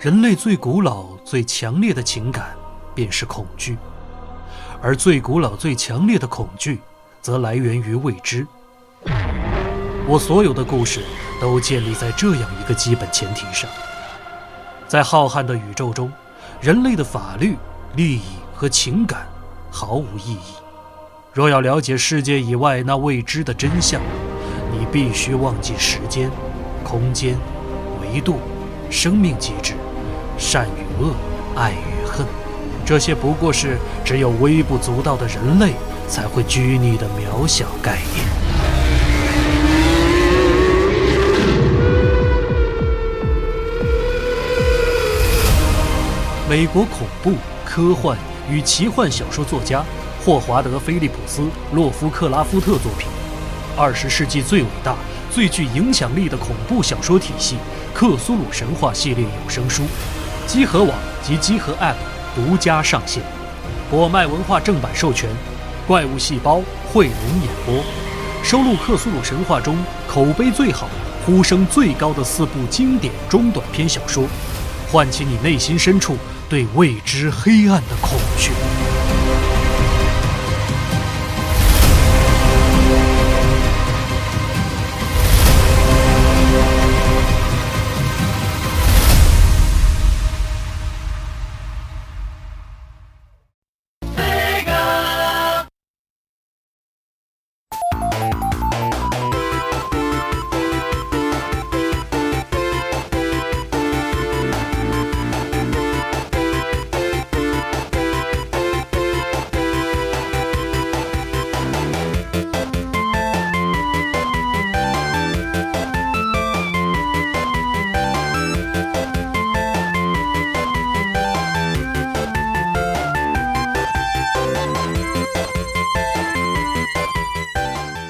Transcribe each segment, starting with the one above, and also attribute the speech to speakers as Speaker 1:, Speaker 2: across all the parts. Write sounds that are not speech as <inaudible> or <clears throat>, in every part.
Speaker 1: 人类最古老、最强烈的情感便是恐惧，而最古老、最强烈的恐惧，则来源于未知。我所有的故事都建立在这样一个基本前提上：在浩瀚的宇宙中，人类的法律、利益和情感毫无意义。若要了解世界以外那未知的真相，你必须忘记时间、空间、维度、生命机制、善与恶、爱与恨，这些不过是只有微不足道的人类才会拘泥的渺小概念。美国恐怖、科幻与奇幻小说作家霍华德·菲利普斯·洛夫克拉夫特作品。二十世纪最伟大、最具影响力的恐怖小说体系《克苏鲁神话》系列有声书，集合网及集合 App 独家上线，果麦文化正版授权，怪物细胞汇龙演播，收录《克苏鲁神话》中口碑最好、呼声最高的四部经典中短篇小说，唤起你内心深处对未知黑暗的恐惧。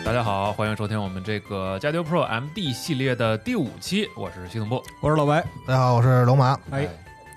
Speaker 2: 大家好，欢迎收听我们这个加丢 Pro MD 系列的第五期，我是系统部。
Speaker 3: 我是老白，
Speaker 4: 大家好，我是龙马。
Speaker 3: 哎，
Speaker 4: 嗯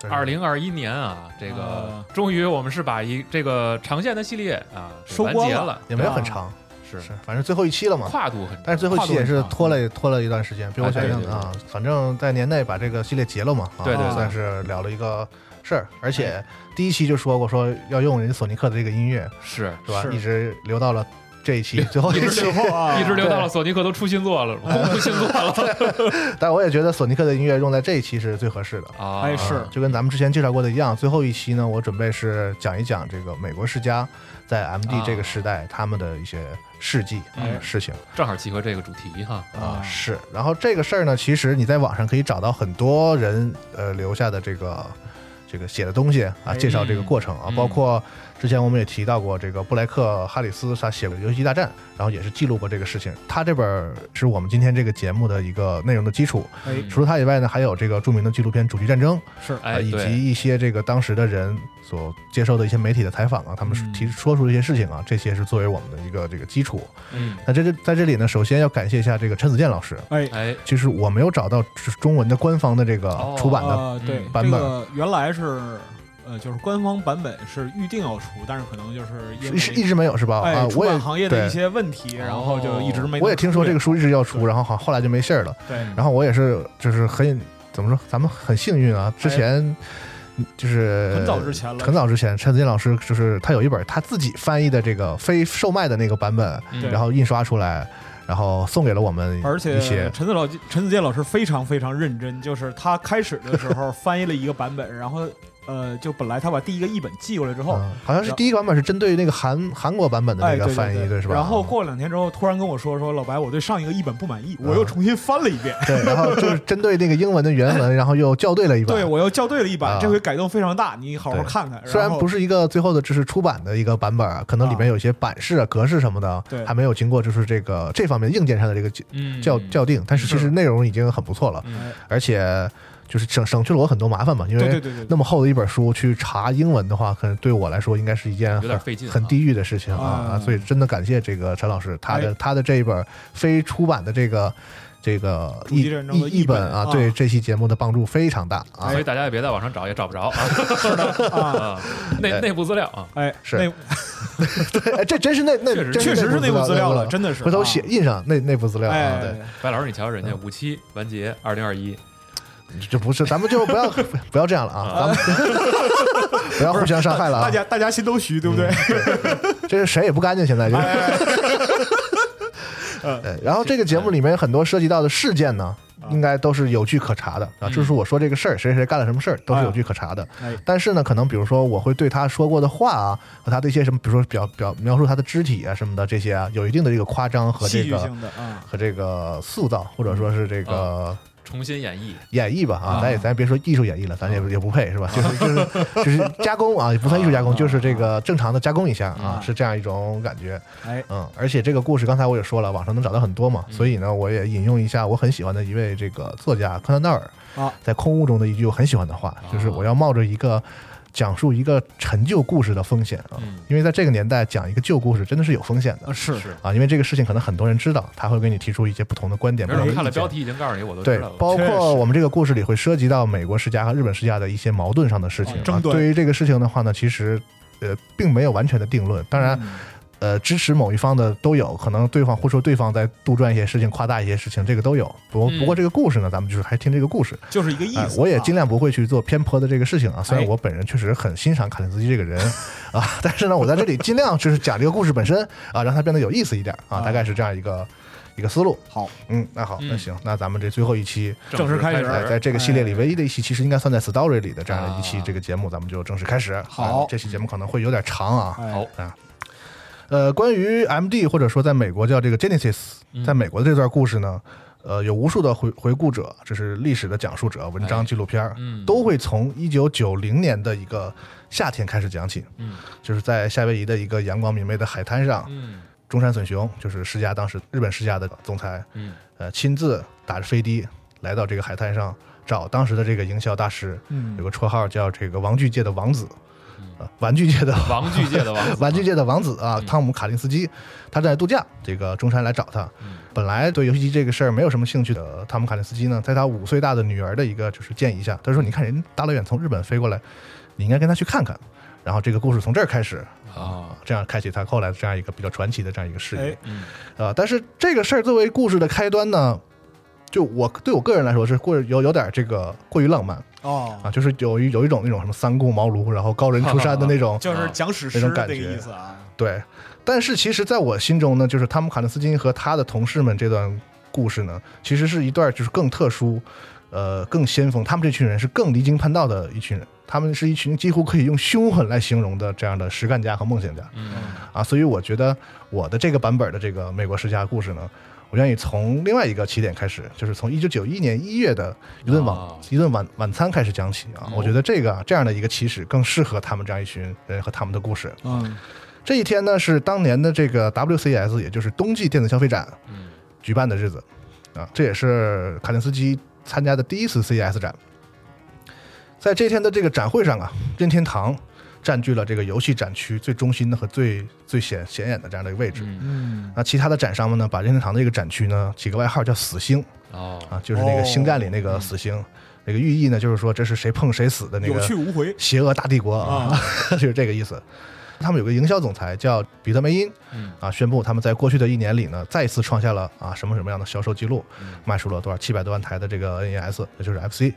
Speaker 2: 二零二一年啊，这个、
Speaker 3: 啊
Speaker 2: 终于我们是把一这个长线的系列啊
Speaker 3: 收
Speaker 2: 完
Speaker 3: 官
Speaker 2: 结
Speaker 3: 了
Speaker 2: 了，
Speaker 4: 也没有很长，
Speaker 2: 是
Speaker 4: 是反正最后一期了嘛。
Speaker 2: 跨度很
Speaker 4: 但是最后一期也是拖了拖了一段时间，比我想象的
Speaker 2: 哎
Speaker 4: 啊。反正在年内把这个系列结了嘛，啊
Speaker 2: 对
Speaker 3: 对对
Speaker 4: 算是聊了一个事儿。而且第一期就说过说要用人家索尼克的这个音乐，
Speaker 2: 是
Speaker 4: 是吧？
Speaker 3: 是
Speaker 4: 一直留到了这
Speaker 2: <laughs>
Speaker 4: 一期最后一期。
Speaker 3: 后啊
Speaker 2: 一直留到了
Speaker 4: 对
Speaker 2: 索尼克都出新作了，公布新作了
Speaker 4: <laughs> 但我也觉得索尼克的音乐用在这一期是最合适的。
Speaker 2: 啊！
Speaker 3: 哎
Speaker 4: 啊
Speaker 3: 是
Speaker 4: 就跟咱们之前介绍过的一样，最后一期呢，我准备是讲一讲这个美国世家在 M D
Speaker 2: 啊
Speaker 4: 这个时代他们的一些事迹、
Speaker 2: 嗯
Speaker 4: 事情。
Speaker 2: 正好契合这个主题哈。
Speaker 3: 啊
Speaker 4: 啊、是。然后这个事儿呢，其实你在网上可以找到很多人呃留下的这个这个写的东西啊，
Speaker 3: 哎
Speaker 4: 介绍这个过程啊，
Speaker 2: 嗯
Speaker 4: 包括之前我们也提到过这个布莱克哈里斯他写过《游戏机大战》，然后也是记录过这个事情。他这本儿是我们今天这个节目的一个内容的基础。
Speaker 3: 哎
Speaker 4: 除了他以外呢，还有这个著名的纪录片《主题战争》
Speaker 3: 是
Speaker 4: 啊、
Speaker 2: 嗯哎，
Speaker 4: 以
Speaker 2: 对，
Speaker 4: 及一些这个当时的人所接受的一些媒体的采访啊，他们
Speaker 2: 嗯
Speaker 4: 提说出的一些事情啊，这些是作为我们的一个这个基础。
Speaker 2: 嗯，
Speaker 4: 那这这在这里呢，首先要感谢一下这个陈子健老师，
Speaker 3: 哎
Speaker 2: 哎，
Speaker 4: 就是我没有找到中文的官方的这个
Speaker 2: 哦
Speaker 4: 出版的，
Speaker 3: 啊对
Speaker 2: 嗯
Speaker 4: 版
Speaker 3: 这
Speaker 4: 本
Speaker 3: 个原来是呃就是官方版本是预定要出，但是可能就是因
Speaker 4: 一
Speaker 3: 为
Speaker 4: 直一直没有是吧？
Speaker 3: 哎
Speaker 4: 啊，
Speaker 3: 出
Speaker 4: 我也哦
Speaker 3: 版行业的一些问题，然后就一直没
Speaker 4: 我也听说这个
Speaker 3: 出
Speaker 4: 书一直要
Speaker 3: 对
Speaker 4: 出，然后好后来就没信儿了。
Speaker 3: 对
Speaker 4: 然后我也是就是很怎么说，咱们很幸运啊，之前。就是
Speaker 3: 哎很早之前了
Speaker 4: 呃很早之前，陈子健老师就是他有一本他自己翻译的这个非售卖的那个版本，
Speaker 2: 嗯
Speaker 3: 对
Speaker 4: 然后印刷出来，然后送给了我们
Speaker 3: 而
Speaker 4: 一
Speaker 3: 且
Speaker 4: 些啊
Speaker 3: 陈子老陈子健老师非常非常认真，就是他开始的时候翻译了一个版本，然后呃，就本来他把第一个译本寄过来之后，
Speaker 4: 嗯好像是第一个版本是针对那个韩韩国版本的
Speaker 3: 哎，对
Speaker 4: 那个
Speaker 3: 对
Speaker 4: 翻译，
Speaker 3: 对
Speaker 4: 是吧？
Speaker 3: 然后过了两天之后，突然跟我说说老白，我对上一个译本不满
Speaker 4: 啊
Speaker 3: 意，我又重新翻了一遍，
Speaker 4: 对，然后就是针对那个英文的原文，然后又校对了一版。
Speaker 3: 对我又校对了一版，
Speaker 4: 啊
Speaker 3: 这回改动非常大，你好好
Speaker 4: 对
Speaker 3: 看看。
Speaker 4: 虽然不
Speaker 3: 是
Speaker 4: 是一个最后的只是出版的一个版本啊，可能里面有一些版式啊、格式什么的，
Speaker 3: 对
Speaker 4: 还没有经过就是这个这方面硬件上的这个校
Speaker 2: 嗯
Speaker 4: 校校定，但是其
Speaker 3: 是
Speaker 4: 实内容已经很不错了，
Speaker 3: 哎
Speaker 2: 嗯
Speaker 4: 而且就是省省去了我很多麻烦嘛，因
Speaker 3: 对对
Speaker 4: 为
Speaker 3: 对对
Speaker 4: 那么厚的一本书去查英文的话，可能对我来说应该是一件
Speaker 2: 有点
Speaker 4: 很
Speaker 2: 费劲啊
Speaker 4: 很地狱的事情
Speaker 3: 啊
Speaker 4: 啊，所以真的感谢这个陈老师，他的
Speaker 3: 哎
Speaker 4: 他的这一本非出版的这个。这个
Speaker 3: 主
Speaker 4: 译
Speaker 3: 机战争的
Speaker 4: 译
Speaker 3: 译
Speaker 4: 译
Speaker 3: 本
Speaker 4: 本啊
Speaker 3: 啊，哎
Speaker 4: 对这期节目的帮助非常大啊！
Speaker 2: 所以哎大家也别在网上找，也找不着
Speaker 4: <laughs>
Speaker 2: 啊。
Speaker 3: 对啊，
Speaker 2: 啊
Speaker 4: 哎
Speaker 2: 内内部资料啊，
Speaker 3: 哎，
Speaker 4: 是
Speaker 3: 那
Speaker 4: 哎， <laughs> 这真是内内
Speaker 2: 确实
Speaker 4: 真
Speaker 3: 确实是
Speaker 4: 内
Speaker 3: 部资料
Speaker 4: 了，
Speaker 3: 了，真的是
Speaker 4: 回头
Speaker 3: 啊
Speaker 4: 写印上内内部资料啊，对
Speaker 3: 哎，
Speaker 2: 白老师，你瞧人家五七完结二零二一，
Speaker 4: 这不是，咱们就不
Speaker 3: <laughs>
Speaker 4: 要不要这样了啊，咱们不要互相伤害了啊嗯
Speaker 3: 大。家大家心都虚，对不对？哎
Speaker 4: 这是谁也不干净，现在就是。 <laughs>
Speaker 3: 嗯
Speaker 4: 对，然后这个节目里面很多涉及到的事件呢，
Speaker 3: 啊
Speaker 4: 应该都是有据可查的啊。就是我说这个事儿，谁谁干了什么事儿，都是有据可查的
Speaker 3: 嗯哎。
Speaker 4: 但是呢，可能比如说我会对他说过的话啊，和他的一些什么，比如说表表描述他的肢体啊什么的这些啊，有一定的这个夸张和
Speaker 3: 戏
Speaker 4: 这
Speaker 3: 剧
Speaker 4: 个
Speaker 3: 性的啊，
Speaker 4: 和这个塑造，或者说是这个
Speaker 2: 重新演绎，
Speaker 4: 演绎吧啊
Speaker 3: 啊，
Speaker 4: 咱也咱也别说艺术演绎了，咱也也不配是吧？就是就是就是加工啊，也不算艺术加工，
Speaker 3: 啊
Speaker 4: 就是这个正常的加工一下啊
Speaker 3: 啊，
Speaker 4: 是这样一种感觉。
Speaker 3: 哎，
Speaker 4: 嗯，而且这个故事刚才我也说了，网上能找到很多嘛，
Speaker 2: 嗯
Speaker 4: 所以呢，我也引用一下我很喜欢的一位这个作家柯南道尔
Speaker 3: 啊
Speaker 4: 在《空屋》中的一句我很喜欢的话，就是我要冒着一个讲述一个陈旧故事的风险啊，
Speaker 2: 嗯，
Speaker 4: 因为在这个年代讲一个旧故事真的是有风险的
Speaker 3: 啊是
Speaker 2: 是，
Speaker 4: 啊，因为这个事情可能很多人知道，他会给你提出一些不同的观点，不
Speaker 2: 没
Speaker 4: 同的
Speaker 2: 准
Speaker 4: 意
Speaker 2: 看了
Speaker 4: 见
Speaker 2: 标。题已经告诉你，我都
Speaker 4: 对
Speaker 2: 知道，了。
Speaker 4: 包
Speaker 3: 确实
Speaker 4: 括我们这个故事里会涉及到美国世家和日本世家的一些矛盾上的事情
Speaker 2: 哦。
Speaker 4: 啊
Speaker 3: 争端
Speaker 4: 对于这个事情的话呢，其实呃并没有完全的定论。当然，
Speaker 3: 嗯
Speaker 4: 呃支持某一方的都有，可能对方或者说对方在杜撰一些事情、夸大一些事情，这个都有。不过
Speaker 2: 嗯
Speaker 4: 不过这个故事呢，咱们就是还听这个故事。
Speaker 3: 就是一个意
Speaker 4: 哎
Speaker 3: 思。啊
Speaker 4: 我也尽
Speaker 3: 量
Speaker 4: 量不会去做偏颇的这个事情啊。虽然
Speaker 3: 哎
Speaker 4: 我本人确实很欣赏卡林斯基这个人啊，但是呢，我在这里尽量就是讲这个故事本身啊，让它变得有意思一点啊，
Speaker 3: 啊
Speaker 4: 大概是这样一个一个思路。
Speaker 3: 好，
Speaker 4: 嗯，那好，那
Speaker 2: 嗯
Speaker 4: 行，那咱们这最后一期。
Speaker 3: 正式开始
Speaker 4: 哎，在这个系列里
Speaker 3: 哎
Speaker 4: 唯一的一期，其实应该算在 Story 里的这样的一期
Speaker 3: 啊
Speaker 4: 这个节目，咱们就正式开始。
Speaker 3: 好
Speaker 4: 哎这期节目可能会有点长啊。
Speaker 3: 哎
Speaker 2: 好，
Speaker 4: 呃，关于 MD 或者说在美国叫这个 Genesis，
Speaker 2: 嗯
Speaker 4: 在美国的这段故事呢，呃，有无数的回回顾者，这是历史的讲述者、文章、
Speaker 2: 哎
Speaker 4: 纪录片儿，
Speaker 2: 嗯
Speaker 4: 都会从一九九零年的一个夏天开始讲起，
Speaker 2: 嗯
Speaker 4: 就是在夏威夷的一个阳光明媚的海滩上，
Speaker 2: 嗯
Speaker 4: 中山隼雄就是世家当时日本世家的总裁，
Speaker 2: 嗯
Speaker 4: 呃，亲自打着飞的来到这个海滩上，找当时的这个营销大师，有
Speaker 3: 嗯，
Speaker 4: 个绰号叫这个玩具界的王子
Speaker 2: 嗯，
Speaker 4: 呃，玩具
Speaker 2: <laughs>
Speaker 4: 界的，
Speaker 2: 王具界的王子
Speaker 4: 玩具界的 <laughs> 王子啊
Speaker 2: 嗯，
Speaker 4: 汤姆·卡林斯基，他正在度假，这个中山来找他。
Speaker 2: 嗯
Speaker 4: 本来对游戏机这个事儿没有什么兴趣的汤姆·卡林斯基呢，在他五岁大的女儿的一个就是建议下，他说：“你看人大老远从日本飞过来，你应该跟他去看看。”然后这个故事从这儿开始，
Speaker 2: 啊，
Speaker 4: 这样开启他后来的这样一个比较传奇的这样一个事业
Speaker 3: 哎，
Speaker 2: 嗯
Speaker 4: 啊。但是这个事儿作为故事的开端呢，就我对我个人来说是过有有点这个过于浪漫啊，
Speaker 3: 哦，
Speaker 4: 就是有一有一种那种什么三顾茅庐，然后高人出山的那种
Speaker 3: 就是讲史诗
Speaker 4: 那种
Speaker 3: 那
Speaker 4: 感
Speaker 3: 个
Speaker 4: 觉
Speaker 3: 意思啊。
Speaker 4: 对，但是其实在我心中呢，就是汤姆·卡林斯金和他的同事们这段故事呢，其实是一段就是更特殊，呃，更先锋。他们这群人是更离经叛道的一群人，他们是一群几乎可以用凶狠来形容的这样的实干家和梦想家
Speaker 2: 嗯
Speaker 4: 啊。所以我觉得我的这个版本的这个美国世家故事呢。我愿意从另外一个起点开始，就是从一九九一年一月的一顿晚、
Speaker 2: 哦
Speaker 4: 一顿晚晚餐开始讲起啊。
Speaker 2: 哦
Speaker 4: 我觉得这个啊这样的一个起始更适合他们这样一群人和他们的故事。
Speaker 3: 嗯，
Speaker 4: 这一天呢是当年的这个 WCS，也就是冬季电子消费展
Speaker 2: 嗯
Speaker 4: 举办的日子啊，这也是卡林斯基参加的第一次 CES 展。在这天的这个展会上啊，任天堂占据了这个游戏展区最中心的和最最显显眼的这样的一个位置。
Speaker 2: 嗯
Speaker 3: 嗯，
Speaker 4: 那其他的展商们呢，把任天堂的这个展区呢起个外号叫“死星”
Speaker 2: 哦，
Speaker 4: 啊，就是那个
Speaker 3: 哦
Speaker 4: 《星战》里那个死星，那个寓意呢就是说这是谁碰谁死的那
Speaker 3: 有去
Speaker 4: 个
Speaker 3: 无回
Speaker 4: 邪恶大帝国啊，
Speaker 3: 啊。
Speaker 4: 就是这个意思。他们有个营销总裁叫彼得梅因，
Speaker 2: 嗯
Speaker 4: 啊，宣布他们在过去的一年里呢，再一次创下了啊什么什么样的销售记录
Speaker 2: 嗯，
Speaker 4: 卖出了多少七百多万台的这个 NES，也就是 FC，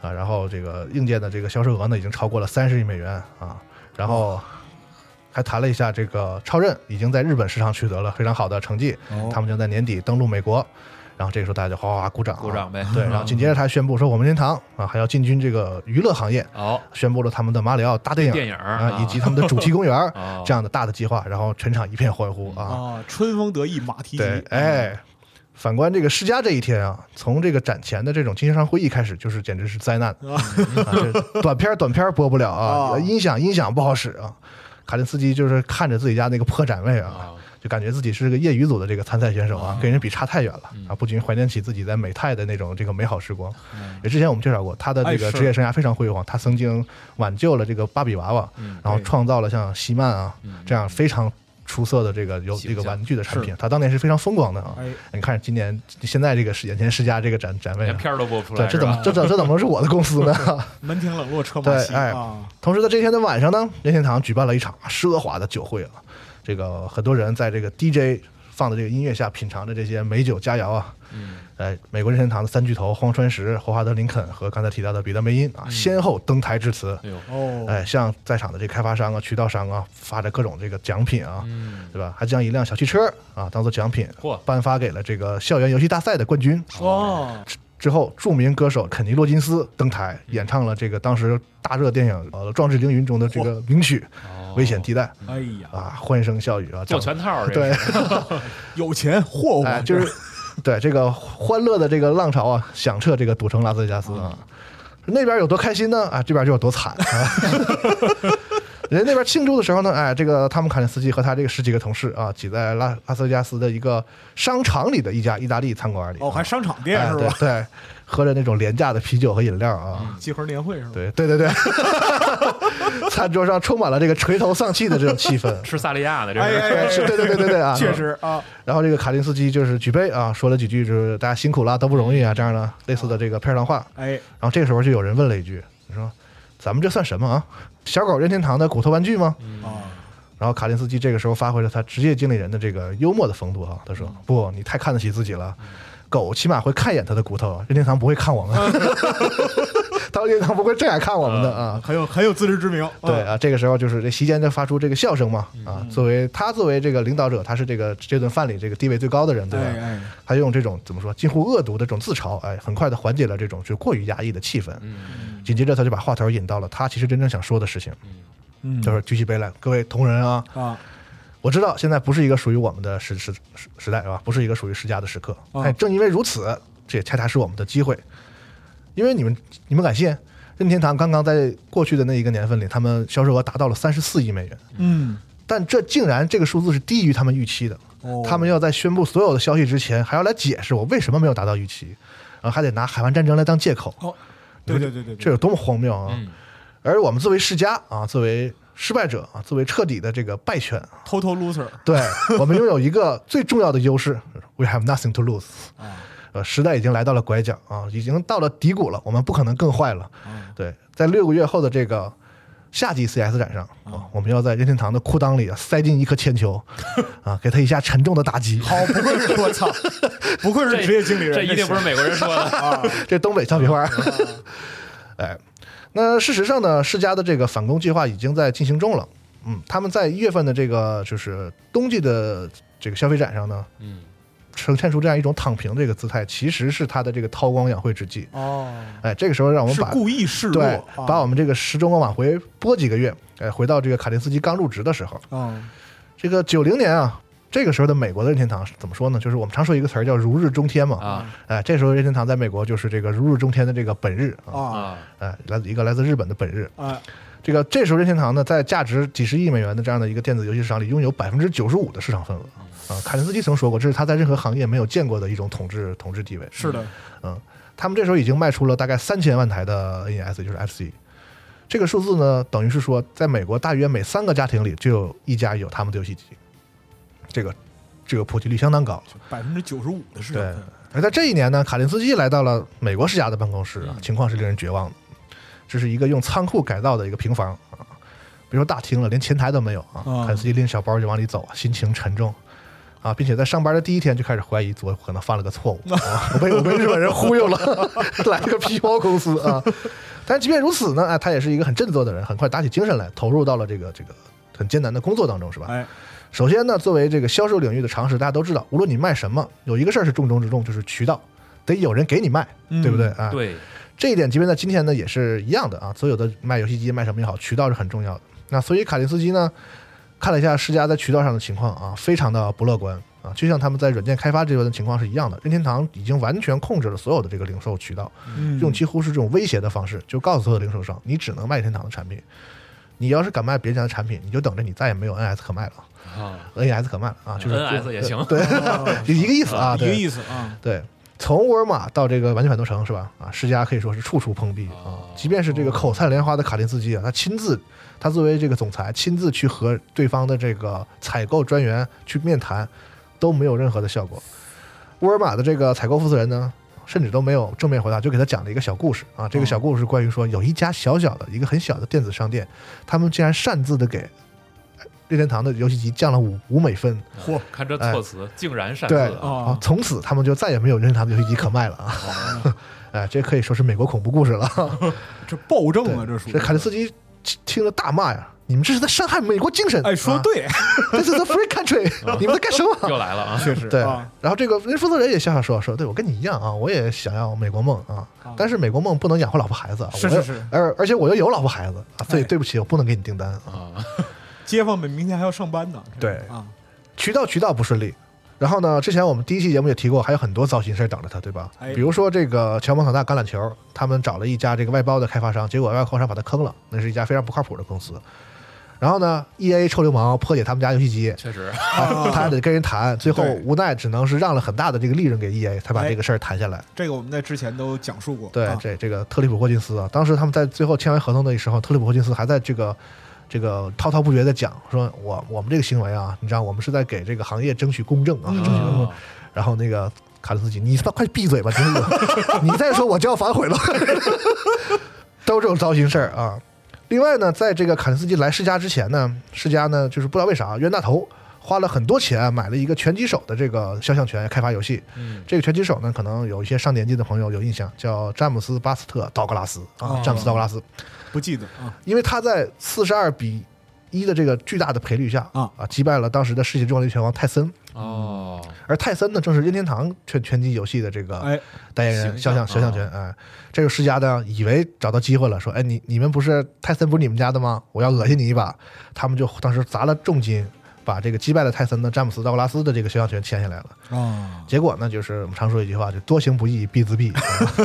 Speaker 4: 啊，然后这个硬件的这个销售额呢，已经超过了三十亿美元啊，然后还谈了一下这个超任已经在日本市场取得了非常好的成绩，
Speaker 2: 哦
Speaker 4: 他们将在年底登陆美国，然后这个时候大家就哗哗哗鼓掌、
Speaker 2: 鼓掌。呗，
Speaker 4: 啊
Speaker 2: 嗯
Speaker 4: 对，然后紧接着他宣布说，我们任天堂啊还要进军这个娱乐行业，
Speaker 2: 哦，
Speaker 4: 宣布了他们的马里奥大电影
Speaker 2: 电影儿
Speaker 4: 啊以及他们的主题公园儿
Speaker 2: <laughs> 哦
Speaker 4: 这样的大的计划，然后全场一片欢呼啊！
Speaker 3: 啊，春风得意马蹄疾嗯
Speaker 4: 对，，
Speaker 2: 嗯
Speaker 4: 哎，反观这个世家这一天啊，从这个展前的这种经销商会议开始，就是简直是灾难
Speaker 2: 哦
Speaker 4: 啊！这短片儿短片儿播不了啊，
Speaker 3: 啊
Speaker 4: 音响音响不好使啊。卡林斯基就是看着自己家那个破展位啊，
Speaker 2: 啊，
Speaker 4: 就感觉自己是个业余组的这个参赛选手
Speaker 2: 嗯
Speaker 4: 啊，跟人比差太远了啊，不禁怀念起自己在美泰的那种这个美好时光。
Speaker 2: 嗯
Speaker 4: 也之前我们介绍过，他的这
Speaker 3: 哎
Speaker 4: 个
Speaker 3: 是
Speaker 4: 职业生涯非常辉煌，他曾经挽救了这个芭比娃娃，
Speaker 2: 嗯
Speaker 4: 然后
Speaker 3: 对
Speaker 4: 创造了像希曼啊
Speaker 2: 嗯
Speaker 4: 这样非常出色的这个有
Speaker 2: 形
Speaker 4: 这个
Speaker 2: 象
Speaker 4: 玩具的产品
Speaker 3: 是，
Speaker 4: 他当年是非常风光的啊。
Speaker 3: 哎，
Speaker 4: 你看今年现在这个是眼前世家这个展展位
Speaker 2: 连
Speaker 4: 啊，
Speaker 2: 片儿都播不出
Speaker 4: 对，
Speaker 2: 来，
Speaker 4: 这怎么这怎这怎么是我的公司呢？
Speaker 3: 门庭冷落车马
Speaker 4: 对
Speaker 3: 稀
Speaker 4: 哎
Speaker 3: 啊，
Speaker 4: 同时在这天的晚上呢，任天堂举办了一场奢华的酒会啊，这个很多人在这个 DJ 放的这个音乐下品尝着这些美酒佳肴啊，
Speaker 2: 嗯
Speaker 4: 哎，美国任天堂的三巨头荒川石、霍华德·林肯和刚才提到的彼得·梅因啊，
Speaker 2: 嗯
Speaker 4: 先后登台致辞。
Speaker 2: 哎呦，
Speaker 3: 哦，
Speaker 4: 哎，向在场的这开发商啊、渠道商啊发着各种这个奖品啊，
Speaker 2: 嗯，
Speaker 4: 对吧？还将一辆小汽车啊当做奖品
Speaker 2: 嚯，啊
Speaker 4: 颁发给了这个校园游戏大赛的冠军。
Speaker 3: 哦，
Speaker 4: 之后，著名歌手肯尼·洛金斯登台
Speaker 3: 嗯
Speaker 4: 演唱了这个当时大热电影呃《壮志凌云》中的这个名曲
Speaker 2: 哦
Speaker 4: 《危险地带
Speaker 3: 哎呀》，
Speaker 4: 啊，欢声笑语啊，
Speaker 2: 做
Speaker 4: 掌
Speaker 2: 全套儿这
Speaker 4: <laughs> 对
Speaker 2: 是，，
Speaker 3: 有钱霍
Speaker 4: 哎，
Speaker 3: 霍，
Speaker 4: 就是对这个欢乐的这个浪潮啊，响彻这个赌城拉斯维加斯
Speaker 3: 哦
Speaker 4: 啊。那边有多开心呢？啊，这边就有多惨啊！ <laughs> 人家那边庆祝的时候呢，哎，这个汤姆卡林斯基和他这个十几个同事啊，挤在拉拉斯维加斯的一个商场里的一家意大利餐馆里啊，
Speaker 3: 哦，还商场店
Speaker 4: 哎
Speaker 3: 是
Speaker 4: 对
Speaker 3: 吧？嗯
Speaker 4: 对，喝着那种廉价的啤酒和饮料啊，
Speaker 3: 集合年会是吧？
Speaker 4: 对对对 <laughs> 对，餐桌上充满了这个垂头丧气的这种气氛。
Speaker 2: 吃萨莉亚的这
Speaker 3: 哎
Speaker 2: 是，
Speaker 3: 哎
Speaker 4: 哎
Speaker 3: 哎，
Speaker 4: 是对对对对对啊，
Speaker 3: 确实啊，
Speaker 4: 然后这个卡林斯基就是举杯啊，说了几句就是大家辛苦了，都不容易啊，这样的类似的这个片儿上话。
Speaker 3: 哎，
Speaker 4: 然后这个时候就有人问了一句，你说咱们这算什么啊？小狗任天堂的骨头玩具吗？
Speaker 2: 嗯
Speaker 3: 啊，
Speaker 4: 然后卡林斯基这个时候发挥了他职业经理人的这个幽默的风度哈、啊他说不，你太看得起自己了，狗起码会看一眼它的骨头，任天堂不会看我们，他们任天堂不会这样看我们的啊。
Speaker 3: 很有很有自知之明，啊
Speaker 4: 对，啊，这个时候就是这席间就发出这个笑声嘛啊，作为他作为这个领导者，他是这个这顿饭里这个地位最高的人，对吧？啊
Speaker 3: 哎哎，
Speaker 4: 他用这种怎么说近乎恶毒的这种自嘲，哎，很快的缓解了这种就过于压抑的气氛。
Speaker 2: 嗯
Speaker 4: 紧接着他就把话头引到了他其实真正想说的事情，
Speaker 3: 嗯，
Speaker 4: 就是举起杯来，各位同仁啊，
Speaker 3: 啊，
Speaker 4: 我知道现在不是一个属于我们的时时时时代啊，不是一个属于世家的时刻。
Speaker 3: 啊
Speaker 4: 哎，正因为如此，这也恰恰是我们的机会，因为你们你们敢信，任天堂刚刚在过去的那一个年份里，他们销售额达到了三十四亿美元，
Speaker 3: 嗯，
Speaker 4: 但这竟然这个数字是低于他们预期的。
Speaker 3: 哦
Speaker 4: 他们要在宣布所有的消息之前，还要来解释我为什么没有达到预期，然后还得拿海湾战争来当借口，
Speaker 3: 哦，对对对对，
Speaker 4: 这有多么荒谬啊！
Speaker 2: 嗯
Speaker 4: 而我们作为世家啊，作为失败者啊，作为彻底的这个败犬，啊
Speaker 3: 偷偷 loser
Speaker 4: 对 <laughs> 我们拥有一个最重要的优势，we have nothing to lose。
Speaker 3: 啊，
Speaker 4: 呃，时代已经来到了拐角啊，已经到了低谷了，我们不可能更坏了。
Speaker 3: 啊
Speaker 4: 对，在六个月后的这个夏季 CS 展上啊，我们要在任天堂的裤裆里啊塞进一颗
Speaker 3: <laughs>
Speaker 4: 铅球啊，给他一下沉重的打击。
Speaker 3: 好，不愧是我操， <laughs> 不愧
Speaker 2: 这
Speaker 3: 是职业经理人，
Speaker 2: 这一定不是美国人说
Speaker 4: <laughs>
Speaker 2: 的，
Speaker 3: 啊，
Speaker 4: <laughs> 这东北俏皮话
Speaker 3: 嗯
Speaker 4: 儿。 <laughs> 哎，那事实上呢，世嘉的这个反攻计划已经在进行中了。嗯，他们在一月份的这个就是冬季的这个消费展上呢，
Speaker 2: 嗯，
Speaker 4: 呈现出这样一种躺平这个姿态，其实是他的这个韬光养晦之计。
Speaker 3: 哦，
Speaker 4: 哎，这个时候让 <laughs> 我们
Speaker 3: 是
Speaker 4: 把
Speaker 3: 故意示弱
Speaker 4: 对，
Speaker 3: 啊
Speaker 4: 把我们这个时钟往回拨几个月，哎，回到这个卡林斯基刚入职的时候，
Speaker 3: 啊，
Speaker 4: 这个九零年啊。这个时候的美国的任天堂怎么说呢？就是我们常说一个词儿叫“如日中天”嘛。
Speaker 2: 啊
Speaker 4: 哎，这时候任天堂在美国就是这个如日中天的这个本日啊。
Speaker 3: 啊
Speaker 2: 啊，
Speaker 4: 哎，来自一个来自日本的本日。
Speaker 3: 啊
Speaker 4: 这个这时候任天堂呢，在价值几十亿美元的这样的一个电子游戏市场里，拥有百分之九十五的市场份额。啊，卡林斯基曾说过，这是他在任何行业没有见过的一种统治统治地位。
Speaker 3: 是的，
Speaker 4: 嗯，他们这时候已经卖出了大概三千万台的 NES，就是 FC。这个数字呢，等于是说，在美国大约每三个家庭里就有一家有他们的游戏机。这个这个普及率相当高。
Speaker 3: 百分之九十五的市场
Speaker 4: 对
Speaker 3: 份额，
Speaker 4: 而在这一年呢，卡林斯基来到了美国世家的办公室啊
Speaker 2: 嗯，
Speaker 4: 情况是令人绝望的。这是一个用仓库改造的一个平房啊，别说大厅了，连前台都没有啊。
Speaker 3: 啊
Speaker 4: 卡林斯基拎着小包就往里走啊，心情沉重啊，并且在上班的第一天就开始怀疑昨可能犯了个错误，啊、我被我被日本人忽悠了，来了个皮包公司啊。但即便如此呢，哎，他也是一个很振作的人，很快打起精神来，投入到了这个这个很艰难的工作当中，是吧？
Speaker 3: 哎，
Speaker 4: 首先呢，作为这个销售领域的常识，大家都知道，无论你卖什么，有一个事儿是重中之重，就是渠道，得有人给你卖，
Speaker 3: 嗯
Speaker 4: 对不对啊？，
Speaker 2: 对，
Speaker 4: 这一点即便在今天呢也是一样的啊。所有的卖游戏机卖什么也好，渠道是很重要的。那所以卡林斯基呢，看了一下世嘉在渠道上的情况啊，非常的不乐观啊，就像他们在软件开发这边的情况是一样的。任天堂已经完全控制了所有的这个零售渠道，
Speaker 3: 嗯
Speaker 4: 用几乎是这种威胁的方式，就告诉所有零售商，你只能卖任天堂的产品。你要是敢卖别人家的产品，你就等着你再也没有 NS 可卖了。
Speaker 2: 啊
Speaker 4: NES 可慢了啊，就是
Speaker 2: NS 也行
Speaker 3: <laughs>
Speaker 4: 对，就一个意思啊，
Speaker 3: 一个
Speaker 4: 对
Speaker 3: 意思啊，
Speaker 4: 对。从沃尔玛到这个玩具反斗城是吧？啊，世嘉可以说是处处碰壁啊
Speaker 2: 哦。
Speaker 4: 即便是这个口灿莲花的卡林斯基啊，他亲自，他作为这个总裁亲自去和对方的这个采购专员去面谈，都没有任何的效果。沃尔玛的这个采购负责人呢，甚至都没有正面回答，就给他讲了一个小故事啊。这个小故事是关于说，有一家小小的一个很小的电子商店，他们竟然擅自的给任天堂的游戏机降了五五美分，
Speaker 3: 嚯，
Speaker 2: 看这措辞，竟然擅自
Speaker 4: 哎对
Speaker 2: 啊！
Speaker 4: 啊
Speaker 3: 啊，，
Speaker 4: 从此他们就再也没有任天堂的游戏机可卖了啊！哎，这可以说是美国恐怖故
Speaker 3: <laughs>
Speaker 4: 事了。
Speaker 3: 这暴政啊，
Speaker 4: 对
Speaker 3: 这属于
Speaker 4: 这凯利斯基听听了大骂呀！你们这是在伤害美国精神！
Speaker 3: 哎，说
Speaker 4: 啊
Speaker 3: 对， <laughs>
Speaker 4: This is a free country，你们在干什么？
Speaker 2: 又来了啊！
Speaker 3: 确实
Speaker 4: 对
Speaker 3: 啊，
Speaker 4: 然后这个人负责人也笑笑说说，对我跟你一样啊，我也想要美国梦啊
Speaker 3: 啊，
Speaker 4: 但是美国梦不能养活老婆孩子啊，
Speaker 3: 是
Speaker 4: 我
Speaker 3: 是是
Speaker 4: 而而且我又有老婆孩子啊，所以
Speaker 3: 哎
Speaker 4: 对不起，我不能给你订单啊。
Speaker 2: 啊，
Speaker 3: 街坊们明天还要上班呢。
Speaker 4: 对 <laughs>
Speaker 3: 啊，
Speaker 4: 渠道渠道不顺利。然后呢，之前我们第一期节目也提过，还有很多糟心事儿等着他，对吧？
Speaker 3: 哎
Speaker 4: 比如说这个乔邦厂大橄榄球，他们找了一家这个外包的开发商，结果外包开发商把他坑了，那是一家非常不靠谱的公司。然后呢，E A 臭流氓破解他们家游戏机，
Speaker 2: 确实，
Speaker 4: 啊他他还得跟人谈，最后
Speaker 3: 啊对
Speaker 4: 无奈只能是让了很大的这个利润给 E A，才把
Speaker 3: 哎
Speaker 4: 这个事儿谈下来。
Speaker 3: 这个我们在之前都讲述过。
Speaker 4: 对，
Speaker 3: 啊
Speaker 4: 这这个特里普霍金斯啊，当时他们在最后签完合同的时候，特里普霍金斯还在这个这个滔滔不绝的讲，说我我们这个行为啊，你知道我们是在给这个行业争取公正啊，争取公正。
Speaker 2: 啊
Speaker 4: 然后那个卡斯基，你他妈快闭嘴吧，真
Speaker 3: <laughs>
Speaker 4: 的，你再说我就要反悔了， <laughs> 都是这种糟心事儿啊。另外呢，在这个卡斯基来世家之前呢，世家呢就是不知道为啥冤大头花了很多钱买了一个拳击手的这个肖像权开发游戏，
Speaker 2: 嗯，
Speaker 4: 这个拳击手呢，可能有一些上年纪的朋友有印象，叫詹姆斯·巴斯特·道格拉斯啊
Speaker 3: 哦，
Speaker 4: 詹姆斯·道格拉斯，
Speaker 3: 不记得啊，
Speaker 4: 因为他在四十二比一的这个巨大的赔率下
Speaker 3: 啊
Speaker 4: 击败了当时的世界重量级拳王泰森，
Speaker 2: 哦，
Speaker 4: <laughs> 而泰森呢，正是任天堂拳拳击游戏的这个
Speaker 3: 哎，
Speaker 4: 代言人
Speaker 2: 形
Speaker 4: 肖
Speaker 2: 象啊
Speaker 4: 像肖像权哎，这个世家呢，以为找到机会了，说，哎，你你们不是泰森不是你们家的吗？我要恶心你一把，他们就当时砸了重金。把这个击败了泰森的詹姆斯·道格拉斯的这个肖像权签下来了，
Speaker 3: 啊，
Speaker 4: 结果呢，就是我们常说一句话，就多行不义必自毙。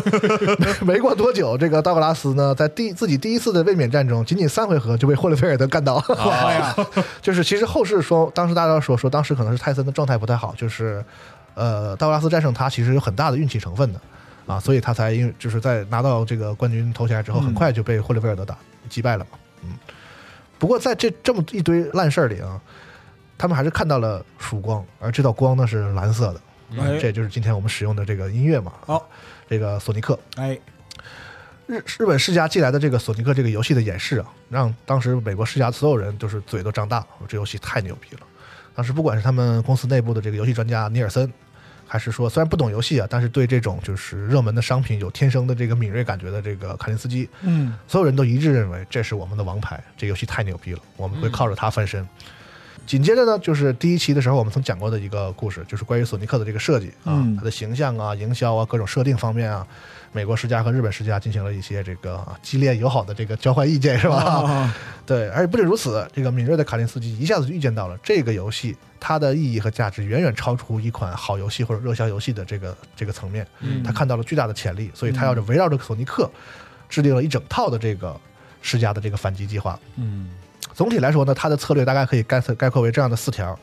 Speaker 4: <laughs> 没没过多久，这个道格拉斯呢，在第自己第一次的卫冕战中，仅仅三回合就被霍利菲尔德干倒。
Speaker 3: 哎
Speaker 2: 啊
Speaker 3: 呀，
Speaker 4: 就是其实后世说，当时大家都说说当时可能是泰森的状态不太好，就是呃，道格拉斯战胜他其实有很大的运气成分的啊，所以他才因为就是在拿到这个冠军头衔之后，
Speaker 3: 嗯
Speaker 4: 很快就被霍利菲尔德打击败了嘛。嗯，不过在这这么一堆烂事儿里啊，他们还是看到了曙光，而这道光呢是蓝色的。
Speaker 3: 哎
Speaker 4: 这就是今天我们使用的这个音乐嘛。
Speaker 3: 好，
Speaker 4: 这个索尼克
Speaker 3: 哎，
Speaker 4: 日日本世嘉寄来的这个索尼克这个游戏的演示啊，让当时美国世嘉所有人就是嘴都张大了，说这游戏太牛逼了。当时不管是他们公司内部的这个游戏专家尼尔森，还是说虽然不懂游戏啊，但是对这种就是热门的商品有天生的这个敏锐感觉的这个卡林斯基，
Speaker 3: 嗯，
Speaker 4: 所有人都一致认为这是我们的王牌，这游戏太牛逼了，我们会靠着它翻身。紧接着呢，就是第一期的时候我们曾讲过的一个故事，就是关于索尼克的这个设计啊，
Speaker 3: 嗯
Speaker 4: 它的形象啊、营销啊、各种设定方面啊，美国世家和日本世家进行了一些这个啊激烈友好的这个交换意见，是吧？
Speaker 3: 啊，
Speaker 4: <laughs> 对，而且不仅如此，这个敏锐的卡林斯基一下子就预见到了这个游戏它的意义和价值远远超出一款好游戏或者热销游戏的这个这个层面。
Speaker 2: 嗯
Speaker 4: 他看到了巨大的潜力，所以他要是围绕着索尼克制定了一整套的这个施加的这个反击计划。
Speaker 3: 嗯，
Speaker 4: 总体来说呢，他的策略大概可以概概括为这样的四条：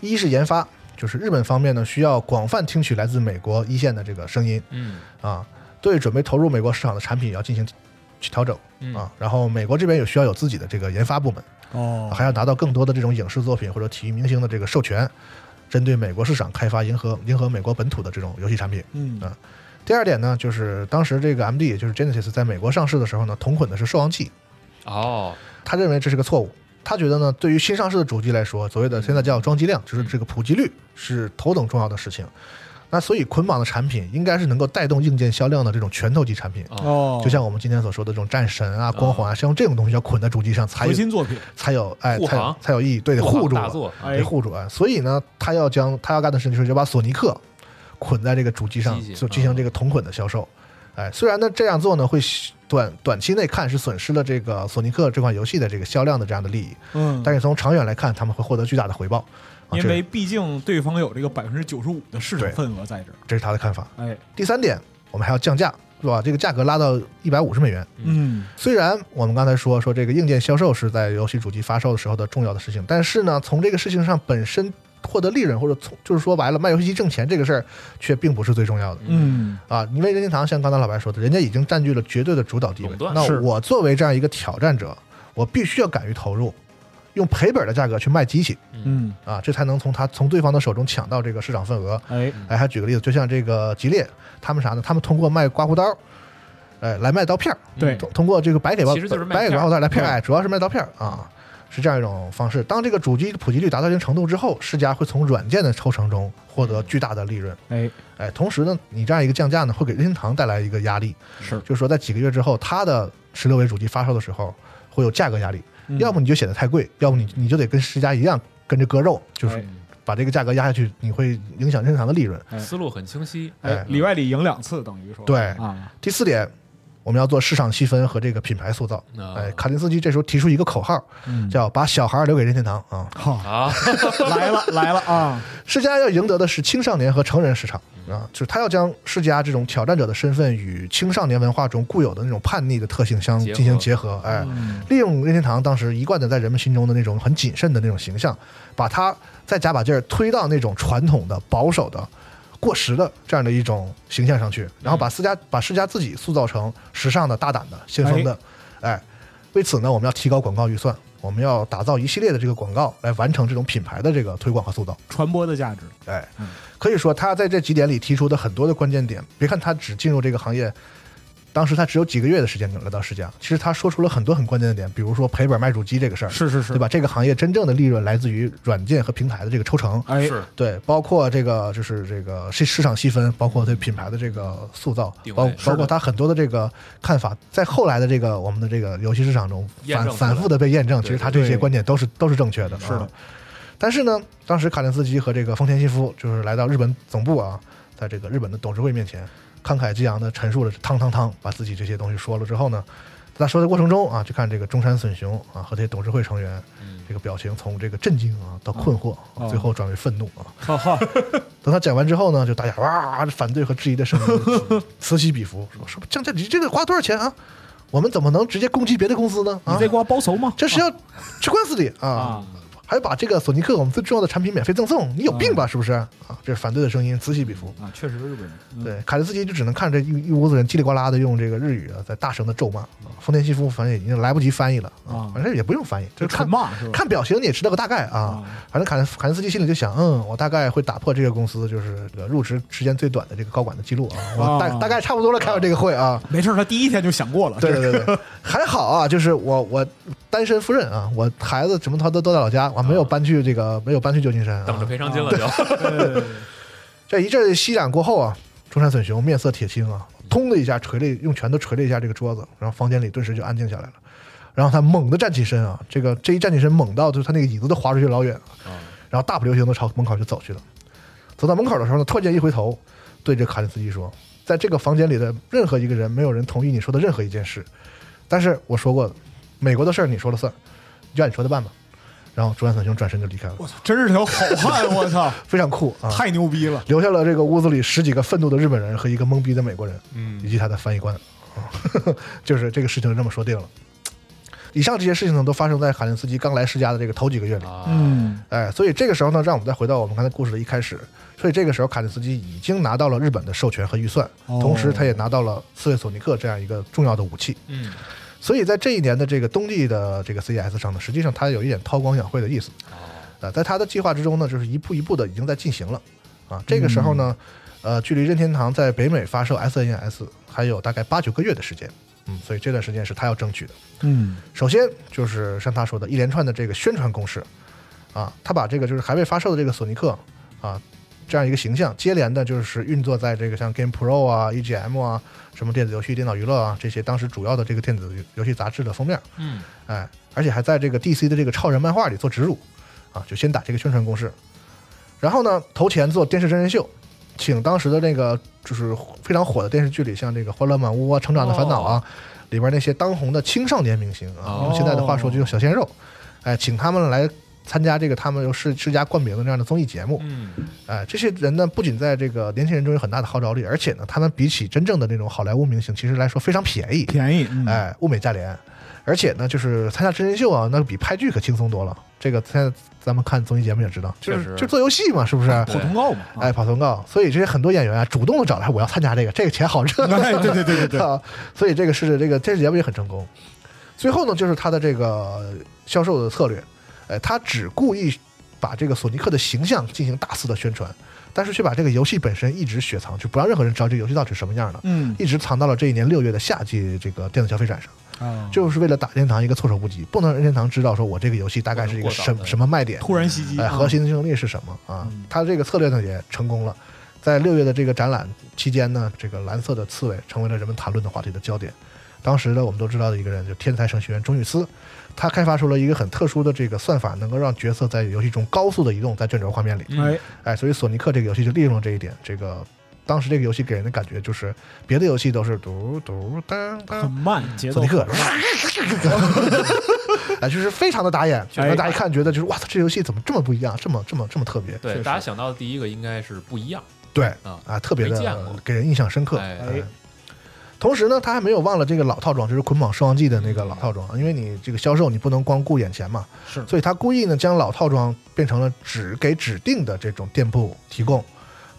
Speaker 4: 一是研发，就是日本方面呢需要广泛听取来自美国一线的这个声音
Speaker 2: 嗯
Speaker 4: 啊，对准备投入美国市场的产品也要进行去调整
Speaker 2: 嗯
Speaker 4: 啊，然后美国这边也需要有自己的这个研发部门。
Speaker 3: 哦，
Speaker 4: 还要拿到更多的这种影视作品或者体育明星的这个授权，针对美国市场开发迎合迎合美国本土的这种游戏产品。
Speaker 3: 嗯
Speaker 4: 啊，第二点呢，就是当时这个 MD 也就是 Genesis 在美国上市的时候呢，同捆的是《兽王记》，
Speaker 2: 哦，
Speaker 4: 他认为这是个错误。他觉得呢，对于新上市的主机来说，所谓的现在叫装机量，就是这个普及率是头等重要的事情。那所以捆绑的产品应该是能够带动硬件销量的这种拳头级产品，
Speaker 2: 哦
Speaker 3: 哦，
Speaker 4: 啊就像我们今天所说的这种战神啊、光环啊，是用这种东西要捆在主机上才
Speaker 3: 核
Speaker 4: 有
Speaker 3: 心作品，
Speaker 4: 才有哎
Speaker 2: 护
Speaker 4: 才有
Speaker 2: 航
Speaker 4: 才有意义，对得护住
Speaker 2: 大
Speaker 4: 我，
Speaker 2: 作
Speaker 3: 哎
Speaker 4: 得，护住啊。所以呢，他要将他要干的事情就是要把索尼克捆在这个主机上
Speaker 2: 机，器
Speaker 4: 就进
Speaker 3: 嗯
Speaker 4: 行这个同捆的销售。哎，虽然呢这样做呢会短短期内看是损失了这个索尼克这款游戏的这个销量的这样的利益，
Speaker 3: 嗯，
Speaker 4: 但是从长远来看，他们会获得巨大的回报。啊、
Speaker 3: 因
Speaker 4: 这
Speaker 3: 为
Speaker 4: 是
Speaker 3: 毕竟对方有这个百分之九十五的市场
Speaker 4: 对
Speaker 3: 份额在这儿，
Speaker 4: 这是他的看法。
Speaker 3: 哎，
Speaker 4: 第三点，我们还要降价，是吧？这个价格拉到一百五十美元，
Speaker 3: 嗯，
Speaker 4: 虽然我们刚才说说这个硬件销售是在游戏主机发售的时候的重要的事情，但是呢，从这个事情上本身获得利润，或者从就是说白了卖游戏机挣钱这个事儿，啊却并不是最重要的
Speaker 3: 嗯，
Speaker 4: 啊。因为任天堂像刚才老白说的，人家已经占据了绝对的主导地位
Speaker 2: 垄，断
Speaker 4: 那
Speaker 3: 是
Speaker 4: 我作为这样一个挑战者，我必须要敢于投入，用赔本的价格去卖机器
Speaker 3: 嗯，
Speaker 4: 啊，这才能从他从对方的手中抢到这个市场份额。
Speaker 3: 哎，
Speaker 4: 哎，还举个例子，就像这个吉列，他们啥呢？他们通过卖刮胡刀，哎，来卖刀片儿。
Speaker 3: 对
Speaker 4: 通通过这个白给包
Speaker 2: 其实就是卖
Speaker 4: 白给
Speaker 2: 片儿嗯
Speaker 4: 包后来骗，
Speaker 3: 对
Speaker 4: 哎，主要是卖刀片儿啊。是这样一种方式。当这个主机普及率达到一定程度之后，世嘉会从软件的抽成中获
Speaker 2: 嗯
Speaker 4: 得巨大的利润。
Speaker 3: 哎，
Speaker 4: 哎，同时呢，你这样一个降价呢，会给任天堂带来一个压力，
Speaker 3: 是
Speaker 4: 就是说在几个月之后，它的十六位主机发售的时候会有价格压力，
Speaker 3: 嗯
Speaker 2: 嗯
Speaker 4: 要么你就显得太贵，要么你你就得跟世嘉一样跟着割肉，就是
Speaker 3: 哎
Speaker 4: 把这个价格压下去，你会影响任天堂的利润。
Speaker 3: 哎
Speaker 2: 嗯思路很清晰，
Speaker 3: 哎
Speaker 4: 哎
Speaker 3: 里外里赢两次，等于说
Speaker 4: 对
Speaker 3: 啊，
Speaker 4: 第四点，我们要做市场细分和这个品牌塑造。
Speaker 2: 啊
Speaker 4: 哎，卡林斯基这时候提出一个口号，
Speaker 3: 嗯
Speaker 4: 叫“把小孩儿留给任天堂”啊。
Speaker 3: 好
Speaker 2: 啊，
Speaker 3: 来
Speaker 4: <laughs>
Speaker 3: 了来了啊，
Speaker 4: 世嘉要赢得的是青少年和成人市场啊，就是他要将世嘉这种挑战者的身份与青少年文化中固有的那种叛逆的特性相
Speaker 2: 结合
Speaker 4: 进行结合，哎，
Speaker 3: 嗯
Speaker 4: 利用任天堂当时一贯的在人们心中的那种很谨慎的那种形象，把它再加把劲儿推到那种传统的保守的。过时的这样的一种形象上去，然后把世嘉把世嘉自己塑造成时尚的、大胆的、先锋的，哎，为此呢，我们要提高广告预算，我们要打造一系列的这个广告来完成这种品牌的这个推广和塑造。
Speaker 3: 传播的价值，
Speaker 4: 哎
Speaker 3: 嗯，
Speaker 4: 可以说他在这几点里提出的很多的关键点，别看他只进入这个行业，当时他只有几个月的时间来到世嘉，其实他说出了很多很关键的点，比如说赔本卖主机这个事儿，
Speaker 3: 是是是
Speaker 4: 对？吧？这个行业真正的利润来自于软件和平台的这个抽成，
Speaker 3: 哎，
Speaker 2: 是
Speaker 4: 对，包括这个就是这个市市场细分，包括对品牌的这个塑造
Speaker 2: 定，位
Speaker 4: 包
Speaker 2: 是的
Speaker 4: 包括他很多的这个看法，在后来的这个我们的这个游戏市场中
Speaker 2: 验证出来
Speaker 4: 反反复的被验证，
Speaker 2: 对
Speaker 4: 其实他这些
Speaker 3: 对
Speaker 4: 观点都是都是正确的。
Speaker 3: 是的
Speaker 4: 啊，但是呢，当时卡林斯基和这个丰田信夫就是来到日本总部啊，在这个日本的董事会面前，慷慨激昂的陈述了汤汤汤，把自己这些东西说了之后
Speaker 3: 嗯
Speaker 4: 呢。在他说的过程中啊，就看这个中山隼雄啊和这些董事会成员
Speaker 2: 嗯
Speaker 4: 这个表情，从这个震惊啊到困惑，
Speaker 3: 哦
Speaker 4: 最后转为愤怒啊。
Speaker 3: 哈哈，
Speaker 4: 等他讲完之后呢，就大家哇反对和质疑的声音此起彼伏，说什么降价，你这个花多少钱啊？我们怎么能直接攻击别的公司呢？
Speaker 3: 你
Speaker 4: 啊，
Speaker 3: 这瓜包熟吗？
Speaker 4: 这是要吃官司的啊！
Speaker 3: 啊，
Speaker 4: 还把这个索尼克我们最重要的产品免费赠送，你有病吧？是不是？啊，这是反对的声音此起彼伏。
Speaker 3: 啊，确实日本人，嗯，
Speaker 4: 对，凯利斯基就只能看着这一一屋子人叽里呱啦的用这个日语啊，在大声的咒骂。丰田西夫反正已经来不及翻译了
Speaker 3: 啊，
Speaker 4: 啊反正也不用翻译，
Speaker 3: 这
Speaker 4: 就看
Speaker 3: 纯骂是吧？
Speaker 4: 看表情你也知道个大概啊
Speaker 3: 啊。
Speaker 4: 反正卡恩卡恩斯基心里就想，嗯，我大概会打破这个公司就是这个入职时间最短的这个高管的记录啊。我大
Speaker 3: 啊
Speaker 4: 大概差不多了，开完这个会啊。
Speaker 3: 没事儿，他第一天就想过了，
Speaker 4: 对
Speaker 3: 这
Speaker 4: 对对对， <laughs> 还好啊，就是我我单身赴任啊，我孩子什么他都都在老家，我
Speaker 3: 啊
Speaker 4: 没有搬去这个没有搬去旧金山
Speaker 2: 等着
Speaker 4: 啊。
Speaker 2: 赔偿金了就，
Speaker 3: 对对对对
Speaker 4: 这一阵熙攘过后啊，中山隼雄面色铁青啊，通的一下捶了一用拳头捶了一下这个桌子，然后房间里顿时就安静下来了。然后他猛地站起身啊，这个这一站起身猛到就是他那个椅子都滑出去老远，
Speaker 2: 啊
Speaker 4: 然后大步流星的朝门口就走去了。走到门口的时候呢，突然间一回头，对着卡林斯基说：“在这个房间里的任何一个人，没有人同意你说的任何一件事。但是我说过，美国的事儿你说了算，就按你说的办吧。”然后中山隼雄转身就离开了，
Speaker 3: 我操，真是条好汉，我操，
Speaker 4: 非常酷啊！
Speaker 3: 太牛逼了，
Speaker 4: 留下了这个屋子里十几个愤怒的日本人和一个懵逼的美国人，以
Speaker 2: <laughs> 嗯，
Speaker 4: 及他的翻译官。 <laughs> 就是这个事情就这么说定了。以上这些事情呢，都发生在卡林斯基刚来世家的这个头几个月里。
Speaker 2: 啊，
Speaker 3: 嗯，
Speaker 4: 哎，所以这个时候呢，让我们再回到我们刚才故事的一开始。所以这个时候，卡林斯基已经拿到了日本的授权和预算，
Speaker 3: 哦
Speaker 4: 同时他也拿到了刺猬索尼克这样一个重要的武器。
Speaker 2: 嗯，
Speaker 4: 所以在这一年的这个冬季的这个 CES 上呢，实际上它有一点韬光养晦的意思。
Speaker 2: 哦，
Speaker 4: 呃，在他的计划之中呢，就是一步一步的已经在进行了。啊，这个时候呢，呃，距离任天堂在北美发售 SNES 还有大概八九个月的时间。嗯，所以这段时间是他要争取的。
Speaker 3: 嗯，
Speaker 4: 首先就是像他说的一连串的这个宣传攻势，啊，他把这个就是还未发售的这个索尼克啊这样一个形象，接连的就是运作在这个像 Game Pro 啊、EGM 啊、什么电子游戏、电脑娱乐啊这些当时主要的这个电子游戏杂志的封面，
Speaker 2: 嗯，
Speaker 4: 哎，而且还在这个 DC 的这个超人漫画里做植入，啊，就先打这个宣传攻势，然后呢，投钱做电视真人秀，请当时的那个就是非常火的电视剧里，像这个《欢乐满屋》啊，《成长的烦恼》啊，里边那些当红的青少年明星啊，
Speaker 2: 哦
Speaker 4: 用现在的话说就叫小鲜肉，哎，请他们来参加这个他们由世世家冠名的这样的综艺节目，
Speaker 2: 嗯，
Speaker 4: 哎，这些人呢，不仅在这个年轻人中有很大的号召力，而且呢，他们比起真正的那种好莱坞明星，其实来说非常便宜，
Speaker 3: 便宜，嗯，
Speaker 4: 哎，物美价廉。而且呢，就是参加真人秀啊，那比拍剧可轻松多了。这个现在咱们看综艺节目也知道，就
Speaker 2: 确
Speaker 4: 是
Speaker 2: 实嗯
Speaker 4: 就做游戏嘛，是不是？
Speaker 3: 跑通告嘛，啊 <laughs>
Speaker 4: 哎，跑通告，所以这些很多演员啊，主动的找来我要参加这个，这个钱好挣
Speaker 3: 啊，哎，对对对对
Speaker 4: <laughs>
Speaker 3: 对，
Speaker 4: 啊，所以这个是这个电视节目也很成功。最后呢，就是他的这个销售的策略，哎，他只故意把这个索尼克的形象进行大肆的宣传，但是却把这个游戏本身一直雪藏，就不让任何人知道这个游戏到底是什么样的，
Speaker 3: 嗯
Speaker 4: 一直藏到了这一年六月的夏季这个电子消费展上，
Speaker 3: 啊，
Speaker 4: 就是为了打任天堂一个措手不及，不能让任天堂知道说我这个游戏大概是一个
Speaker 2: 不能
Speaker 4: 什
Speaker 2: 过早的
Speaker 4: 什么卖点，
Speaker 3: 突然袭击，
Speaker 4: 哎，
Speaker 3: 啊
Speaker 4: 核心的竞争力是什么啊
Speaker 3: 嗯？
Speaker 4: 它这个策略呢也成功了，在六月的这个展览期间呢，这个蓝色的刺猬成为了人们谈论的话题的焦点。当时呢，我们都知道的一个人，就天才程序员钟宇思，他开发出了一个很特殊的这个算法，能够让角色在游戏中高速的移动在卷轴画面里。
Speaker 2: 嗯
Speaker 3: 哎，
Speaker 4: 哎，所以索尼克这个游戏就利用了这一点。这个当时这个游戏给人的感觉就是，别的游戏都是嘟嘟当
Speaker 3: 很
Speaker 4: 当，
Speaker 3: 慢，节奏
Speaker 4: 索尼克，哎，就是非常的打眼，
Speaker 2: 哎
Speaker 4: 就让大家一看觉得就是哇，这游戏怎么这么不一样，这么这么这么特别。
Speaker 2: 对，
Speaker 4: 确实
Speaker 2: 大家想到的第一个应该是不一样
Speaker 4: 对
Speaker 2: 啊，
Speaker 4: 啊，特别
Speaker 2: 没见过
Speaker 4: 的给人印象深刻。
Speaker 2: 哎
Speaker 4: 哎同时呢，他还没有忘了这个老套装，就是《捆绑双王记》的那个老套装，因为你这个销售你不能光顾眼前嘛，
Speaker 3: 是
Speaker 4: 所以他故意呢将老套装变成了只给指定的这种店铺提供，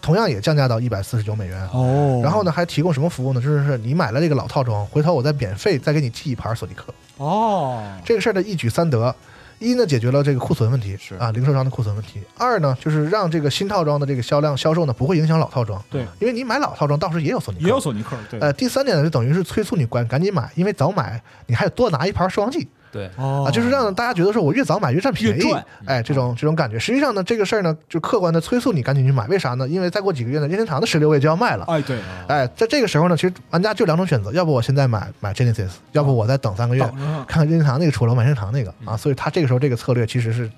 Speaker 4: 同样也降价到一百四十九美元。
Speaker 3: <laughs> 哦，
Speaker 4: <laughs> 然后呢，还提供什么服务呢？就是你买了这个老套装，回头我再免费再给你寄一盘索尼克。
Speaker 3: 哦，
Speaker 4: 这个事儿呢一举三得，一呢解决了这个库存问题，
Speaker 2: 是
Speaker 4: 啊零售商的库存问题；二呢就是让这个新套装的这个销量销售呢不会影响老套装，
Speaker 3: 对，
Speaker 4: 因为你买老套装到时候也有索尼克，
Speaker 3: 也有索尼克，对，
Speaker 4: 呃，第三点呢，就等于是催促你赶赶紧买，因为早买你还得多拿一盘双剂
Speaker 2: 对，
Speaker 3: 哦
Speaker 4: 啊，就是让大家觉得说我越早买越占
Speaker 3: 越
Speaker 4: 便宜
Speaker 3: 赚，哦
Speaker 4: 哎，这种这种感觉。实际上呢，这个事儿呢，就客观的催促你赶紧去买，为啥呢？因为再过几个月呢，任天堂的十六位就要卖了。
Speaker 3: 哎，对，
Speaker 4: 哎，在这个时候呢，其实玩家就两种选择，要不我现在买买 Genesis，要不我再等三个月，
Speaker 3: 等着
Speaker 4: 看看任天堂那个出了，我买任天堂那
Speaker 2: 嗯
Speaker 4: 个啊。所以他这个时候这个策略其实是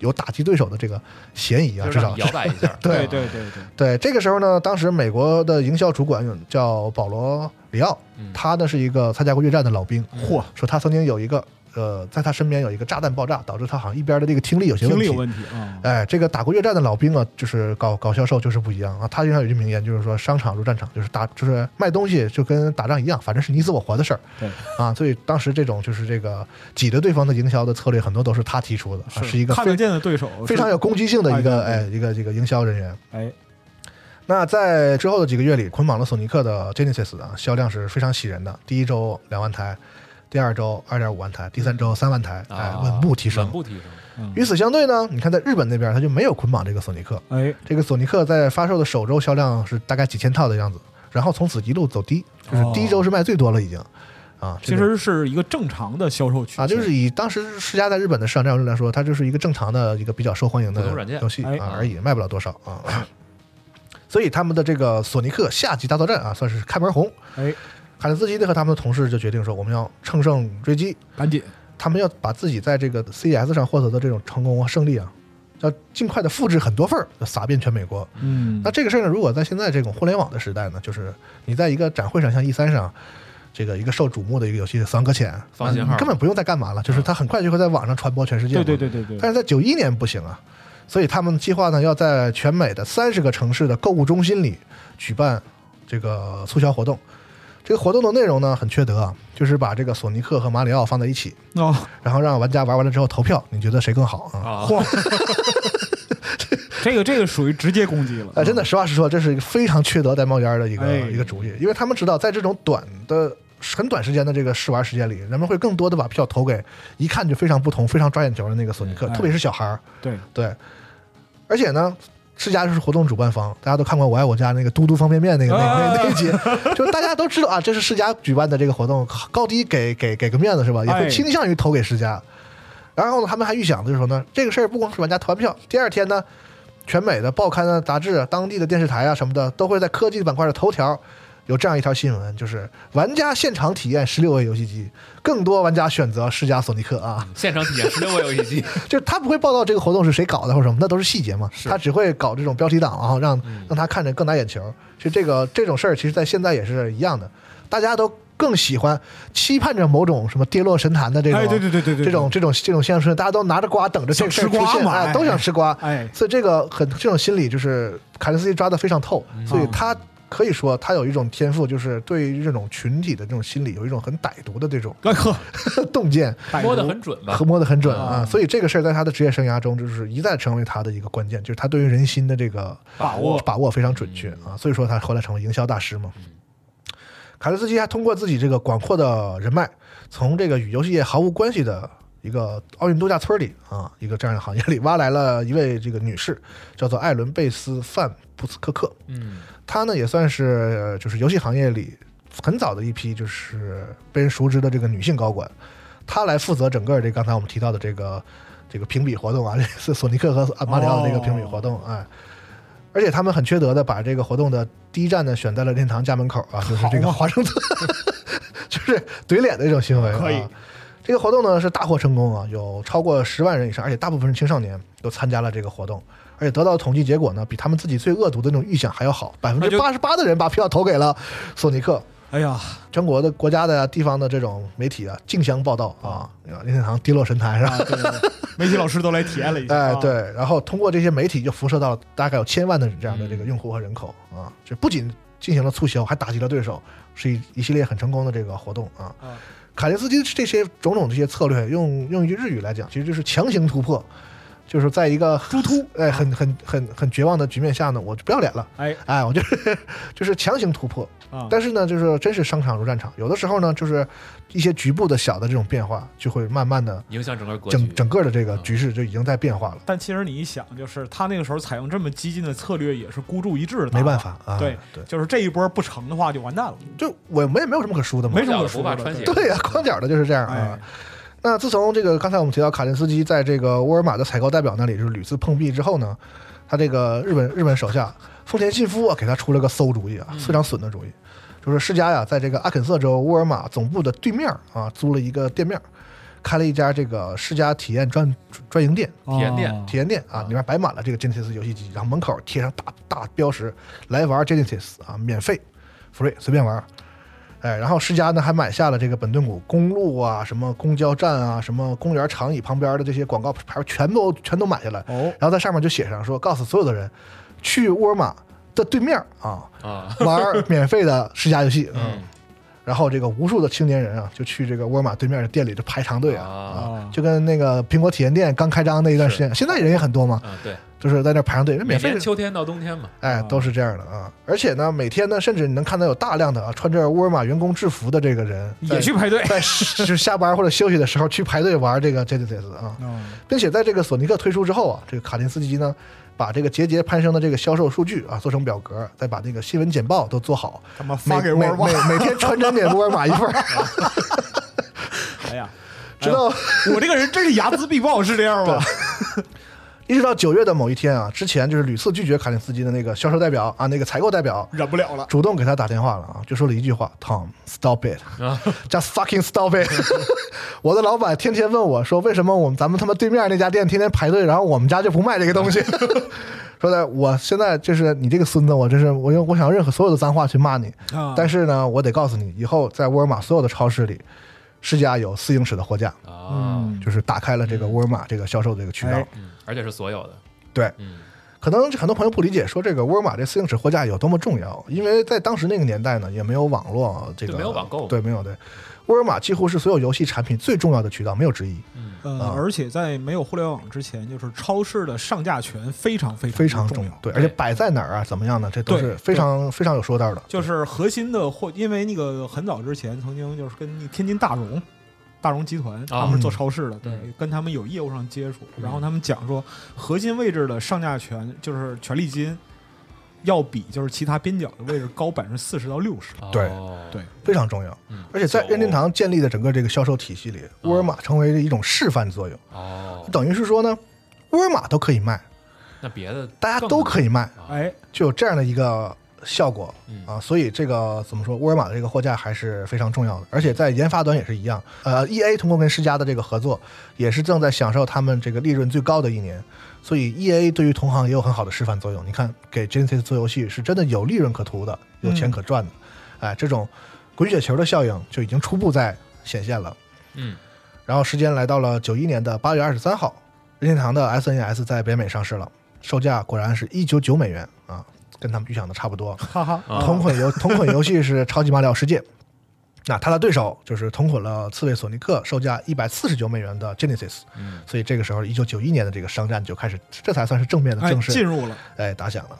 Speaker 4: 有打击对手的这个嫌疑啊，
Speaker 2: 就
Speaker 4: 至
Speaker 2: 是让
Speaker 4: 少，
Speaker 2: 你摇摆一下
Speaker 4: <laughs>
Speaker 3: 对
Speaker 4: 对
Speaker 3: 对对对，
Speaker 4: 对，这个时候呢，当时美国的营销主管叫保罗里奥
Speaker 2: 嗯，
Speaker 4: 他呢是一个参加过越战的老兵，
Speaker 2: 嚯
Speaker 4: 说他曾经有一个呃，在他身边有一个炸弹爆炸，导致他好像一边的这个听力有些
Speaker 3: 听
Speaker 4: 问
Speaker 3: 力
Speaker 4: 题
Speaker 3: 有。问题啊，
Speaker 4: 哎，这个打过越战的老兵啊，就是搞搞销售就是不一样啊。他经常有一句名言，就是说商场如战场，就是打就是卖东西就跟打仗一样，反正是你死我活的事儿
Speaker 3: 对，
Speaker 4: 啊。所以当时这种就是这个挤兑对方的营销的策略，很多都是他提出的，啊、是一个
Speaker 3: 看得
Speaker 4: 非
Speaker 3: 见的对手，
Speaker 4: 非常有攻击性的一个
Speaker 3: 哎
Speaker 4: 哎一个这个营销人员。
Speaker 3: 哎，
Speaker 4: 那在之后的几个月里，捆绑了索尼克的 Genesis 啊，销量是非常喜人的。第一周两万台，第二周二点五万台，第三周三万台，哎，
Speaker 2: 啊，
Speaker 4: 稳步提升
Speaker 2: 稳。步提升，
Speaker 3: 嗯
Speaker 4: 与此相对呢，你看在日本那边，它就没有捆绑这个索尼克。
Speaker 3: 哎，
Speaker 4: 这个索尼克在发售的首周销量是大概几千套的样子，然后从此一路走低，就是第一周是卖最多了已经。啊，这
Speaker 3: 哦其
Speaker 4: 个
Speaker 3: 实是一个正常的销售曲
Speaker 4: 啊，就是以当时世嘉在日本的市场占有率来说，它就是一个正常的一个比较受欢迎的
Speaker 2: 普通软件
Speaker 4: 游戏
Speaker 3: 哎
Speaker 4: 啊而已，卖不了多少啊。所以他们的这个索尼克夏季大作战啊，算是开门红。
Speaker 3: 哎，
Speaker 4: 海德斯基呢和他们的同事就决定说，我们要乘胜追击，
Speaker 3: 赶紧
Speaker 4: 他们要把自己在这个 CES 上获得的这种成功和胜利啊，要尽快的复制很多份儿，撒遍全美国。
Speaker 3: 嗯
Speaker 4: 那这个事儿呢，如果在现在这种互联网的时代呢，就是你在一个展会上，像 E 3上，这个一个受瞩目的一个游戏《死亡搁浅》，
Speaker 2: 放信号
Speaker 4: 啊你根本不用再干嘛了，就是它很快就会在网上传播全世界。
Speaker 3: 对对。对对对，
Speaker 4: 但是在九一年不行啊，所以他们计划呢要在全美的三十个城市的购物中心里举办这个促销活动。这个活动的内容呢很缺德啊，就是把这个索尼克和马里奥放在一起，
Speaker 3: 哦，
Speaker 4: <laughs> 然后让玩家玩完了之后投票，你觉得谁更好啊？
Speaker 2: 啊，
Speaker 3: 这个这个属于直接攻击了，嗯
Speaker 4: 哎，真的，实话实说，这是一个非常缺德带冒烟儿的一个、
Speaker 3: 哎
Speaker 4: 一个主意，因为他们知道，在这种短的、很短时间的这个试玩时间里，人们会更多的把票投给一看就非常不同、非常抓眼球的那个索尼克，
Speaker 3: 哎
Speaker 4: 特别是小孩儿。
Speaker 3: 对，
Speaker 4: 对，而且呢。世嘉就是活动主办方，大家都看过《我爱我家》那个嘟嘟方便面那个那
Speaker 3: 啊
Speaker 4: 那那一集，就是大家都知道啊，这是世嘉举办的这个活动，高低给给给个面子是吧？也
Speaker 3: 哎
Speaker 4: 会倾向于投给世嘉。然后呢，他们还预想的就是说呢，这个事儿不光是玩家投完票，第二天呢，全美的报刊啊、杂志啊、当地的电视台啊什么的，都会在科技板块的头条有这样一条新闻，就是玩家现场体验十六位游戏机，更多玩家选择世嘉索尼克啊，
Speaker 2: 现场体验十六个游戏
Speaker 4: <laughs>
Speaker 2: 机，
Speaker 4: 就是他不会报道这个活动是谁搞的或者什么，那都是细节嘛，
Speaker 2: 是
Speaker 4: 他只会搞这种标题党啊，让
Speaker 3: 嗯
Speaker 4: 让他看着更打眼球。就这个这种事儿，其实在现在也是一样的，大家都更喜欢期盼着某种什么跌落神坛的这种。
Speaker 3: 哎，对对对对对，
Speaker 4: 这种这种这种现象出现，大家都拿着瓜等着这个事儿
Speaker 3: 想吃瓜
Speaker 4: 出现
Speaker 3: 嘛
Speaker 4: 哎
Speaker 3: 哎
Speaker 4: 都想吃瓜，
Speaker 3: 哎
Speaker 4: 所以这个很这种心理就是凯恩斯基抓的非常透，
Speaker 3: 嗯
Speaker 4: 所
Speaker 3: 哦
Speaker 4: 以他可以说他有一种天赋，就是对于这种群体的这种心理有一种很歹毒的这种 <laughs>
Speaker 3: 哎呵，
Speaker 4: 洞见，
Speaker 2: 摸得很准吧
Speaker 4: 和？摸得哎很准
Speaker 3: 啊
Speaker 4: 啊。所以这个事儿在他的职业生涯中，就是一再成为他的一个关键，就是他对于人心的这个
Speaker 2: 把握嗯
Speaker 4: 把握非常准确啊。所以说他后来成为营销大师嘛。卡德斯基还通过自己这个广阔的人脉，从这个与游戏业毫无关系的一个奥运度假村里啊，一个这样的行业里挖来了一位这个女士，叫做艾伦贝斯范布斯科克。
Speaker 2: 嗯
Speaker 4: 她呢也算是呃就是游戏行业里很早的一批就是被人熟知的这个女性高管，她来负责整个这刚才我们提到的这个这个评比活动啊，这 <laughs> 次索尼克和
Speaker 3: 哦
Speaker 4: 马里奥的那个评比活动，哎。而且他们很缺德的，把这个活动的第一站呢选在了任天堂家门口
Speaker 3: <laughs>
Speaker 4: 啊，就是这个华盛顿， <laughs> 就是怼脸的一种行为、啊。
Speaker 3: 可以
Speaker 4: 这个活动呢是大获成功啊，有超过十万人以上，而且大部分是青少年都参加了这个活动，而且得到统计结果呢，比他们自己最恶毒的那种预想还要好，百分
Speaker 3: 那
Speaker 4: 之
Speaker 3: 就
Speaker 4: 八十八的人把票投给了索尼克。
Speaker 3: 哎呀，
Speaker 4: 全国的、国家的、地方的这种媒体啊，竞相报道啊，任天堂跌落神坛是吧？
Speaker 3: 啊，对
Speaker 4: <laughs>
Speaker 3: 对对，媒体老师都来体验了一下，
Speaker 4: 哎
Speaker 3: 啊，
Speaker 4: 对，然后通过这些媒体就辐射到了大概有千万的这样的
Speaker 3: 嗯
Speaker 4: 这个用户和人口啊，这不仅进行了促销，还打击了对手，是一一系列很成功的这个活动啊
Speaker 3: 啊。
Speaker 4: 卡林斯基这些种种这些策略，用用一句日语来讲，其实就是强行突破，就是在一个
Speaker 3: 猪突，
Speaker 4: 哎很很很很绝望的局面下呢，我就不要脸了，
Speaker 3: 哎
Speaker 4: 哎，我就是 <laughs> 就是强行突破，
Speaker 3: 啊，
Speaker 4: 但是呢，就是真是商场如战场，有的时候呢，就是一些局部的小的这种变化，就会慢慢的
Speaker 2: 影响整个格局
Speaker 4: 整整个的这个
Speaker 2: 嗯
Speaker 4: 局势就已经在变化了，
Speaker 3: 但其实你一想，就是他那个时候采用这么激进的策略，也是孤注一掷的，
Speaker 4: 没办，法啊。
Speaker 3: 对
Speaker 4: 对，
Speaker 3: 就是这一波不成的话就完蛋了，
Speaker 4: 就我们也没有什么可输的嘛
Speaker 3: 没。什么可
Speaker 2: 不
Speaker 3: 说
Speaker 2: 怕
Speaker 3: 的，
Speaker 2: 穿鞋
Speaker 4: 对呀、光脚的就是这样啊
Speaker 3: 哎。，
Speaker 4: 那自从这个刚才我们提到卡林斯基在这个沃尔玛的采购代表那里就是屡次碰壁之后呢，他这个日本日本手下丰田信夫啊，给他出了个馊主意啊，非常损的主意，就是世嘉呀，在这个阿肯色州沃尔玛总部的对面啊，租了一个店面，开了一家这个世嘉体验专专营店。
Speaker 2: 甜
Speaker 3: 哦
Speaker 2: 点
Speaker 4: 体验店啊，里面摆满了这个 Genesis 游戏机，然后门口贴上大大标识，来玩 Genesis 啊，免费，free，随便玩。哎，然后世嘉呢还买下了这个本顿谷公路啊、什么公交站啊、什么公园长椅旁边的这些广告牌，全都全都买下来，
Speaker 3: 哦，
Speaker 4: 然后在上面就写上说，告诉所有的人，去沃尔玛的对面 <laughs> 啊
Speaker 2: 啊，
Speaker 4: 玩免费的世嘉游戏。
Speaker 2: 嗯，
Speaker 4: 然后这个无数的青年人啊，就去这个沃尔玛对面的店里就排长队啊，
Speaker 2: 啊
Speaker 3: 啊，
Speaker 4: 就跟那个苹果体验店刚开张那一段时间，现在人也很多嘛，
Speaker 2: 啊，对，
Speaker 4: 就是在那排上队，
Speaker 2: 每
Speaker 4: 免费
Speaker 2: 年，秋天到冬天嘛，
Speaker 4: 哎，都是这样的啊。而且呢，每天呢，甚至你能看到有大量的啊穿着沃尔玛员工制服的这个人在
Speaker 3: 也去排队，
Speaker 4: 在就是下班或者休息的时候去排队玩这个 Genesis 啊，
Speaker 3: 嗯
Speaker 4: 并且在这个索尼克推出之后啊，这个卡林斯基呢。把这个节节攀升的这个销售数据啊，做成表格，再把那个新闻简报都做好，
Speaker 3: 他妈
Speaker 4: 每
Speaker 3: 发给沃尔玛
Speaker 4: 每，每每天传真给沃尔玛一份儿，
Speaker 3: <laughs> 哎呀，哎
Speaker 4: 直到
Speaker 3: 我这个人真是睚眦必报，是这样吗？
Speaker 4: <laughs> 一直到九月的某一天啊，之前就是屡次拒绝卡林斯基的那个销售代表啊，那个采购代表
Speaker 3: 忍不了了，
Speaker 4: 主动给他打电话了啊，就说了一句话：“Tom, stop it,
Speaker 2: 啊
Speaker 4: just fucking stop it。” <laughs> 我的老板天天问我说：“为什么我们咱们他妈对面那家店天天排队，然后我们家就不卖这个东西？” <laughs> 说的我现在就是你这个孙子，我真是我用我想用任何所有的脏话去骂你，
Speaker 3: 啊
Speaker 4: 但是呢，我得告诉你，以后在沃尔玛所有的超市里，世嘉有四英尺的货架，
Speaker 2: 啊，
Speaker 4: 就是打开了这个沃尔玛这个销售这个渠道。
Speaker 3: 哎
Speaker 2: 嗯，而且是所有的，
Speaker 4: 对，
Speaker 2: 嗯
Speaker 4: 可能很多朋友不理解，说这个沃尔玛这四英尺货架有多么重要，因为在当时那个年代呢，也没有网络，这个
Speaker 2: 对没有网购
Speaker 4: 对，没有对，沃尔玛几乎是所有游戏产品最重要的渠道，没有之一，
Speaker 2: 嗯，
Speaker 3: 呃
Speaker 4: 啊，
Speaker 3: 而且在没有互联网之前，就是超市的上架权非常非常
Speaker 4: 非常
Speaker 3: 重
Speaker 4: 重要，。对，而且摆在哪儿啊，怎么样呢，这都是
Speaker 3: 对
Speaker 4: 非常非常有说道的。
Speaker 3: 就是核心的货，因为那个很早之前曾经就是跟那天津大荣。大荣集团，他们是做超市的，对
Speaker 2: 啊嗯，
Speaker 3: 跟他们有业务上接触，然后他们讲说，核心位置的上架权就是权利金，要比就是其他边角的位置高百分之四十到六十。
Speaker 4: 对
Speaker 2: 哦哦
Speaker 3: 对
Speaker 4: 非常重要，
Speaker 2: 嗯
Speaker 4: 而且在
Speaker 2: 有
Speaker 4: 任天堂建立的整个这个销售体系里，沃尔玛成为了一种示范作用，
Speaker 2: 哦，
Speaker 4: 等于是说呢，沃尔玛都可以卖，
Speaker 2: 那别的
Speaker 4: 大家都可
Speaker 2: 以，
Speaker 4: 以卖，
Speaker 2: 啊，
Speaker 3: 哎，
Speaker 4: 就有这样的一个效果
Speaker 2: 嗯
Speaker 4: 啊，所以这个怎么说，沃尔玛的这个货架还是非常重要的，而且在研发端也是一样。呃，E A 通过跟世嘉的这个合作，也是正在享受他们这个利润最高的一年，所以 E A 对于同行也有很好的示范作用。你看，给 Genesis 做游戏是真的有利润可图的，有钱可赚的，哎，这种滚雪球的效应就已经初步在显现了。
Speaker 2: 嗯
Speaker 4: 然后时间来到了九一年的八月二十三号，任天堂的 SNES 在北美上市了，售价果然是一九九美元啊，跟他们预想的差不多。
Speaker 3: 哈哈，
Speaker 2: 啊
Speaker 4: 同捆游同捆游戏是《超级马里奥世界》， <laughs> 那它的对手就是同捆了刺猬索尼克，售价一百四十九美元的 Genesis。
Speaker 2: 嗯
Speaker 4: 所以这个时候，一九九一年的这个商战就开始，这才算是正面的
Speaker 3: 哎，
Speaker 4: 正
Speaker 3: 进
Speaker 4: 式
Speaker 3: 入了，
Speaker 4: 哎打响了。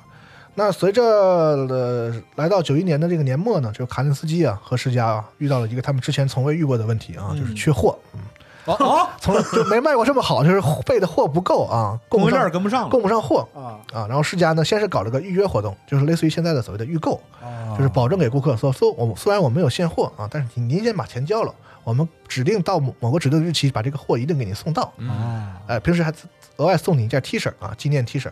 Speaker 4: 那随着呃来到九一年的这个年末呢，就卡林斯基啊和世嘉啊遇到了一个他们之前从未遇过的问题啊，
Speaker 3: 嗯
Speaker 4: 就是缺货。嗯，
Speaker 3: 哦哦，
Speaker 4: 从来 <laughs> 就没卖过这么好，就是备的货不够啊，供
Speaker 3: 供
Speaker 4: 不
Speaker 3: 应链
Speaker 4: 上
Speaker 3: 跟不上了
Speaker 4: 供不上货
Speaker 3: 啊
Speaker 4: 啊。然后世嘉呢，先是搞了个预约活动，就是类似于现在的所谓的预购，
Speaker 3: 啊
Speaker 2: 嗯
Speaker 4: 就是保证给顾客说，说我们虽然我们没有现货啊，但是您您先把钱交了，我们指定到某某个指定日期把这个货一定给你送到。
Speaker 2: 嗯
Speaker 3: 啊
Speaker 4: 哎，平时还额外送你一件 T 恤啊，纪念 T 恤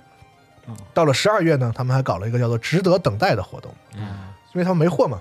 Speaker 3: 嗯。
Speaker 4: 到了十二月呢，他们还搞了一个叫做“值得等待”的活动，
Speaker 2: 嗯
Speaker 4: 因为他们没货嘛，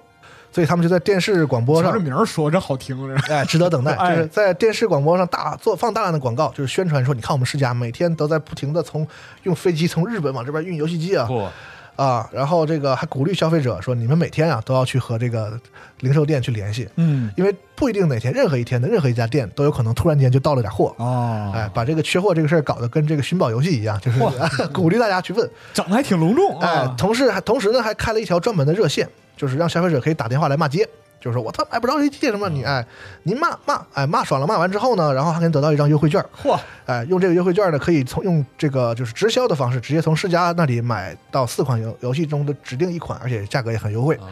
Speaker 4: 所以他们就在电视广播
Speaker 3: 瞧这
Speaker 4: 上，
Speaker 3: 名儿说真好听，这
Speaker 4: 哎，值得等待，
Speaker 3: 哎
Speaker 4: 就是在电视广播上大做放大量的广告，就是宣传说，你看我们世家每天都在不停的从用飞机从日本往这边运游戏机啊
Speaker 2: 不，
Speaker 4: 啊，然后这个还鼓励消费者说，你们每天啊都要去和这个零售店去联系，
Speaker 3: 嗯
Speaker 4: 因为不一定哪天任何一天的任何一家店都有可能突然间就到了点货，
Speaker 3: 哦，
Speaker 4: 哎，把这个缺货这个事儿搞得跟这个寻宝游戏一样，就是 <laughs> 鼓励大家去问。
Speaker 3: 整的还挺隆重
Speaker 4: 哎
Speaker 3: 啊，，
Speaker 4: 同时还同时呢还开了一条专门的热线，就是让消费者可以打电话来骂街，就是说我他妈买不着这这什么你哎，您骂骂哎骂爽了，骂完之后呢，然后还能得到一张优惠券，
Speaker 3: 嚯，
Speaker 4: 哎，用这个优惠券呢可以从用这个就是直销的方式直接从世嘉那里买到四款游游戏中的指定一款，而且价格也很优惠，
Speaker 2: 哦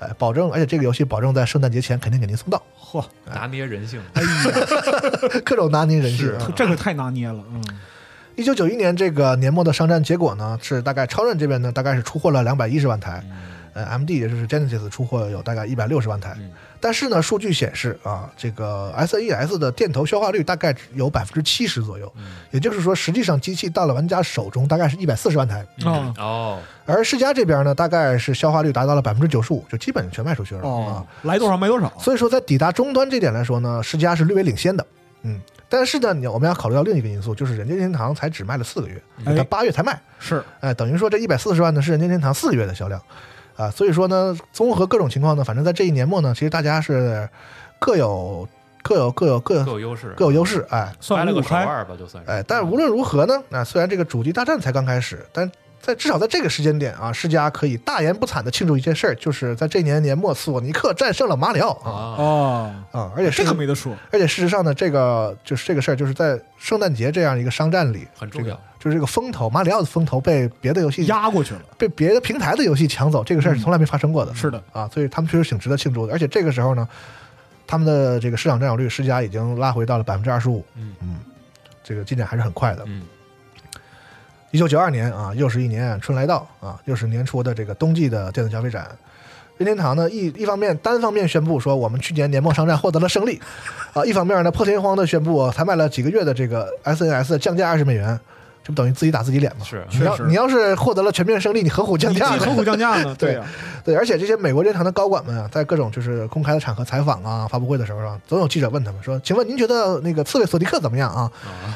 Speaker 4: 哎，保证而且这个游戏保证在圣诞节前肯定给您送到， <laughs>
Speaker 3: 嚯，
Speaker 2: 拿捏人性，
Speaker 3: 哎呀，
Speaker 4: 各种拿捏人性
Speaker 2: 是。
Speaker 4: 啊
Speaker 3: 这个太拿捏了，嗯，
Speaker 4: 一九九一年这个年末的商战结果呢，是大概超任这边呢，大概是出货了两百一十万台，
Speaker 2: 嗯
Speaker 4: <laughs> 呃，MD 也就是 Genesis 出货有大概一百六十万台，
Speaker 2: 嗯
Speaker 4: 但是呢，数据显示啊，这个 SNES 的电头消化率大概只有百分之七十左右，也就是说，实际上机器到了玩家手中大概是一百四十万台，
Speaker 3: 哦
Speaker 2: 哦，
Speaker 4: 而世嘉这边呢，大概是消化率达到了百分之九十五，就基本全卖出去了、啊。，
Speaker 3: 来多少卖多少，
Speaker 4: 所以说，在抵达终端这点来说呢，世嘉是略微领先的，嗯。但是呢，你我们要考虑到另一个因素，就是人间天堂才只卖了四个月，
Speaker 3: 哎
Speaker 4: 它八月才卖，
Speaker 3: 是
Speaker 4: 哎，等于说这一百四十万呢是人间天堂四个月的销量，啊，所以说呢，综合各种情况呢，反正在这一年末呢，其实大家是各有各有各有各
Speaker 2: 各
Speaker 4: 有
Speaker 2: 有优势，
Speaker 4: 各有优势，哎
Speaker 2: 掰
Speaker 3: 算
Speaker 2: 了
Speaker 3: 五五
Speaker 2: 个手
Speaker 3: 开，
Speaker 2: 腕吧，就算是。
Speaker 4: 哎，但是无论如何呢，啊，虽然这个主机大战才刚开始，但在至少在这个时间点啊，世嘉可以大言不惭的庆祝一件事儿，就是在这年年末，索尼克战胜了马里奥啊
Speaker 2: 啊，
Speaker 3: 哦，
Speaker 4: 啊，而且
Speaker 3: 这
Speaker 4: 是
Speaker 3: 个没得说，
Speaker 4: 而且事实上呢，这个就是这个事儿，就是在圣诞节这样一个商战里，
Speaker 2: 很重
Speaker 4: 这个
Speaker 2: 要
Speaker 4: 就是这个风头，马里奥的风头被别的游戏
Speaker 3: 压过去了，
Speaker 4: 被别的平台的游戏抢走，这个事儿是从来没发生过的。
Speaker 3: 嗯是的，
Speaker 4: 啊，所以他们确实挺值得庆祝的。而且这个时候呢，他们的这个市场占有率，世嘉已经拉回到了百分之二十五。
Speaker 2: 嗯
Speaker 4: 这个进展还是很快的。
Speaker 2: 嗯
Speaker 4: 一九九二年啊，又是一年春来到啊，又是年初的这个冬季的电子消费展。任天堂呢，一一方面单方面宣布说我们去年年末商战获得了胜利，啊，一方面呢破天荒的宣布啊才卖了几个月的这个 SNS 降价二十美元，这不等于自己打自己脸吗？
Speaker 2: 是
Speaker 4: 你要
Speaker 3: 确实
Speaker 4: 你要是获得了全面胜利，你何苦降价
Speaker 3: 你
Speaker 4: 呢？
Speaker 3: 何苦降价 <laughs> 呢？
Speaker 4: 对
Speaker 3: 呀，
Speaker 4: 对，而且这些美国任天堂的高管们啊，在各种就是公开的场合采访啊、发布会的时候啊，总有记者问他们说：“请问您觉得那个刺猬索尼克怎么样啊
Speaker 2: 啊，？”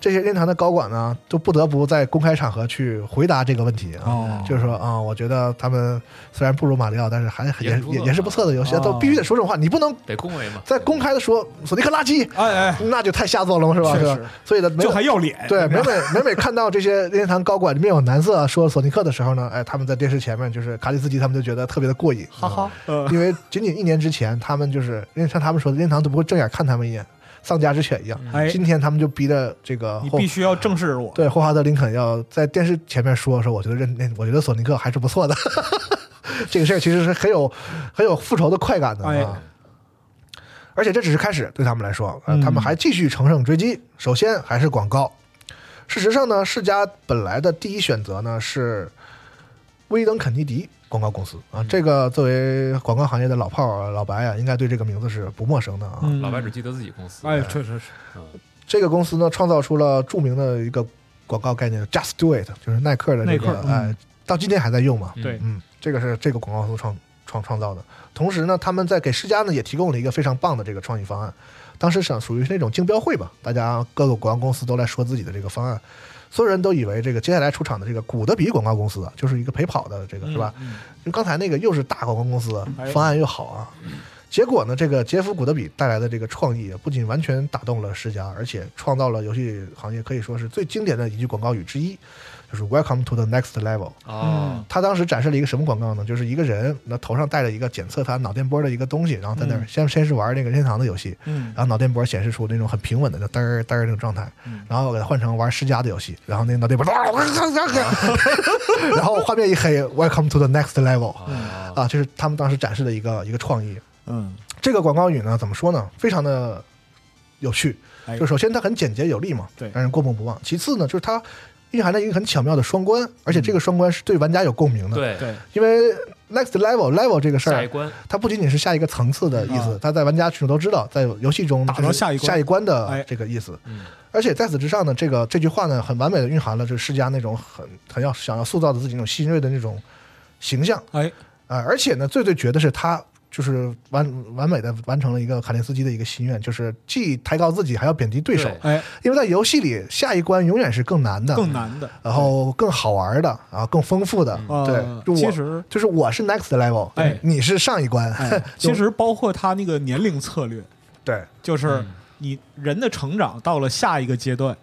Speaker 4: 这些任天堂的高管呢，就不得不在公开场合去回答这个问题啊，
Speaker 3: 哦，
Speaker 4: 就是说啊、我觉得他们虽然不如马里奥，但是还
Speaker 2: 也
Speaker 4: 也
Speaker 2: 不错
Speaker 4: 也也是不错的游戏，
Speaker 3: 啊
Speaker 4: 都必须得说这种话，你不能
Speaker 2: 得恭维嘛，
Speaker 4: 在公开的说索尼克垃圾，
Speaker 3: 哎哎，
Speaker 4: 那就太下作了嘛，是吧？
Speaker 3: 确
Speaker 4: 是吧
Speaker 3: 实？
Speaker 4: 所以呢，没有
Speaker 3: 就还要脸，
Speaker 4: 对，每
Speaker 3: 哎没 <laughs>
Speaker 4: 每每每看到这些任天堂高管面有难色啊说索尼克的时候呢，哎，他们在电视前面就是卡里斯基他们就觉得特别
Speaker 3: <laughs>
Speaker 4: 的过瘾，哈哈，
Speaker 3: 呃，
Speaker 4: 因为仅仅一年之前，他们就是任像他们说的，任天堂都不会正眼看他们一眼，丧家之犬一样。
Speaker 3: 哎，
Speaker 4: 今天他们就逼着这个
Speaker 3: 你
Speaker 4: 霍
Speaker 3: 必须要正视我，
Speaker 4: 对霍华德林肯要在电视前面说说，我觉得任那我觉得索尼克还是不错的， <laughs> 这个事儿其实是很有很有复仇的快感的啊。
Speaker 3: 哎
Speaker 4: 而且这只是开始，对他们来说，呃
Speaker 3: 嗯
Speaker 4: 他们还继续乘胜追击。首先还是广告。事实上呢，世嘉本来的第一选择呢是威登肯尼迪广告公司
Speaker 3: 嗯
Speaker 4: 啊，这个作为广告行业的老炮儿老白啊，应该对这个名字是不陌生的啊。
Speaker 3: 嗯
Speaker 2: 老白只记得自己公司，
Speaker 3: 哎，确实是，
Speaker 4: 这个公司呢，创造出了著名的一个广告概念，Just Do It，就是耐克的这
Speaker 3: 耐
Speaker 4: 个
Speaker 3: 克，嗯
Speaker 4: 哎，到今天还在用嘛。
Speaker 2: 嗯
Speaker 3: 对
Speaker 4: 嗯，这个是这个广告公司创创创造的。同时呢，他们在给世嘉呢也提供了一个非常棒的这个创意方案。当时想属于是那种竞标会吧，大家各个广告公司都来说自己的这个方案，所有人都以为这个接下来出场的这个古德比广告公司啊，就是一个陪跑的这个是吧？
Speaker 3: 嗯？
Speaker 4: 就刚才那个又是大广告公司
Speaker 3: 哎，嗯
Speaker 4: 方案又好啊。结果呢，这个杰夫·古德比带来的这个创意，不仅完全打动了世嘉，而且创造了游戏行业可以说是最经典的一句广告语之一，就是 “Welcome to the next level”。
Speaker 2: 哦，
Speaker 4: 他当时展示了一个什么广告呢？就是一个人，那头上戴着一个检测他脑电波的一个东西，然后在那儿
Speaker 3: 嗯
Speaker 4: 先、先是玩那个任天堂的游戏，
Speaker 3: 嗯
Speaker 4: 然后脑电波显示出那种很平稳的就嘚儿嘚儿那种状态
Speaker 3: 嗯，
Speaker 4: 然后给它换成玩世嘉的游戏，然后那
Speaker 3: <laughs>
Speaker 4: 脑电波，然后画面一黑，Welcome to the next level，
Speaker 2: 哦
Speaker 4: 啊，这是他们当时展示的一个一个创意。
Speaker 3: 嗯
Speaker 4: 这个广告语呢，怎么说呢？非常的有趣，
Speaker 3: 哎
Speaker 4: 就首先它很简洁有力嘛，
Speaker 3: 对
Speaker 4: 让人过目不忘。其次呢，就是它蕴含着一个很巧妙的双关，而且这个双关是对玩家有共鸣的。，
Speaker 2: 对，
Speaker 3: 嗯对，
Speaker 4: 因为 next level level 这个嗯事
Speaker 2: 下一
Speaker 4: 儿，
Speaker 2: 关
Speaker 4: 它不仅仅是下一个层次的意思
Speaker 3: 啊，
Speaker 4: 它在玩家群众都知道，在游戏中
Speaker 3: 打到
Speaker 4: 就是
Speaker 3: 下一关
Speaker 4: 下一关
Speaker 3: 哎
Speaker 4: 的这个意思
Speaker 2: 嗯。
Speaker 4: 而且在此之上呢，这个这句话呢，很完美的蕴含了这世家那种很很要想要塑造的自己那种新锐的那种形象。
Speaker 3: 哎，
Speaker 4: 啊、而且呢，最最绝的是他就是完完美的完成了一个卡林斯基的一个心愿，就是既抬高自己，还要贬低对手。
Speaker 2: 对
Speaker 3: 哎，
Speaker 4: 因为在游戏里，下一关永远是更难的，
Speaker 3: 更难的，
Speaker 4: 然后更好玩的，然后更丰富的。
Speaker 3: 呃，
Speaker 4: 对，就
Speaker 3: 其 <laughs>
Speaker 4: 我
Speaker 3: 实。
Speaker 4: 就是我是 next level，
Speaker 3: 哎
Speaker 4: 你是上一关， <laughs>
Speaker 3: 哎，其实包括他那个年龄策略，
Speaker 4: 对
Speaker 3: 就是
Speaker 2: 嗯
Speaker 3: 你人的成长到了下一个阶段，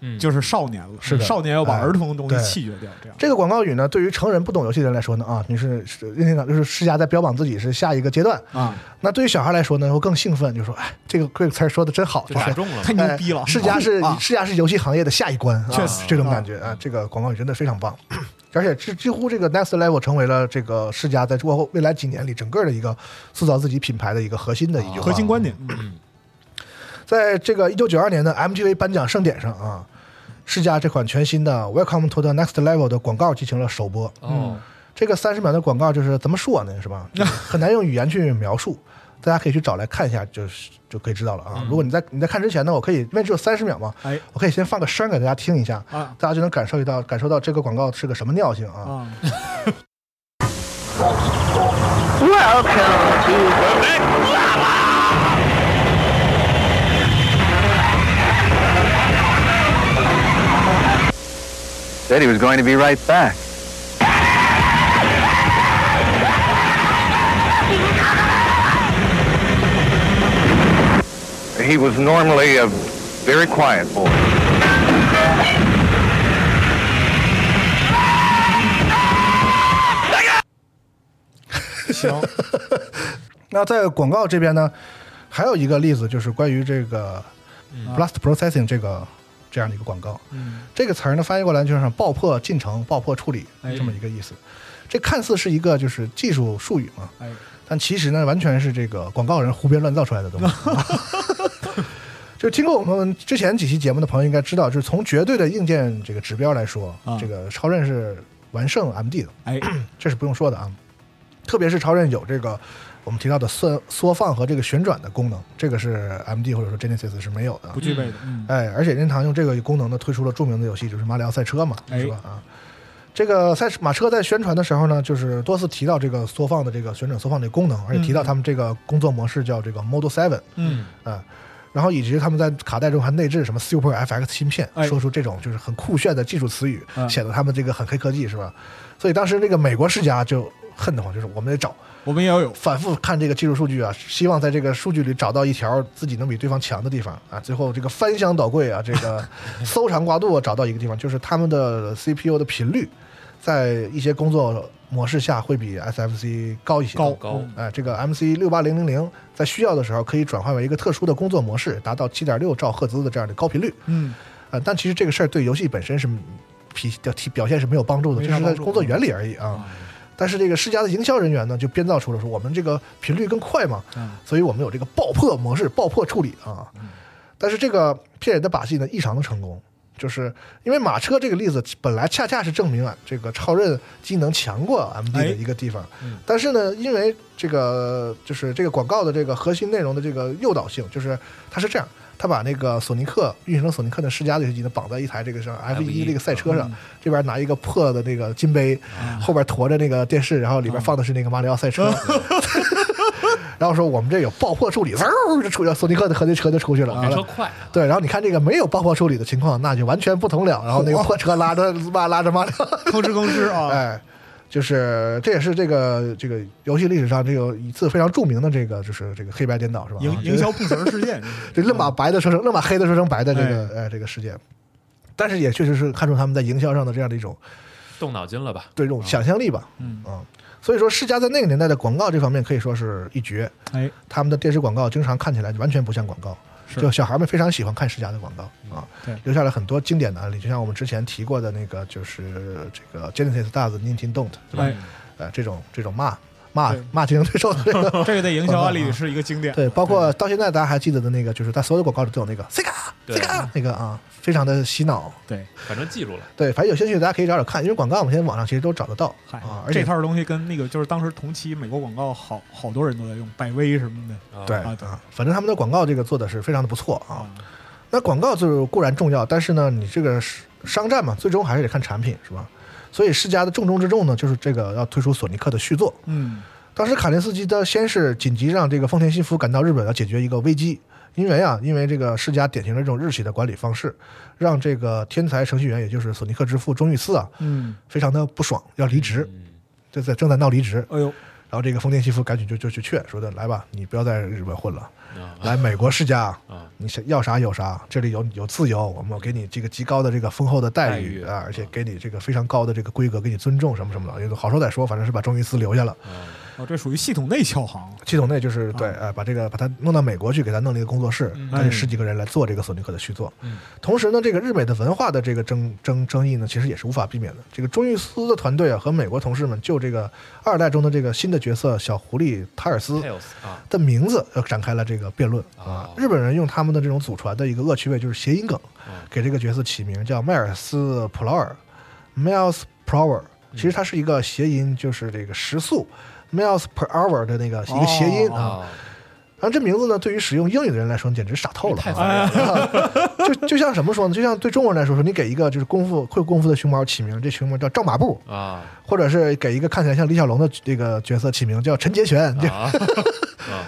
Speaker 2: 嗯，
Speaker 3: 就是少年了。
Speaker 4: 是的
Speaker 3: 少年要把
Speaker 4: 哎
Speaker 3: 儿童的东西
Speaker 4: 对
Speaker 3: 弃绝掉，这样。
Speaker 4: 这个广告语呢，对于成人不懂游戏的人来说呢，啊，你是是任天堂就是世嘉在标榜自己是下一个阶段。
Speaker 3: 啊，
Speaker 4: 那对于小孩来说呢，会更兴奋，就说哎，这个这个词儿说的真好，
Speaker 2: 就
Speaker 4: 就是
Speaker 2: 打中了嘛，
Speaker 3: 太牛逼了！
Speaker 4: 哎世嘉
Speaker 3: <laughs>
Speaker 4: 是
Speaker 3: 啊
Speaker 4: 世嘉是游戏行业的下一关，啊
Speaker 3: 确实
Speaker 4: 这种
Speaker 3: 啊
Speaker 4: 感觉啊，这个广告语真的非常棒， <clears throat> 而且这几乎这个 Next Level 成为了这个世嘉在过后未来几年里整个的一个塑造自己品牌的一个核心的一句话。
Speaker 3: 核心观点，
Speaker 2: 嗯
Speaker 4: 在这个一九九二年的 MTV 颁奖盛典上啊，世嘉这款全新的 Welcome to the Next Level 的广告进行了首播。
Speaker 3: 啊
Speaker 2: 哦，
Speaker 4: 这个三十秒的广告就是怎么说呢，
Speaker 3: <laughs>
Speaker 4: 是吧？很难用语言去描述，大家可以去找来看一下，就是就可以知道了
Speaker 3: 嗯
Speaker 4: 啊。如果你在你在看之前呢，我可以因为只有三十秒嘛，
Speaker 3: 哎
Speaker 4: 我可以先放个声儿给大家听一下，
Speaker 3: 啊
Speaker 4: 大家就能感受到感受到这个广告是个什么尿性啊。
Speaker 3: 啊，
Speaker 5: Said he was going to be right back. He was normally a very quiet boy.
Speaker 3: 行，
Speaker 4: 那在广告这边呢，还有一个例子就是关于这个 blast processing 这个这样的一个广告。
Speaker 3: 嗯，
Speaker 4: 这个词儿呢翻译过来就是爆破进程、爆破处理
Speaker 3: 哎
Speaker 4: 这么一个意思。这看似是一个就是技术术语嘛，
Speaker 3: 哎，
Speaker 4: 但其实呢，完全是这个广告人胡编乱造出来的东西。 <laughs> 就听过我们之前几期节目的朋友应该知道，就是从绝对的硬件这个指标来说，
Speaker 3: 啊
Speaker 4: 这个超任是完胜 MD 的， <coughs>
Speaker 3: 哎，
Speaker 4: 这是不用说的啊。特别是超任有这个我们提到的缩缩放和这个旋转的功能，这个是 MD 或者说 Genesis 是没有的啊
Speaker 3: 不。具备的，嗯，
Speaker 4: 哎，而且任天堂用这个功能呢，推出了著名的游戏就是《马里奥赛车》嘛，
Speaker 3: 哎
Speaker 4: 是吧？啊，这个赛马车在宣传的时候呢，就是多次提到这个缩放的这个旋转缩放这个功能，而且提到他们这个工作模式叫这个 Model Seven
Speaker 3: 嗯，
Speaker 4: 啊，然后以及他们在卡带中还内置什么 Super FX 芯片，
Speaker 3: 哎
Speaker 4: 说出这种就是很酷炫的技术词语，
Speaker 3: 嗯
Speaker 4: 显得他们这个很黑科技，是吧？所以当时这个美国世家就恨得慌，就是我们得找，
Speaker 3: 我们也要有，
Speaker 4: 反复看这个技术数据啊，希望在这个数据里找到一条自己能比对方强的地方啊。最后这个翻箱倒柜啊，这个搜肠刮肚啊找到一个地方，就是他们的 CPU 的频率，在一些工作模式下会比 SFC 高一些。
Speaker 3: 高
Speaker 2: 高
Speaker 3: 嗯
Speaker 4: 哎，这个 MC 六八零零零在需要的时候可以转换为一个特殊的工作模式，达到七点六兆赫兹的这样的高频率。
Speaker 3: 嗯，
Speaker 4: 呃，但其实这个事儿对游戏本身是皮表体表现是没有帮助的，
Speaker 3: 没
Speaker 4: 这
Speaker 3: 啥
Speaker 4: 是在
Speaker 3: 帮助嗯
Speaker 4: 工作原理而已啊。但是这个世嘉的营销人员呢，就编造出了说我们这个频率更快嘛，
Speaker 3: 嗯
Speaker 4: 所以我们有这个爆破模式、爆破处理啊。但是这个骗人的把戏呢，异常的成功，就是因为马车这个例子本来恰恰是证明啊，这个超任机能强过 MD
Speaker 3: 哎
Speaker 4: 的一个地方。但是呢，因为这个就是这个广告的这个核心内容的这个诱导性，就是它是这样，它把那个索尼克运行成索尼克的世嘉的游戏机呢，绑在一台这个上 F 一嗯这个赛车上，这边拿一个破的那个金杯，后边驮着那个电视，然后里边放的是那个马里奥赛车。然后说我们这有爆破处理，嗖就出去，索尼克的和那车就出去了。
Speaker 2: 比车快啊，
Speaker 4: 对，然后你看这个没有爆破处理的情况，那就完全不同了。然后那个破车拉着拉拉着马里 <laughs> 奥，
Speaker 3: 吭哧吭哧啊，
Speaker 4: 哎，就是这也是这个这个游戏历史上这个一次非常著名的这个就是这个黑白颠倒是吧？ <laughs>
Speaker 3: 营
Speaker 4: 啊
Speaker 3: 营销不成事
Speaker 4: <laughs>
Speaker 3: 件，
Speaker 4: 这愣把白的说成愣把黑的说成白的这个哎这个事件，但是也确实是看出他们在营销上的这样的一种
Speaker 2: 动脑筋了吧？
Speaker 4: 对这种想象力吧，
Speaker 3: 嗯，
Speaker 4: 啊，所以说世嘉在那个年代的广告这方面可以说是一绝，
Speaker 3: 哎，
Speaker 4: 他们的电视广告经常看起来就完全不像广告，
Speaker 3: 是嗯
Speaker 4: 就小孩们非常喜欢看世嘉的广告啊，
Speaker 3: 对
Speaker 4: 留下了很多经典的案例，就像我们之前提过的那个，就是这个 Genesis Does Nintendo Don't，对吧？
Speaker 3: 哎，
Speaker 4: 呃，这种这种骂骂
Speaker 3: 对
Speaker 4: 骂竞争对手的
Speaker 3: <laughs>
Speaker 4: 这个 <laughs>
Speaker 3: 这个在营销案里是一个经典。
Speaker 4: 对，包括到现在大家还记得的那个，就是在所有广告里都有那个 Sega
Speaker 2: 对
Speaker 4: Sega 那个啊，非常的洗脑。
Speaker 3: 对，
Speaker 2: 反正记住了。
Speaker 4: 对，反正有兴趣大家可以找找看，因为广告我们现在网上其实都找得到
Speaker 3: 嗨
Speaker 4: 啊，，而
Speaker 3: 这
Speaker 4: 且
Speaker 3: 套东西跟那个就是当时同期美国广告好好多人都在用，百威什么的。
Speaker 2: 啊
Speaker 4: 对
Speaker 3: 啊对
Speaker 4: 啊，反正他们的广告这个做的是非常的不错啊。
Speaker 3: 啊
Speaker 4: 那广告就是固然重要，但是呢，你这个是商战嘛，最终还是得看产品，是吧？所以世嘉的重中之重呢，就是这个要推出索尼克的续作。
Speaker 3: 嗯，
Speaker 4: 当时卡林斯基的先是紧急让这个丰田信夫赶到日本，要解决一个危机，因为啊，因为这个世嘉典型的这种日系的管理方式，让这个天才程序员，也就是索尼克之父中裕司啊，
Speaker 3: 嗯，
Speaker 4: 非常的不爽，要离职，这在正在闹离职。
Speaker 3: 哎呦，
Speaker 4: 然后这个丰田信夫赶紧就就去劝，说的来吧，你不要在日本混了，
Speaker 2: 啊
Speaker 4: 来美国世家
Speaker 2: 啊，
Speaker 4: 你想要啥有啥，这里有有自由，我们给你这个极高的这个丰厚的待
Speaker 2: 待
Speaker 4: 遇
Speaker 2: 遇
Speaker 4: 啊，而且给你这个非常高的这个规格，给你尊重什么什么的，好说歹说，反正是把中医司留下了。
Speaker 2: 啊嗯
Speaker 3: 哦，这属于系统内敲行。啊
Speaker 4: 系统内就是对，呃，把这个把他弄到美国去，给他弄了一个工作室，
Speaker 2: 嗯
Speaker 4: 他有十几个人来做这个索尼克的续作。同时呢，这个日美的文化的这个争争争议呢，其实也是无法避免的。这个中玉斯的团队啊，和美国同事们就这个二代中的这个新的角色小狐狸塔尔斯
Speaker 2: Tails 啊，
Speaker 4: 的名字，呃，展开了这个辩论啊
Speaker 2: 哦。
Speaker 4: 日本人用他们的这种祖传的一个恶趣味，就是谐音梗，给这个角色起名叫迈尔斯普劳尔 （Miles Prower）。其实它是一个谐音，就是这个时速 miles per hour 的那个一个谐音
Speaker 3: 哦
Speaker 4: 啊。
Speaker 2: 啊，
Speaker 4: 然后这名字呢，对于使用英语的人来说，简直傻透了
Speaker 2: 太
Speaker 4: 啊。 <laughs>
Speaker 2: 烦人了，
Speaker 4: 就就像什么说呢？就像对中国人来说，说你给一个就是功夫会功夫的熊猫起名，这熊猫叫赵马步，
Speaker 2: 啊
Speaker 4: 或者是给一个看起来像李小龙的这个角色起名叫陈杰 <laughs> 权，这
Speaker 2: 啊，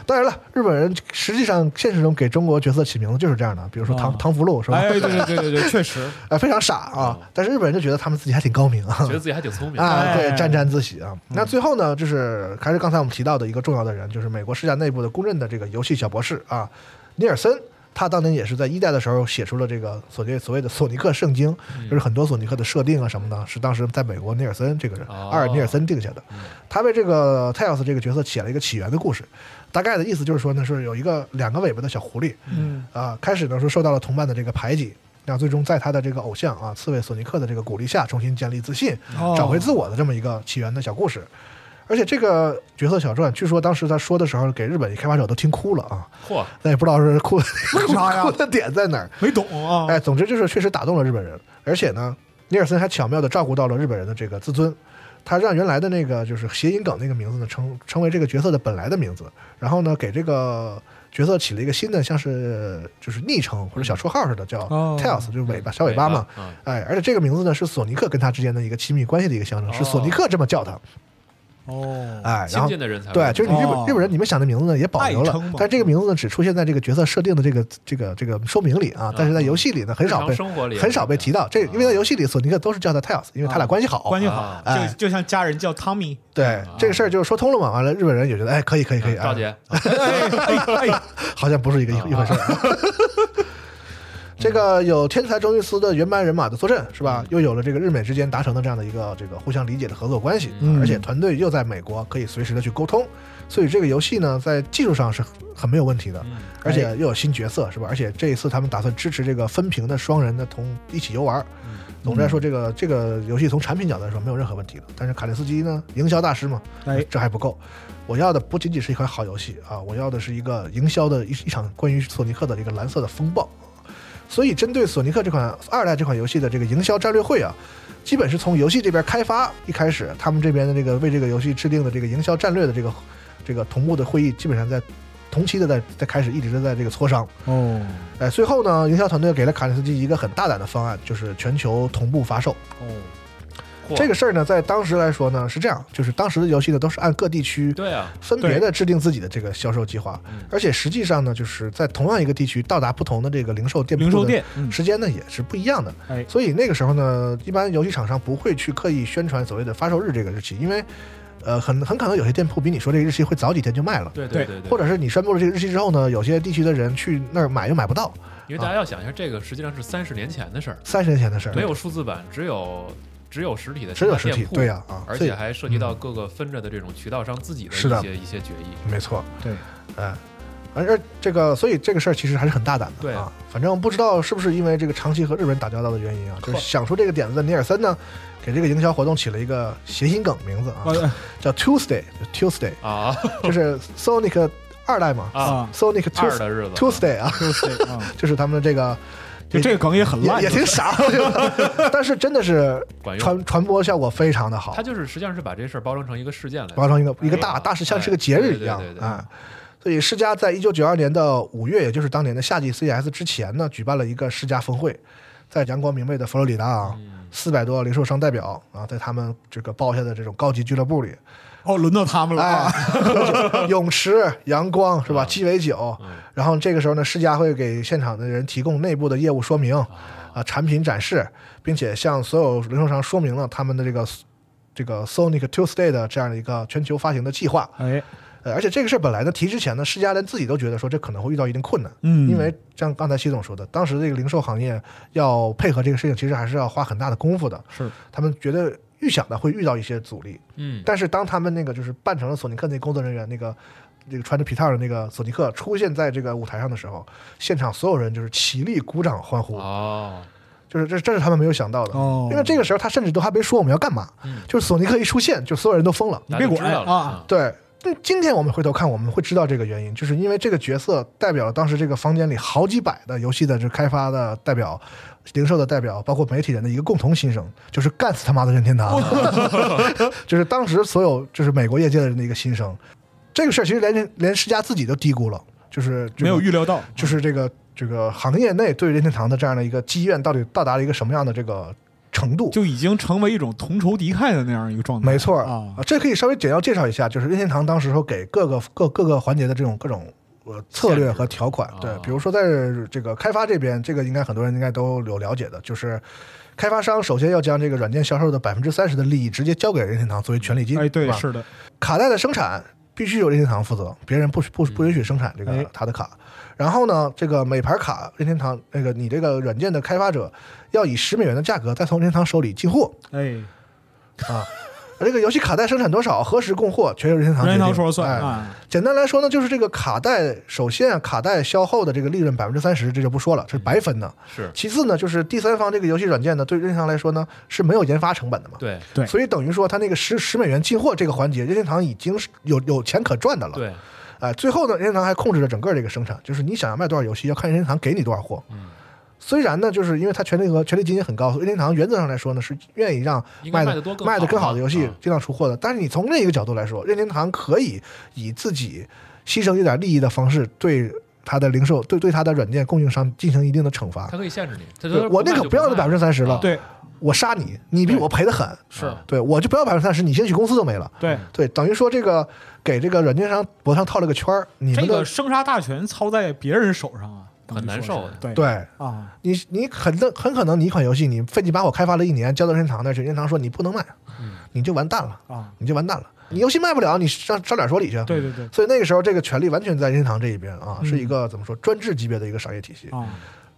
Speaker 4: 当然了，日本人实际上现实中给中国角色起名字就是这样的，比如说唐、
Speaker 3: 啊
Speaker 4: 唐福禄是吧？
Speaker 3: 哎，嗯
Speaker 4: 哎
Speaker 3: 对对对对对，确
Speaker 4: <laughs>
Speaker 3: 实，
Speaker 4: 非常傻啊！
Speaker 2: 啊
Speaker 4: 但是日本人就觉得他们自己还挺高明啊
Speaker 2: 觉得自己还挺聪明
Speaker 4: 啊，对
Speaker 3: 哎，
Speaker 4: 沾沾自喜啊。那最后呢，就是还是刚才我们提到的一个重要的人，就是美国世家内部的公认的这个游戏小博士啊，尼尔森。他当年也是在一代的时候写出了这个所谓所谓的索尼克圣经，
Speaker 2: 嗯
Speaker 4: 就是很多索尼克的设定啊什么的，是当时在美国尼尔森这个人
Speaker 2: 哦嗯
Speaker 4: 阿尔尼尔森定下的。他为这个泰奥斯这个角色写了一个起源的故事，大概的意思就是说呢，是有一个两个尾巴的小狐狸，
Speaker 3: 嗯，
Speaker 4: 啊，开始呢是受到了同伴的这个排挤，那最终在他的这个偶像啊刺猬索尼克的这个鼓励下，重新建立自信，
Speaker 3: 哦
Speaker 4: 找回自我的这么一个起源的小故事。而且这个角色小传，据说当时他说的时候，给日本开发者都听哭了啊，
Speaker 2: 嚯，
Speaker 4: 但也不知道是哭哭
Speaker 3: 啥呀
Speaker 4: <laughs> 哭的点在哪儿。
Speaker 3: 没懂啊。
Speaker 4: 哎，总之就是确实打动了日本人，而且呢，尼尔森还巧妙地照顾到了日本人的这个自尊，他让原来的那个就是谐音梗那个名字呢，成成为这个角色的本来的名字，然后呢，给这个角色起了一个新的，像是就是昵称或者小绰号似的，叫
Speaker 3: 哦
Speaker 4: Tails，、就是尾巴小尾巴嘛。
Speaker 2: 嗯，
Speaker 4: 哎，而且这个名字呢是索尼克跟他之间的一个亲密关系的一个象征，是索尼
Speaker 2: 哦
Speaker 4: 克这么叫他。
Speaker 3: 哦，
Speaker 4: 哎，然
Speaker 2: 亲
Speaker 4: 后
Speaker 2: 近的人才会
Speaker 4: 对，就是你日本、
Speaker 3: 哦
Speaker 4: 日本人，你们想的名字呢也保留
Speaker 3: 爱
Speaker 4: 了
Speaker 3: 称嘛，
Speaker 4: 但这个名字呢只出现在这个角色设定的这个这个这个说明里啊，但是在
Speaker 2: 嗯
Speaker 4: 游戏里呢很
Speaker 2: 日
Speaker 4: 少
Speaker 2: 常
Speaker 4: 被
Speaker 2: 生活里也啊嗯
Speaker 4: 很
Speaker 2: 是
Speaker 4: 少被
Speaker 2: 这样
Speaker 4: 提到。这因为在游戏里，索尼克都是叫他 Tails，因为他俩关系好，
Speaker 3: 啊关系好啊
Speaker 2: 啊，
Speaker 4: 哎
Speaker 3: 就就像家人叫汤米。
Speaker 4: 对这个事儿就是说通了嘛。完了，日本人也觉得哎可以可以可
Speaker 3: 嗯
Speaker 4: 以，
Speaker 2: 赵
Speaker 4: 啊， <laughs>
Speaker 2: 姐，
Speaker 3: 哎哎哎，
Speaker 4: 好像不是一个一一回事儿。 <laughs> 这个有天才中玉司的原班人马的坐镇是吧？又有了这个日美之间达成的这样的一个这个互相理解的合作关系，
Speaker 3: 嗯
Speaker 4: 而且团队又在美国，可以随时的去沟通，所以这个游戏呢，在技术上是很很没有问题的，而且又有新角色是吧？而且这一次他们打算支持这个分屏的双人的同一起游玩儿。总之来说，这个这个游戏从产品角度来说没有任何问题的，但是卡林斯基呢，营销大师嘛，
Speaker 3: 哎
Speaker 4: 这还不够。我要的不仅仅是一款好游戏啊，我要的是一个营销的一一场关于索尼克的这个蓝色的风暴。所以，针对索尼克这款二代这款游戏的这个营销战略会啊，基本是从游戏这边开发一开始，他们这边的这个为这个游戏制定的这个营销战略的这个这个同步的会议，基本上在同期的在在开始，一直都在这个磋商。
Speaker 3: 哦
Speaker 4: 哎，最后呢，营销团队给了卡林斯基一个很大胆的方案，就是全球同步发售。 <laughs>
Speaker 3: 哦，
Speaker 2: 嚯
Speaker 4: 这个事儿呢，在当时来说呢是这样，就是当时的游戏呢都是按各地区
Speaker 2: 对啊，
Speaker 4: 分别的制定自己的这个销售计划，
Speaker 3: 嗯
Speaker 4: 而且实际上呢，就是在同样一个地区到达不同的这个零售店铺的
Speaker 3: 零售店嗯
Speaker 4: 时间呢也是不一样的。
Speaker 3: 哎
Speaker 4: 所以那个时候呢，一般游戏厂商不会去刻意宣传所谓的发售日这个日期，因为呃很很可能有些店铺比你说这个日期会早几天就卖了。
Speaker 2: 对
Speaker 3: 对
Speaker 2: 对对，
Speaker 4: 或者是你宣布了这个日期之后呢，有些地区的人去那儿买又买不到，
Speaker 2: 因为大家要想一下，这个实际上是三十年前的事儿，
Speaker 4: 三十年前的事儿，
Speaker 2: 没有数字版，只有只有实体的
Speaker 4: 只有实体
Speaker 2: 店铺
Speaker 4: 对啊啊
Speaker 2: 而
Speaker 4: 所以
Speaker 2: 且还涉及到各个分着的这种渠道商自己的
Speaker 4: 是的
Speaker 2: 一些一些决议。
Speaker 4: 没错，
Speaker 3: 嗯对，
Speaker 4: 哎，而而这个，所以这个事儿其实还是很大胆的。
Speaker 2: 对
Speaker 4: 啊，反正不知道是不是因为这个长期和日本打交道的原因啊，就是想出这个点子的尼尔森呢，给这个营销活动起了一个谐音梗名字啊，
Speaker 2: 哎
Speaker 3: 呃
Speaker 4: 叫 Tuesday
Speaker 2: <laughs>
Speaker 4: Tuesday，
Speaker 2: 啊
Speaker 4: 就是 Sonic 二代嘛
Speaker 2: 啊，
Speaker 4: ，Sonic
Speaker 2: 二
Speaker 4: Tues-
Speaker 2: 的日子
Speaker 4: Tuesday 啊，
Speaker 3: 就是啊，
Speaker 4: 就是他们的这个
Speaker 3: 就这个梗也很
Speaker 4: <laughs> 也
Speaker 3: 烂，
Speaker 4: 也挺傻，我觉得但是真的 <laughs> 是
Speaker 2: 管用。
Speaker 4: 传传播效果非常的好
Speaker 2: 他，就是实际上是把这事儿包装成一个事件来
Speaker 4: 包成一个一个
Speaker 2: 哎
Speaker 4: 大
Speaker 2: 呀
Speaker 4: 大事，像是个节日
Speaker 2: 对
Speaker 4: 一样
Speaker 2: 对对对
Speaker 4: 啊。所以世嘉在一九九二年的五月，也就是当年的夏季 CES 之前呢，举办了一个世嘉峰会，在阳光明媚的佛罗里达啊，
Speaker 2: 嗯
Speaker 4: 四百多零售商代表啊，在他们这个包下的这种高级俱乐部里，
Speaker 3: 哦，轮到他们了
Speaker 4: 哎
Speaker 3: 啊，，
Speaker 4: <laughs> 泳池、阳光是吧？
Speaker 2: 嗯
Speaker 4: 鸡尾酒
Speaker 2: 嗯，
Speaker 4: 然后这个时候呢，世嘉会给现场的人提供内部的业务说明啊，产品展示，并且向所有零售商说明了他们的这个这个 Sonic Tuesday 的这样的一个全球发行的计划。
Speaker 3: 哎，
Speaker 4: 呃，而且这个事儿本来呢，提之前呢，世嘉连自己都觉得说这可能会遇到一定困难，
Speaker 3: 嗯
Speaker 4: 因为像刚才习总说的，当时这个零售行业要配合这个事情，其实还是要花很大的功夫的。
Speaker 3: 是
Speaker 4: 他们觉得预想的会遇到一些阻力，
Speaker 2: 嗯，
Speaker 4: 但是当他们那个就是扮成了索尼克那工作人员那个。那个穿着皮套的那个索尼克出现在这个舞台上的时候，现场所有人就是起立鼓掌欢呼，
Speaker 2: 哦，
Speaker 4: 就是这这是他们没有想到的，
Speaker 3: 哦
Speaker 4: 因为这个时候他甚至都还没说我们要干嘛，
Speaker 2: 嗯
Speaker 4: 就是索尼克一出现，就所有人都疯了，
Speaker 3: 你别管
Speaker 2: 大家都知道了
Speaker 3: 啊，
Speaker 4: 对，那今天我们回头看，我们会知道这个原因，就是因为这个角色代表了当时这个房间里好几百的游戏的这开发的代表、零售的代表，包括媒体人的一个共同心声，就是干死他妈的任
Speaker 3: <laughs>
Speaker 4: 天堂，就是当时所有就是美国业界的人的一个心声。这个事儿其实连人连世嘉自己都低估了，就是、这个
Speaker 3: 没有预料到，
Speaker 4: 就是这个这个行业内对任天堂的这样的一个积怨到底到达了一个什么样的这个程度？
Speaker 3: 就已经成为一种同仇敌忾的那样一个状态，
Speaker 4: 没错儿
Speaker 3: 啊，
Speaker 4: 这可以稍微简要介绍一下，就是任天堂当时候给各个各各个环节的这种各种呃策略和条款
Speaker 2: 限。制
Speaker 4: 对
Speaker 2: 啊，
Speaker 4: 比如说在这个开发这边，这个应该很多人应该都有了解的，就是开发商首先要将这个软件销售的百分之三十的利益直接交给任天堂作为权利金。
Speaker 3: 哎，对，
Speaker 4: 吧
Speaker 3: 是的，
Speaker 4: 卡带的生产必须由任天堂负责，别人不许不不允许生产这个
Speaker 3: 哎
Speaker 4: 他的卡。然后呢，这个每盘卡任天堂那个你这个软件的开发者要以十美元的价格再从任天堂手里进货
Speaker 3: 哎，
Speaker 4: 啊。而这个游戏卡带生产多少，何时供货，全由任天堂决
Speaker 3: 任
Speaker 4: 定。
Speaker 3: 天堂说了算
Speaker 4: 哎
Speaker 3: 啊，
Speaker 4: 简单来说呢，就是这个卡带，首先啊卡带销后的这个利润百分之三十，这就不说了，这是白分的。
Speaker 2: 嗯是
Speaker 4: 其次呢，就是第三方这个游戏软件呢，对任天堂来说呢是没有研发成本的嘛。
Speaker 2: 对
Speaker 3: 对
Speaker 4: 所以等于说，它那个十十美元进货这个环节，任天堂已经是有有钱可赚的了。，
Speaker 2: 对，
Speaker 4: 哎，最后呢，任天堂还控制了整个这个生产，就是你想要卖多少游戏，要看任天堂给你多少货。
Speaker 2: 嗯，
Speaker 4: 虽然呢，就是因为它权利额、权利金也很高，任天堂原则上来说呢是愿意让
Speaker 2: 应该
Speaker 4: 卖
Speaker 2: 卖
Speaker 4: 的
Speaker 2: 得多更
Speaker 4: 卖的更好的游戏
Speaker 2: 啊
Speaker 4: 尽量出货的。但是你从另一个角度来说，任天堂可以以自己牺牲一点利益的方式对它的零售、对对它的软件供应商进行一定的惩罚
Speaker 2: 他。可以限制你，他
Speaker 4: 对我宁可不要那百分之三
Speaker 2: 啊
Speaker 4: 十了，啊
Speaker 3: 对，
Speaker 4: 我杀你，你比我赔的狠，
Speaker 2: 是
Speaker 4: 对我就不要百分之三十，你兴许公司都没了。
Speaker 3: 对，
Speaker 4: 对，等于说这个给这个软件商脖上套了个圈儿，你
Speaker 3: 这
Speaker 4: 们的、
Speaker 3: 个生杀大权操在别人手上啊，等于
Speaker 2: 很难
Speaker 3: 说
Speaker 2: 受
Speaker 3: 是
Speaker 2: 的
Speaker 3: 对
Speaker 4: 对
Speaker 3: 啊，
Speaker 4: 你你很的很可能你一款游戏你费劲把我开发了一年交到任天堂那儿去，任天堂说你不能卖，啊
Speaker 3: 嗯
Speaker 4: 你就完蛋了
Speaker 3: 啊，
Speaker 4: 你就完蛋了，你游戏卖不了，你上上哪儿说理去？
Speaker 3: 对对对，
Speaker 4: 所以那个时候，这个权力完全在任天堂这一边啊，
Speaker 3: 嗯
Speaker 4: 是一个怎么说专制级别的一个商业体系。
Speaker 3: 啊，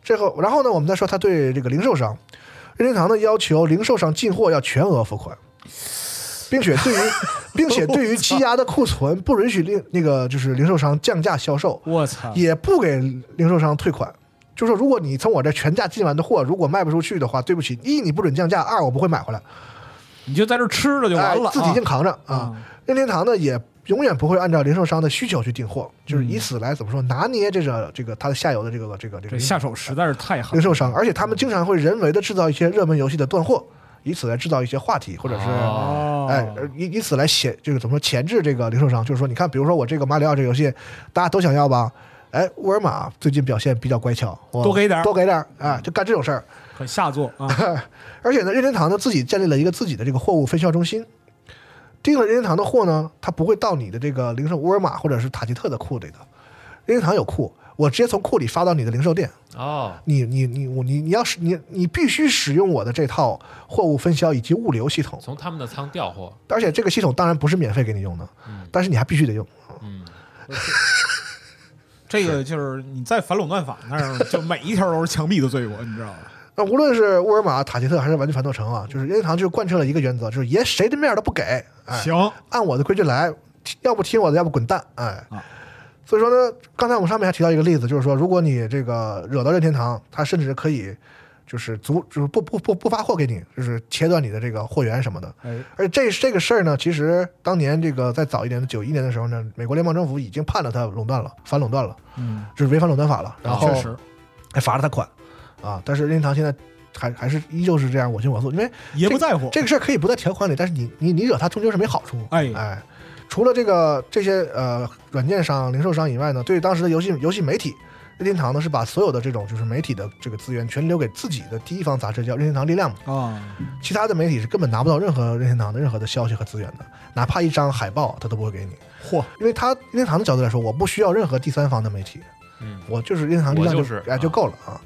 Speaker 4: 最后，然后呢，我们再说他对这个零售商，任天堂呢要求零售商进货要全额付款，并且对于并且对于积压的库存不允许令那个就是零售商降价销售，
Speaker 3: 我操，
Speaker 4: 也不给零售商退款。就说如果你从我这全价进完的货，如果卖不出去的话，对不起，一你不准降价，二我不会买回来，
Speaker 3: 你就在这吃了就完了
Speaker 4: 哎
Speaker 3: 啊，
Speaker 4: 自己硬扛着啊。
Speaker 3: 啊，
Speaker 4: 任天堂呢也永远不会按照零售商的需求去订货，就是
Speaker 3: 嗯
Speaker 4: 以此来怎么说拿捏这个这个它的下游的这个这个这
Speaker 3: 这
Speaker 4: 个
Speaker 3: 下手实在是太狠
Speaker 4: 零
Speaker 3: 了，
Speaker 4: 售商，而且他们经常会人为的制造一些热门游戏的断货，以此来制造一些话题，或者是。
Speaker 2: 哦
Speaker 3: 哦，
Speaker 4: 哎，呃以以此来显这个怎么说钳制这个零售商，就是说，你看，比如说我这个马里奥这个游戏，大家都想要吧？哎，沃尔玛最近表现比较乖巧，我
Speaker 3: 多给点儿
Speaker 4: 多给点儿，哎，就干这种事儿。
Speaker 3: 很下作
Speaker 4: <laughs>
Speaker 3: 啊，
Speaker 4: 而且呢，任天堂呢自己建立了一个自己的这个货物分销中心，订了任天堂的货呢，它不会到你的这个零售沃尔玛或者是塔吉特的库里的，任天堂有库，我直接从库里发到你的零售店，
Speaker 2: 哦，
Speaker 4: 你你你我你你要是你你必须使用我的这套货物分销以及物流系统，
Speaker 2: 从他们的仓调货，
Speaker 4: 而且这个系统当然不是免费给你用的，但是你还必须得用。
Speaker 2: 嗯，
Speaker 3: 这个就是你在反垄断法那儿，就每一条都是枪毙的罪过，你知道吧？
Speaker 4: 那无论是沃尔玛、塔吉特还是玩具反斗城啊，就是任天堂就贯彻了一个原则，就是爷谁的面儿都不给，哎，
Speaker 3: 行，啊
Speaker 4: 按我的规矩来，要不听我的，要不滚蛋，哎。所以说呢，刚才我们上面还提到一个例子，就是说，如果你这个惹到任天堂，它甚至可以就是阻，就是不不不不发货给你，就是切断你的这个货源什么的。
Speaker 3: 哎，
Speaker 4: 而这这个事儿呢，其实当年这个在早一年的九一年的时候呢，美国联邦政府已经判了他垄断了，反垄断了，
Speaker 3: 嗯，
Speaker 4: 就是违反垄断法了，然后
Speaker 3: 确实
Speaker 4: 还罚了他款啊。但是任天堂现在还还是依旧是这样我行我素，因为
Speaker 3: 爷不在乎，
Speaker 4: 这个事儿可以不在条款里，但是你你你惹他终究是没好处。
Speaker 3: 哎
Speaker 4: 哎，除了这个这些呃软件商、零售商以外呢，对于当时的游戏游戏媒体，任天堂呢是把所有的这种就是媒体的这个资源全留给自己的第一方杂志，叫任天堂力量嘛。
Speaker 3: 啊，
Speaker 4: 其他的媒体是根本拿不到任何任天堂的任何的消息和资源的，哪怕一张海报他都不会给你，
Speaker 3: 嚯，
Speaker 4: 因为他任天堂的角度来说，我不需要任何第三方的媒体，
Speaker 2: 嗯，
Speaker 4: 我就是任天堂力量
Speaker 2: 我
Speaker 4: 就
Speaker 2: 就是
Speaker 4: 哎就
Speaker 2: 啊
Speaker 4: 够了啊。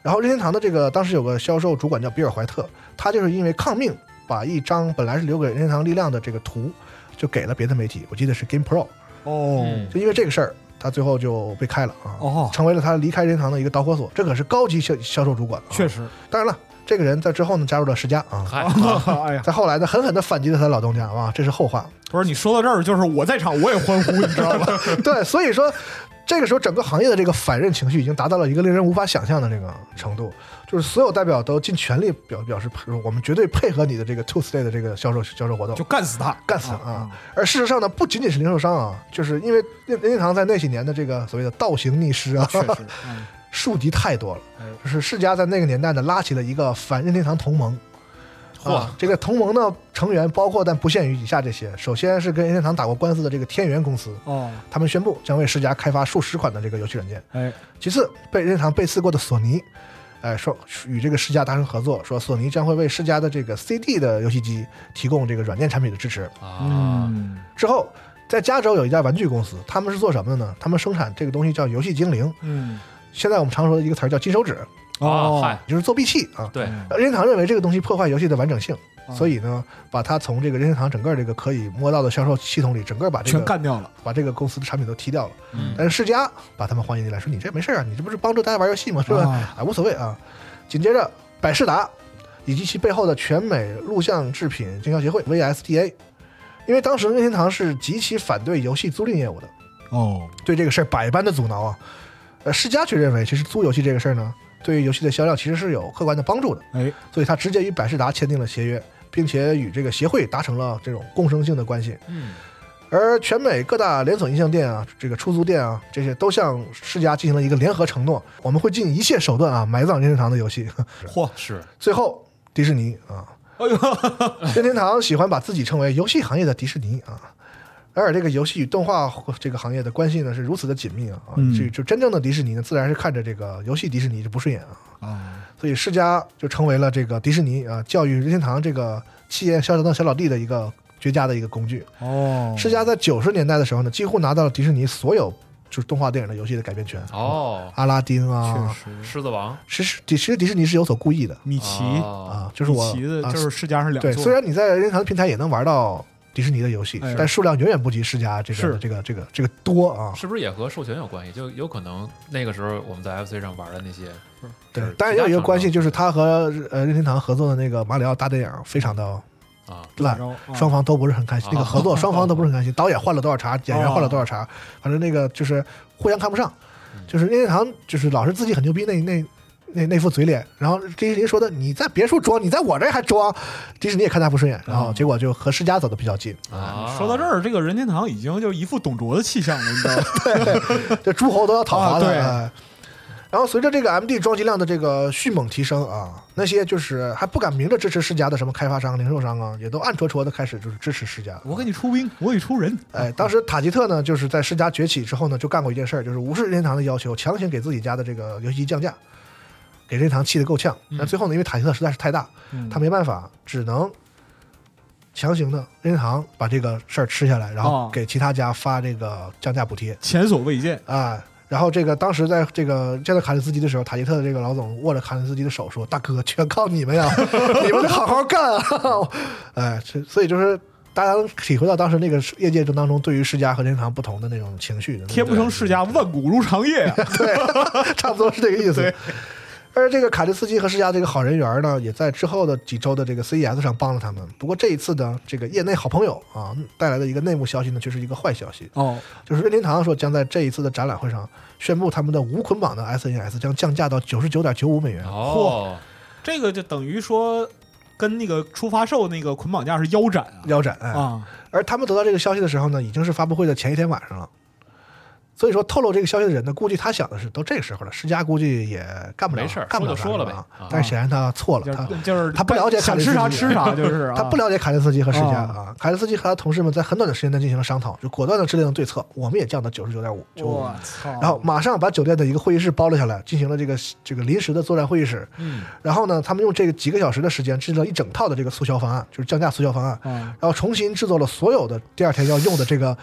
Speaker 4: 然后任天堂的这个当时有个销售主管叫比尔怀特，他就是因为抗命，把一张本来是留给任天堂力量的这个图，就给了别的媒体，我记得是 Game Pro，
Speaker 3: 哦，
Speaker 2: 嗯
Speaker 4: 就因为这个事儿，他最后就被开了啊，
Speaker 3: 哦
Speaker 4: 成为了他离开任天堂的一个导火索。这可是高级销销售主管、啊，
Speaker 3: 确。实，
Speaker 4: 当然了，这个人在之后呢加入了世嘉啊，
Speaker 2: 嗨，
Speaker 3: <laughs> 哎呀，
Speaker 4: 在后来呢狠狠地反击了他的老东家啊，这是后话。
Speaker 3: 不是你说到这儿，就是我在场我也欢呼，你知
Speaker 4: <laughs>
Speaker 3: 道吧？
Speaker 4: 对，所以说这个时候整个行业的这个反任情绪已经达到了一个令人无法想象的这个程度，就是所有代表都尽全力表表示配，我们绝对配合你的这个 Two Stay 的这个销售销售活动
Speaker 3: 就。干死他，
Speaker 4: 干死啊！而事实上呢，不仅仅是零售商啊，就是因为任任天堂在那几年的这个所谓的倒行逆施啊，
Speaker 3: 确
Speaker 4: <laughs>
Speaker 3: 实，嗯
Speaker 4: 树敌太多了
Speaker 3: 哎。
Speaker 4: 就是世嘉在那个年代呢，拉起了一个反任天堂同盟。
Speaker 2: 嚯
Speaker 4: 啊这个同盟呢，成员包括但不限于以下这些：首先是跟任天堂打过官司的这个天元公司，
Speaker 3: 哦，
Speaker 4: 他们宣布将为世嘉开发数十款的这个游戏软件。
Speaker 3: 哎，
Speaker 4: 其次，被任天堂背刺过的索尼，哎，说与这个世嘉达成合作，说索尼将会为世嘉的这个 CD 的游戏机提供这个软件产品的支持。
Speaker 2: 啊，
Speaker 3: 嗯，
Speaker 4: 之后，在加州有一家玩具公司，他们是做什么的呢？他们生产这个东西叫游戏精灵，
Speaker 3: 嗯，
Speaker 4: 现在我们常说的一个词儿叫金手指，
Speaker 2: 啊，
Speaker 3: 哦，
Speaker 2: 嗨，
Speaker 4: 就是作弊器啊。
Speaker 2: 对，
Speaker 3: 嗯
Speaker 4: 任天堂认为这个东西破坏游戏的完整性，
Speaker 3: 啊
Speaker 4: 所以呢，把它从这个任天堂整个这个可以摸到的销售系统里，整个把这
Speaker 3: 全
Speaker 4: 个
Speaker 3: 干掉了，
Speaker 4: 把这个公司的产品都踢掉了。
Speaker 2: 嗯
Speaker 4: 但是世嘉把他们欢迎进来，说你这没事儿啊，你这不是帮助大家玩游戏吗？是吧？
Speaker 3: 啊
Speaker 4: <laughs> 哎，无所谓啊。紧接着，百事达以及其背后的全美录像制品经销协会 （VSTA），因为当时任天堂是极其反对游戏租赁业务的，
Speaker 3: 哦，
Speaker 4: 对这个事儿百般的阻挠啊。呃，世嘉却认为，其实租游戏这个事儿呢，对于游戏的销量其实是有客观的帮助的，
Speaker 3: 哎，
Speaker 4: 所以他直接与百事达签订了协约，并且与这个协会达成了这种共生性的关系。
Speaker 2: 嗯，
Speaker 4: 而全美各大连锁音像店啊，这个出租店啊，这些都向世嘉进行了一个联合承诺，我们会尽一切手段啊埋葬任天堂的游戏。 <laughs>
Speaker 3: 嚯，
Speaker 2: 是，
Speaker 4: 最后，迪士尼啊，
Speaker 3: 哎呦，
Speaker 4: 任天堂喜欢把自己称为游戏行业的迪士尼啊。然而，这个游戏与动画这个行业的关系呢是如此的紧密啊，啊
Speaker 3: 嗯
Speaker 4: 就就真正的迪士尼呢，自然是看着这个游戏迪士尼就不顺眼啊，
Speaker 3: 啊，
Speaker 4: 所以世嘉就成为了这个迪士尼啊教育任天堂这个企业销售的小老弟的一个绝佳的一个工具。
Speaker 3: 哦，
Speaker 4: 世嘉在九十年代的时候呢，几乎拿到了迪士尼所有就是动画电影的游戏的改编权，
Speaker 2: 哦，
Speaker 4: 阿拉丁
Speaker 3: 确
Speaker 4: 啊，
Speaker 3: 实，
Speaker 2: 狮子王，
Speaker 4: 其实迪其实迪士尼是有所故意的
Speaker 3: 米奇
Speaker 2: 啊，
Speaker 4: 啊，就是我
Speaker 3: 哦米奇的，
Speaker 4: 啊
Speaker 3: 就是世嘉是两
Speaker 4: 对，
Speaker 3: 座
Speaker 4: 虽然你在任天堂的平台也能玩到迪士尼的游戏
Speaker 3: 哎，
Speaker 4: 但数量远远不及世嘉这
Speaker 3: 是
Speaker 4: 个这个这个这个多啊。
Speaker 2: 是不是也和授权有关系？就有可能那个时候我们在 FC 上玩的那些，
Speaker 3: 嗯
Speaker 4: 对
Speaker 2: 是，
Speaker 4: 当然也有一个关系，
Speaker 2: 是
Speaker 4: 就是他和呃任天堂合作的那个马里奥大电影非常的
Speaker 2: 啊，
Speaker 4: 烂，
Speaker 3: 然嗯
Speaker 4: 双方都不是很开心。
Speaker 2: 啊
Speaker 4: 那个合作双方都不是很开心，导演换了多少茬，演员换了多少茬，反正那个就是互相看不上
Speaker 2: 嗯。
Speaker 4: 就是任天堂就是老是自己很牛逼那那那那副嘴脸，然后迪士尼说的你在别处装，你在我这儿还装，迪士尼也看他不顺眼，然后结果就和世嘉走的比较近， <laughs>
Speaker 2: 啊，
Speaker 3: 说到这，儿，这个任天堂已经就是一副董卓的气象了，你知道吗？
Speaker 4: 这诸侯都要讨伐
Speaker 3: 啊
Speaker 4: 的。
Speaker 3: 对
Speaker 4: 哎然后随着这个 MD 装机量的这个迅猛提升啊，那些就是还不敢明着支持世嘉的什么开发商、零售商啊，也都暗戳戳的开始就是支持世嘉。
Speaker 3: 我给你出兵，我给你出人，
Speaker 4: <laughs> 哎，当时塔吉特呢，就是在世嘉崛起之后呢，就干过一件事儿，就是无视任天堂的要求，强行给自己家的这个游戏机降价，给任天堂气得够呛。但最后呢，因为塔吉特实在是太大，
Speaker 3: 嗯
Speaker 4: 他没办法，只能强行的任天堂把这个事儿吃下来，然后
Speaker 3: 哦
Speaker 4: 给其他家发这个降价补贴
Speaker 3: 前所未见，
Speaker 4: 啊。然后这个当时在这个见到卡林斯基的时候，塔吉特的这个老总握着卡林斯基的手说：“大哥，全靠你们呀， <laughs> 你们得好好干啊！” <laughs> 哎，这所以就是大家能体会到当时那个业界中当中对于世嘉和任天堂不同的那种情绪的那种，
Speaker 3: 天不成世家，万古如长夜啊！
Speaker 4: 对，差不多是这个意思
Speaker 3: 对。
Speaker 4: 而这个卡利斯基和世嘉这个好人缘呢，也在之后的几周的这个 CES 上帮了他们。不过这一次呢，这个业内好朋友啊带来的一个内幕消息呢，却是一个坏消息，
Speaker 3: <laughs> 哦，
Speaker 4: 就是任天堂说将在这一次的展览会上宣布他们的无捆绑的 SNES 将降价到九十九点九五美元。
Speaker 2: 哦，
Speaker 3: 这个就等于说跟那个初发售那个捆绑架是腰斩啊
Speaker 4: 腰斩哎
Speaker 3: 啊，
Speaker 4: 而他们得到这个消息的时候呢，已经是发布会的前一天晚上了。所以说，透露这个消息的人呢，估计他想的是都这个时候了，施加估计也干不了，
Speaker 2: 没事儿
Speaker 4: 干不了
Speaker 2: 说就说了呗
Speaker 4: 啥
Speaker 2: 啊
Speaker 4: 但是显然他错了，
Speaker 3: 啊就
Speaker 4: 他
Speaker 3: 是就是
Speaker 4: 他不啊了解
Speaker 3: 想
Speaker 4: 卡利斯
Speaker 3: 吃
Speaker 4: 基
Speaker 3: 啥吃啥，就是啊
Speaker 4: <laughs> 他不了解卡林斯基和世嘉
Speaker 3: 哦
Speaker 4: 啊。卡林斯基和他同事们在很短的时间内进行了商讨，就果断的制定了对策，我们也降到九十九点五，
Speaker 3: 我操，
Speaker 4: 然后马上把酒店的一个会议室包了下来，进行了这个这个临时的作战会议室。
Speaker 2: 嗯，
Speaker 4: 然后呢，他们用这个几个小时的时间制定了一整套的这个促销方案，就是降价促销方案，
Speaker 3: 啊
Speaker 4: 然后重新制作了所有的第二天要用的这个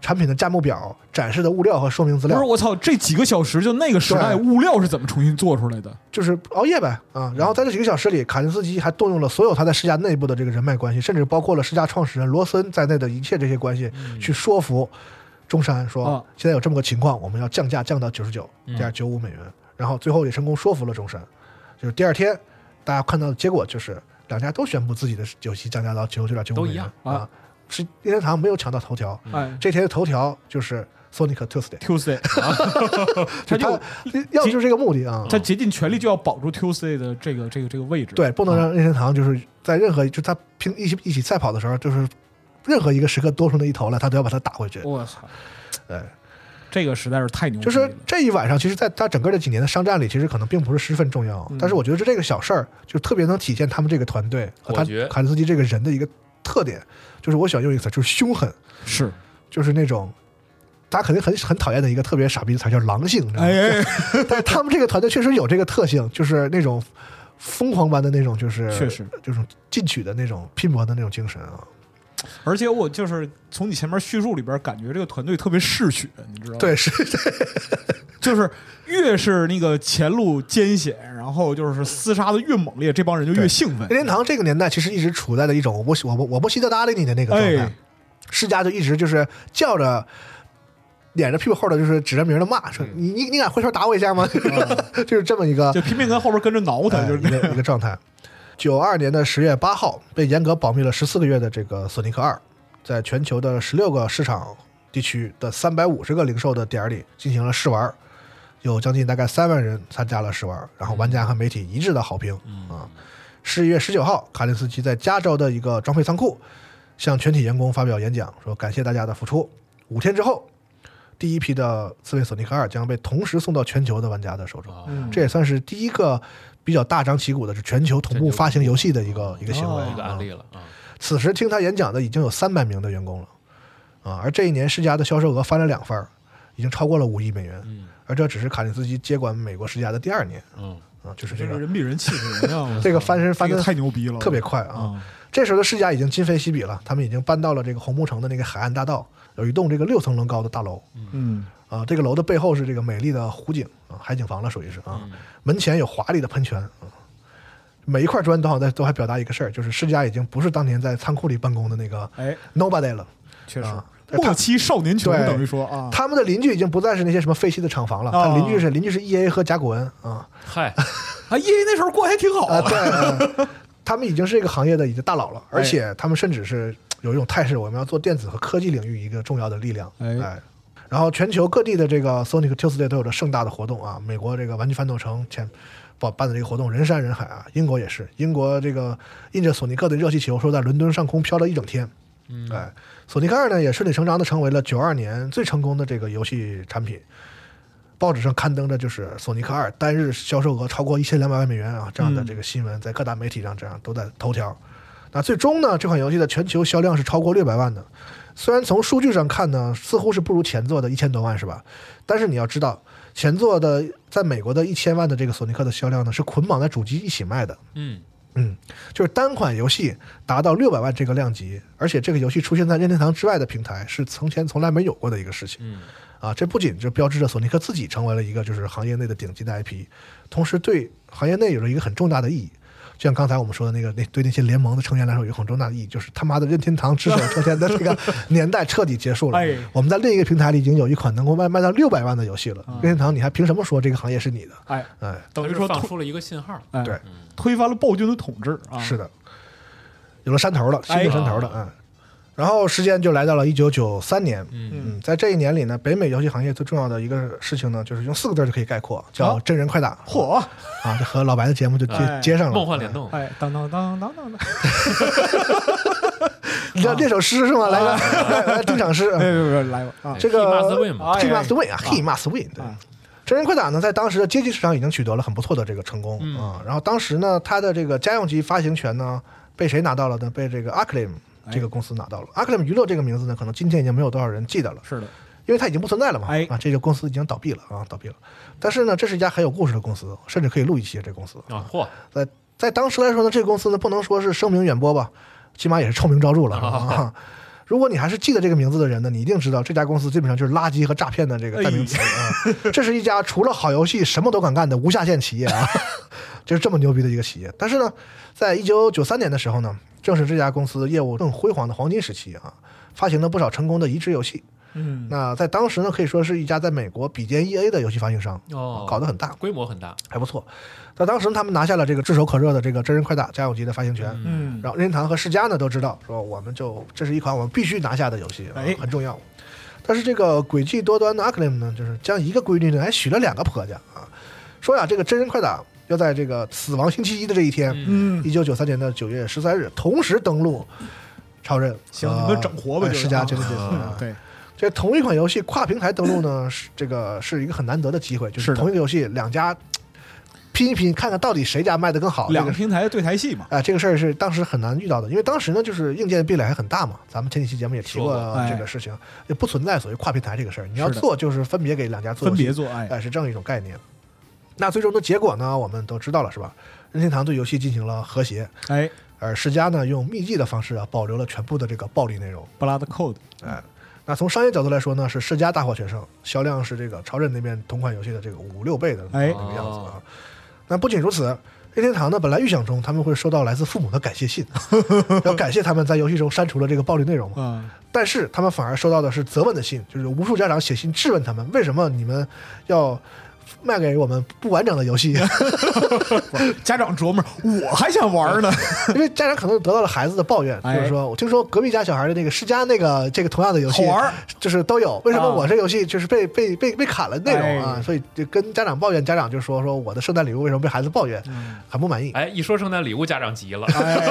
Speaker 4: 产品的价目表、展示的物料和说明资
Speaker 3: 不
Speaker 4: 料
Speaker 3: 是。我操，这几个小时就那个时代
Speaker 4: 对
Speaker 3: 物料是怎么重新做出来的？
Speaker 4: 就是熬夜呗啊。
Speaker 2: 嗯
Speaker 4: 然后在这几个小时里，卡林斯基还动用了所有他在世家内部的这个人脉关系，甚至包括了世家创始人罗森在内的一切这些关系，
Speaker 2: 嗯
Speaker 4: 去说服中山说、
Speaker 3: 啊
Speaker 4: 现在有这么个情况，我们要降价降到九十九
Speaker 2: 哦嗯
Speaker 4: 点九五美元。然后最后也成功说服了中山。就是第二天，大家看到的结果就是两家都宣布自己的游戏降价到九十九点九五
Speaker 2: 都
Speaker 4: 美
Speaker 2: 一
Speaker 4: 元
Speaker 2: 样
Speaker 4: 啊。是任天堂没有抢到头条，
Speaker 3: 哎
Speaker 4: 这天的头条就是 Sonic Tuesday， <laughs>
Speaker 3: ，Tuesday，他
Speaker 4: 就他
Speaker 3: 就
Speaker 4: 要的就是这个目的啊。
Speaker 3: 他竭尽全力就要保住 Tuesday 的这个这个这个位置，啊
Speaker 4: 对，不能让任天堂就是在任何就他拼一起一起赛跑的时候，就是任何一个时刻多出那一头来，他都要把它打回去。
Speaker 3: 我操，
Speaker 4: 哎，
Speaker 3: 这个实在是太牛逼
Speaker 4: 就
Speaker 3: 了，
Speaker 4: 是这一晚上，其实在他整个这几年的商战里，其实可能并不是十分重要，
Speaker 3: 嗯
Speaker 4: 但是我觉得这个小事儿就特别能体现他们这个团队和他
Speaker 2: 我觉得
Speaker 4: 卡林斯基这个人的一个特点，就是我喜欢用一个词，就是凶狠，
Speaker 3: 是，
Speaker 4: 就是那种。大家肯定很很讨厌的一个特别傻逼的词儿叫狼性，你知道吗？
Speaker 3: 哎哎，
Speaker 4: 但是他们这个团队确实有这个特性，就是那种疯狂般的那种，就是
Speaker 3: 确实
Speaker 4: 这种进取的那种拼搏的那种精神啊。
Speaker 3: 而且我就是从你前面叙述里边感觉这个团队特别嗜血，你知道吗？
Speaker 4: 对，是 <laughs>
Speaker 3: 就是越是那个前路艰险，然后就是厮杀的越猛烈，这帮人就越兴奋
Speaker 4: 任。天堂这个年代其实一直处在的一种我不我不我不稀得搭理你的那个状态
Speaker 3: 哎，
Speaker 4: 世嘉就一直就是叫着。脸着屁股后头就是指着名儿的骂，说你你你敢回头打我一下吗？ <laughs> 就是这么一个
Speaker 3: 就拼命跟后边跟着挠他，
Speaker 4: 哎
Speaker 3: 就是
Speaker 4: 一个一个状态。九二年的十月八号，被严格保密了十四个月的这个《索尼克二》，在全球的十六个市场地区的三百五十个零售的点儿里进行了试玩，有将近大概三万人参加了试玩，然后玩家和媒体一致的好评
Speaker 3: 嗯
Speaker 4: 啊。十一月十九号，卡林斯基在加州的一个装配仓库向全体员工发表演讲，说感谢大家的付出。五天之后，第一批的刺猬索尼克二将被同时送到全球的玩家的手中。
Speaker 3: 嗯
Speaker 2: 哦
Speaker 4: 这也算是第一个比较大张旗鼓的，是全球同步发行游戏的一个一个行为、
Speaker 3: 哦
Speaker 2: 一个
Speaker 4: 啊
Speaker 2: 案例了啊，
Speaker 4: 此时听他演讲的已经有三百名的员工了，啊，而这一年世嘉的销售额翻了两番儿，已经超过了五亿美元，
Speaker 2: 嗯
Speaker 4: 而这只是卡林斯基接管美国世嘉的第二年
Speaker 2: 嗯，
Speaker 4: 啊，就是
Speaker 3: 这
Speaker 4: 这
Speaker 3: 个
Speaker 4: 个
Speaker 3: 人比人气死人呀！我操
Speaker 4: <laughs> 这个翻身翻
Speaker 3: 这
Speaker 4: 得
Speaker 3: 个太牛逼了，
Speaker 4: 特别快啊。
Speaker 3: 啊！
Speaker 4: 这时候的世嘉已经今非昔比了，他们已经搬到了这个红木城的那个海岸大道，有一栋这个六层楼高的大楼，
Speaker 3: 嗯，
Speaker 4: 啊，这个楼的背后是这个美丽的湖景啊，海景房了，属于是啊。
Speaker 3: 嗯
Speaker 4: 门前有华丽的喷泉啊，每一块砖都好像在都还表达一个事儿，就是世家已经不是当年在仓库里办公的那个
Speaker 3: 哎，
Speaker 4: nobody 了。
Speaker 3: 确实
Speaker 4: 啊，对他
Speaker 3: 末期嗯少年穷
Speaker 4: 对
Speaker 3: 等于说啊，
Speaker 4: 他们的邻居已经不再是那些什么废弃的厂房了，他
Speaker 3: 哦
Speaker 4: 邻居是邻居是 E A 和甲骨文啊
Speaker 2: 嗨，
Speaker 3: 啊，因为那时候过得还挺好
Speaker 4: 啊，对，啊他们已经是这个行业的已经大佬了，
Speaker 3: 哎
Speaker 4: 而且他们甚至是有一种态势，我们要做电子和科技领域一个重要的力量。
Speaker 3: 哎
Speaker 4: 哎，然后全球各地的这个 Sonic Tuesday 都有着盛大的活动啊，美国这个玩具反斗城前办办的这个活动人山人海啊，英国也是，英国这个印着索尼克的热气球说在伦敦上空飘了一整天。嗯，哎，索尼克二呢也顺理成章的成为了九二年最成功的这个游戏产品。报纸上刊登着就是索尼克二单日销售额超过一千两百万美元啊这样的这个新闻，在各大媒体上这样都在头条。那最终呢，这款游戏的全球销量是超过六百万的。虽然从数据上看呢，似乎是不如前作的一千多万，是吧？但是你要知道，前作的在美国的一千万的这个索尼克的销量呢，是捆绑在主机一起卖的。
Speaker 2: 嗯，
Speaker 4: 嗯，就是单款游戏达到六百万这个量级，而且这个游戏出现在任天堂之外的平台，是从前从来没有过的一个事情。
Speaker 2: 嗯，
Speaker 4: 啊，这不仅就标志着索尼克自己成为了一个就是行业内的顶级的 IP，同时对行业内有了一个很重大的意义，就像刚才我们说的那个，那对那些联盟的成员来说，有很重大的意义，就是他妈的任天堂只手遮天的这
Speaker 3: <laughs>
Speaker 4: 个年代彻底结束了。
Speaker 3: 哎
Speaker 4: 我们在另一个平台里已经有一款能够卖卖到六百万的游戏了，
Speaker 3: 啊
Speaker 4: 任天堂你还凭什么说这个行业是你的？
Speaker 3: 哎，
Speaker 4: 哎，
Speaker 3: <laughs> 等于
Speaker 2: 它是
Speaker 3: 说
Speaker 2: 放
Speaker 3: 推
Speaker 2: 出了一个信号，
Speaker 3: 哎
Speaker 4: 对
Speaker 3: 推翻了暴君的统治啊，
Speaker 4: 是的，有了山头了，新
Speaker 3: 哎
Speaker 4: 的山头了，嗯。然后时间就来到了一九九三年，嗯，在这一年里呢，北美游戏行业最重要的一个事情呢，就是用四个字就可以概括，叫
Speaker 3: 啊
Speaker 4: 真人快打。
Speaker 3: 嚯，
Speaker 4: 啊，这和老白的节目就接
Speaker 3: 哎
Speaker 4: 接上了，
Speaker 2: 梦幻联动，
Speaker 3: 哎，当当当当当当，
Speaker 4: 你知道这首诗是吗？来个
Speaker 3: 啊
Speaker 4: <laughs> 来来定场诗。嗯
Speaker 3: 哎，别别来吧啊，
Speaker 4: 这个
Speaker 2: He must win 嘛，
Speaker 3: 哎
Speaker 4: He must win 啊，He must win。对
Speaker 3: 啊，
Speaker 4: 真人快打呢，在当时的街机市场已经取得了很不错的这个成功啊。然后当时呢，它的这个家用机发行权呢，被谁拿到了呢？被这个 Acclaim 这个公司拿到了。Acclaim 娱乐这个名字呢，可能今天已经没有多少人记得了，
Speaker 3: 是的，
Speaker 4: 因为它已经不存在了嘛
Speaker 3: 哎。
Speaker 4: 啊，这个公司已经倒闭了啊，倒闭了。但是呢，这是一家很有故事的公司，甚至可以录一期这个公司。
Speaker 2: 啊，嚯，
Speaker 4: 在在当时来说呢，这个公司呢不能说是声名远播吧，起码也是臭名昭著了。啊如果你还是记得这个名字的人呢，你一定知道这家公司基本上就是垃圾和诈骗的这个代名词啊。这是一家除了好游戏什么都敢干的无下限企业啊， <laughs> 就是这么牛逼的一个企业。但是呢，在一九九三年的时候呢，正是这家公司业务更辉煌的黄金时期啊，发行了不少成功的移植游戏。
Speaker 3: 嗯，
Speaker 4: 那在当时呢，可以说是一家在美国比肩 EA 的游戏发行商，
Speaker 2: 哦，
Speaker 4: 搞得很大。
Speaker 2: 规模很大，
Speaker 4: 还不错。在当时他们拿下了这个炙手可热的这个真人快打家用机的发行权，
Speaker 3: 嗯
Speaker 4: 然后任天堂和世嘉呢都知道说我们就这是一款我们必须拿下的游戏，啊
Speaker 3: 哎
Speaker 4: 很重要。但是这个诡计多端的 Acclaim 呢，就是将一个规律呢还许了两个婆家啊，说呀这个真人快打要在这个死亡星期一的这一天，
Speaker 3: 嗯，
Speaker 4: 一九九三年的九月十三日同时登陆超任和，
Speaker 3: 行，你们整活吧，
Speaker 4: 哎
Speaker 3: 就是
Speaker 4: 世嘉
Speaker 3: 啊
Speaker 4: 这个这个
Speaker 3: 嗯对，
Speaker 4: 这同一款游戏跨平台登
Speaker 3: <laughs>
Speaker 4: 录呢，是这个是一个很难得的机会，就是是
Speaker 3: 的
Speaker 4: 同一个游戏两家嘖拼一拼，看看到底谁家卖的更好。
Speaker 3: 两个
Speaker 4: 这个是
Speaker 3: 平台的对台戏嘛，
Speaker 4: 啊、这个事儿是当时很难遇到的，因为当时呢，就是硬件壁垒还很大嘛。咱们前几期节目也提过
Speaker 2: 说
Speaker 3: 过哎
Speaker 4: 这个事情，也不存在所谓跨平台这个事儿。你要
Speaker 3: 是的
Speaker 4: 做，就是分别给两家做
Speaker 3: 分
Speaker 4: 游戏，
Speaker 3: 别做，哎
Speaker 4: 哎、，是这样一种概念。那最终的结果呢，我们都知道了，是吧？任天堂对游戏进行了和谐，
Speaker 3: 哎
Speaker 4: 而世嘉呢，用秘技的方式啊，保留了全部的这个暴力内容。
Speaker 3: ，Blood Code，
Speaker 4: 那从商业角度来说呢，是世嘉大获全胜，销量是这个超任那边同款游戏的这个五六倍的
Speaker 3: 哎
Speaker 4: 这个样子啊。那不仅如此，任天堂呢本来预想中他们会收到来自父母的感谢信， <laughs> 要感谢他们在游戏中删除了这个暴力内容嘛，
Speaker 3: 嗯，
Speaker 4: 但是他们反而收到的是责问的信，就是无数家长写信质问他们为什么你们要。卖给我们不完整的游戏， <laughs>
Speaker 3: 家长琢磨，我还想玩呢，
Speaker 4: 因为家长可能得到了孩子的抱怨，就
Speaker 3: 哎
Speaker 4: 是说，我听说隔壁家小孩的那个世嘉那个这个同样的游戏
Speaker 3: 好玩儿
Speaker 4: 就是都有，为什么
Speaker 3: 啊
Speaker 4: 我这游戏就是被被被被砍了内容啊？
Speaker 3: 哎
Speaker 4: 所以就跟家长抱怨，家长就说说我的圣诞礼物为什么被孩子抱怨，
Speaker 3: 嗯
Speaker 4: 很不满意，
Speaker 2: 哎，一说圣诞礼物，家长急了，
Speaker 4: <laughs>
Speaker 3: 哎，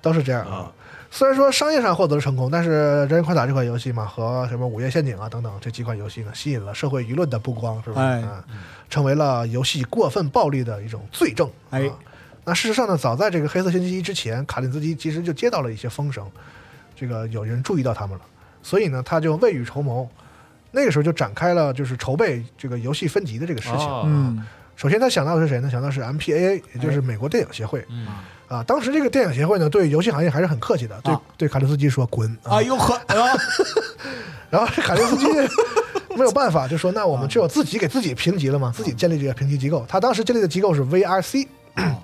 Speaker 4: 都是这样啊。虽然说商业上获得了成功，但是《人人快打》这款游戏嘛，和什么《午夜陷阱》啊等等这几款游戏呢，吸引了社会舆论的不光，是吧？
Speaker 3: 哎
Speaker 4: 啊，成为了游戏过分暴力的一种罪证。
Speaker 3: 哎
Speaker 4: 啊那事实上呢，早在这个黑色星期一之前，卡林斯基其实就接到了一些风声，这个有人注意到他们了，所以呢，他就未雨绸缪，那个时候就展开了就是筹备这个游戏分级的这个事情。
Speaker 2: 哦，
Speaker 3: 嗯，
Speaker 4: 首先，他想到的是谁呢？想到是 MPAA，也
Speaker 3: 哎
Speaker 4: 就是美国电影协会。
Speaker 2: 嗯，
Speaker 4: 啊，当时这个电影协会呢，对游戏行业还是很客气的，对、
Speaker 3: 啊
Speaker 4: 对卡林斯基说滚啊
Speaker 3: 哎，呦呵，哎呦
Speaker 4: 然后 <laughs> 卡林斯基没有办法，就说那我们只有自己给自己评级了
Speaker 3: 嗯
Speaker 4: 嘛，自己建立这个评级机构。他当时建立的机构是 VRC，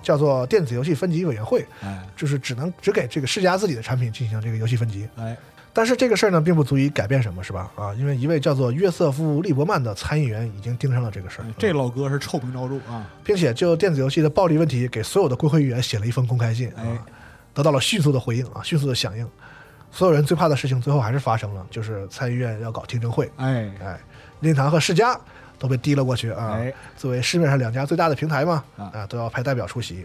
Speaker 4: 叫
Speaker 3: 嗯
Speaker 4: <clears throat> 做电子游戏分级委员会，
Speaker 3: 哎
Speaker 4: 就是只能只给这个世嘉自己的产品进行这个游戏分级。
Speaker 3: 哎，
Speaker 4: 但是这个事儿呢，并不足以改变什么，是吧？啊，因为一位叫做约瑟夫·利伯曼的参议员已经盯上了这个事儿，
Speaker 3: 哎这老哥是臭名昭著啊，
Speaker 4: 并且就电子游戏的暴力问题，给所有的国会议员写了一封公开信，
Speaker 3: 哎
Speaker 4: 啊，得到了迅速的回应啊，迅速的响应。所有人最怕的事情最后还是发生了，就是参议院要搞听证会，
Speaker 3: 哎
Speaker 4: 哎，任天堂和世嘉都被提了过去啊
Speaker 3: 哎。
Speaker 4: 作为市面上两家最大的平台嘛，
Speaker 3: 啊
Speaker 4: 啊，都要派代表出席。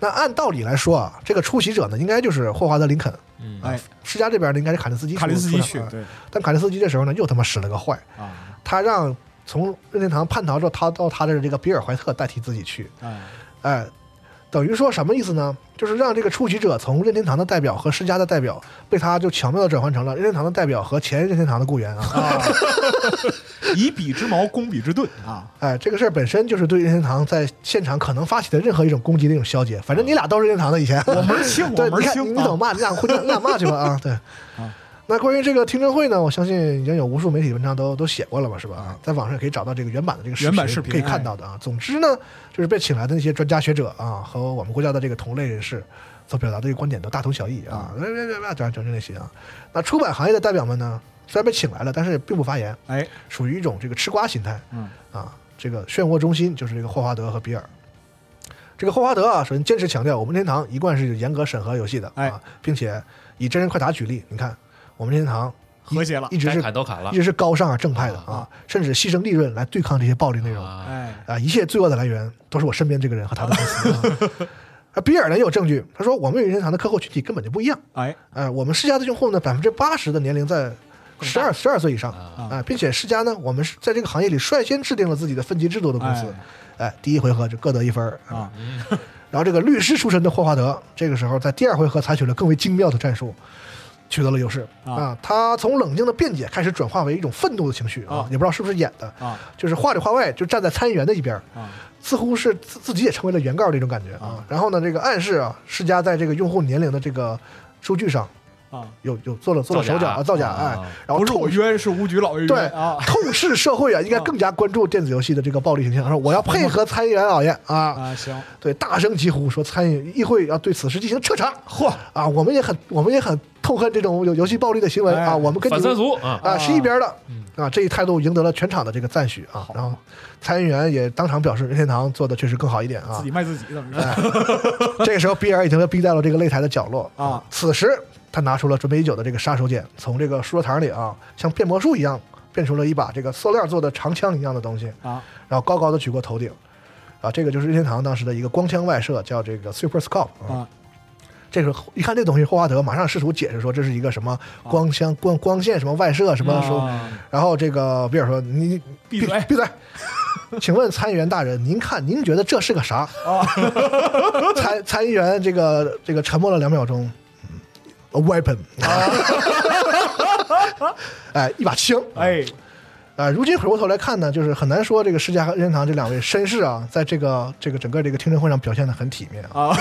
Speaker 4: 那按道理来说啊，这个出席者呢，应该就是霍华德·林肯，嗯
Speaker 3: 哎，
Speaker 4: 世嘉这边呢，应该是卡林斯基出。
Speaker 3: 卡林斯基
Speaker 4: 出
Speaker 3: 去
Speaker 4: 场啊
Speaker 3: 对
Speaker 4: 但卡林斯基这时候呢，又他妈使了个坏，
Speaker 3: 啊，
Speaker 4: 他让从任天堂叛逃之后，他到他的这个比尔怀特代替自己去，
Speaker 3: 哎
Speaker 4: 哎，等于说什么意思呢？就是让这个出席者从任天堂的代表和世嘉的代表，被他就巧妙的转换成了任天堂的代表和前任天堂的雇员啊。
Speaker 3: 啊，以彼之矛攻彼之盾啊，
Speaker 4: 哎，这个事儿本身就是对任天堂在现场可能发起的任何一种攻击的一种消解。反正你俩都是任天堂的，以前
Speaker 3: 我门儿清，我
Speaker 4: 对，
Speaker 3: 门儿
Speaker 4: 你看
Speaker 3: 清，
Speaker 4: 啊
Speaker 3: <laughs>
Speaker 4: 你怎么骂？你俩互你俩骂去吧啊！对，那关于这个听证会呢，我相信已经有无数媒体文章都都写过了吧，是吧？啊，在网上也可以找到这个原版的这个
Speaker 3: 原版视频哎
Speaker 4: 可以看到的啊。总之呢，就是被请来的那些专家学者啊，和我们国家的这个同类人士所表达的这个观点都大同小异
Speaker 3: 嗯
Speaker 4: 啊，别别别别，讲讲这些啊。那出版行业的代表们呢，虽然被请来了，但是并不发言，
Speaker 3: 哎，
Speaker 4: 属于一种这个吃瓜心态。
Speaker 3: 嗯
Speaker 4: 啊，这个漩涡中心就是这个霍华德和比尔。这个霍华德啊，首先坚持强调，我们任天堂一贯是有严格审核游戏的
Speaker 3: 哎
Speaker 4: 啊，并且以真人快打举例，你看我们任天堂
Speaker 3: 和谐了
Speaker 4: 一，直
Speaker 2: 该
Speaker 4: 是
Speaker 2: 砍都砍了
Speaker 4: 一直是高尚而正派的
Speaker 2: 啊
Speaker 4: 啊，甚至牺牲利润来对抗这些暴力内容
Speaker 2: 啊，
Speaker 3: 哎，
Speaker 4: 啊，一切罪恶的来源都是我身边这个人和他的公司。啊
Speaker 2: <laughs>
Speaker 4: 啊，比尔呢也有证据，他说我们与任天堂的客户群体根本就不一样。
Speaker 3: 哎，
Speaker 4: 哎，我们世嘉的用户呢，百分之八十的年龄在十二十二岁以上
Speaker 2: 啊
Speaker 4: 哎并且世嘉呢，我们是在这个行业里率先制定了自己的分级制度的公司，哎，第一回合就各得一分儿
Speaker 3: 啊。
Speaker 4: 然后这个律师出身的霍华德，这个时候在第二回合采取了更为精妙的战术，取得了优势
Speaker 3: 啊
Speaker 4: 他从冷静的辩解开始转化为一种愤怒的情绪
Speaker 3: 啊
Speaker 4: 也不知道是不是演的，
Speaker 3: 啊
Speaker 4: 就是话里话外就站在参议员的一边儿，
Speaker 3: 啊
Speaker 4: 似乎是自自己也成为了原告的一种感觉
Speaker 3: 啊
Speaker 4: 然后呢，这个暗示啊，世嘉在这个用户年龄的这个数据上
Speaker 3: 啊！
Speaker 4: 有有做了做了手脚啊，造
Speaker 2: 造
Speaker 4: 假
Speaker 2: 假
Speaker 4: 哎
Speaker 2: 啊，
Speaker 4: 然后
Speaker 3: 不是
Speaker 4: 痛
Speaker 3: 我冤，是吴局老爷冤
Speaker 4: 对
Speaker 3: 啊！
Speaker 4: 痛斥社会啊，应该更加关注电子游戏的这个暴力形象。说我要配合参议员老爷啊，
Speaker 3: 啊，行，
Speaker 4: 对，大声疾呼说参议议会要对此事进行彻查。嚯啊，我们也很我们也很痛恨这种有游戏暴力的行为啊，
Speaker 3: 哎
Speaker 4: 我们跟你
Speaker 2: 反三
Speaker 4: 们
Speaker 2: 俗啊，
Speaker 4: 啊是一边的
Speaker 2: 嗯
Speaker 4: 啊，这一态度赢得了全场的这个赞许啊。然后参议员也当场表示任天堂做的确实更好一点啊
Speaker 3: 自己。卖自己怎么着？
Speaker 4: 哎这个时候，比尔已经被逼到了这个擂台的角落
Speaker 3: 啊
Speaker 4: 此时，他拿出了准备已久的这个杀手锏，从这个书桌堂里啊，像变魔术一样，变出了一把这个塑料做的长枪一样的东西，
Speaker 3: 啊
Speaker 4: 然后高高的举过头顶。啊，这个就是任天堂当时的一个光枪外设，叫这个 Super Scope 啊。
Speaker 3: 啊
Speaker 4: 这个时候一看这东西，霍华德马上试图解释说这是一个什么光枪、光光线什么外设什么说。
Speaker 3: 啊
Speaker 4: 然后这个比尔说：“你你
Speaker 3: 闭 <laughs> 嘴
Speaker 4: 闭嘴！请问参议员大人，您看您觉得这是个啥？”
Speaker 3: 啊！
Speaker 4: 参参议员这个这个沉默了两秒钟，a 嗯 weapon，哎，一把枪，
Speaker 3: <laughs> 哎，
Speaker 4: 啊、如今回过头来看呢，就是很难说这个施家和任天堂这两位绅士啊，在这个这个整个这个听证会上表现的很体面啊，
Speaker 3: 啊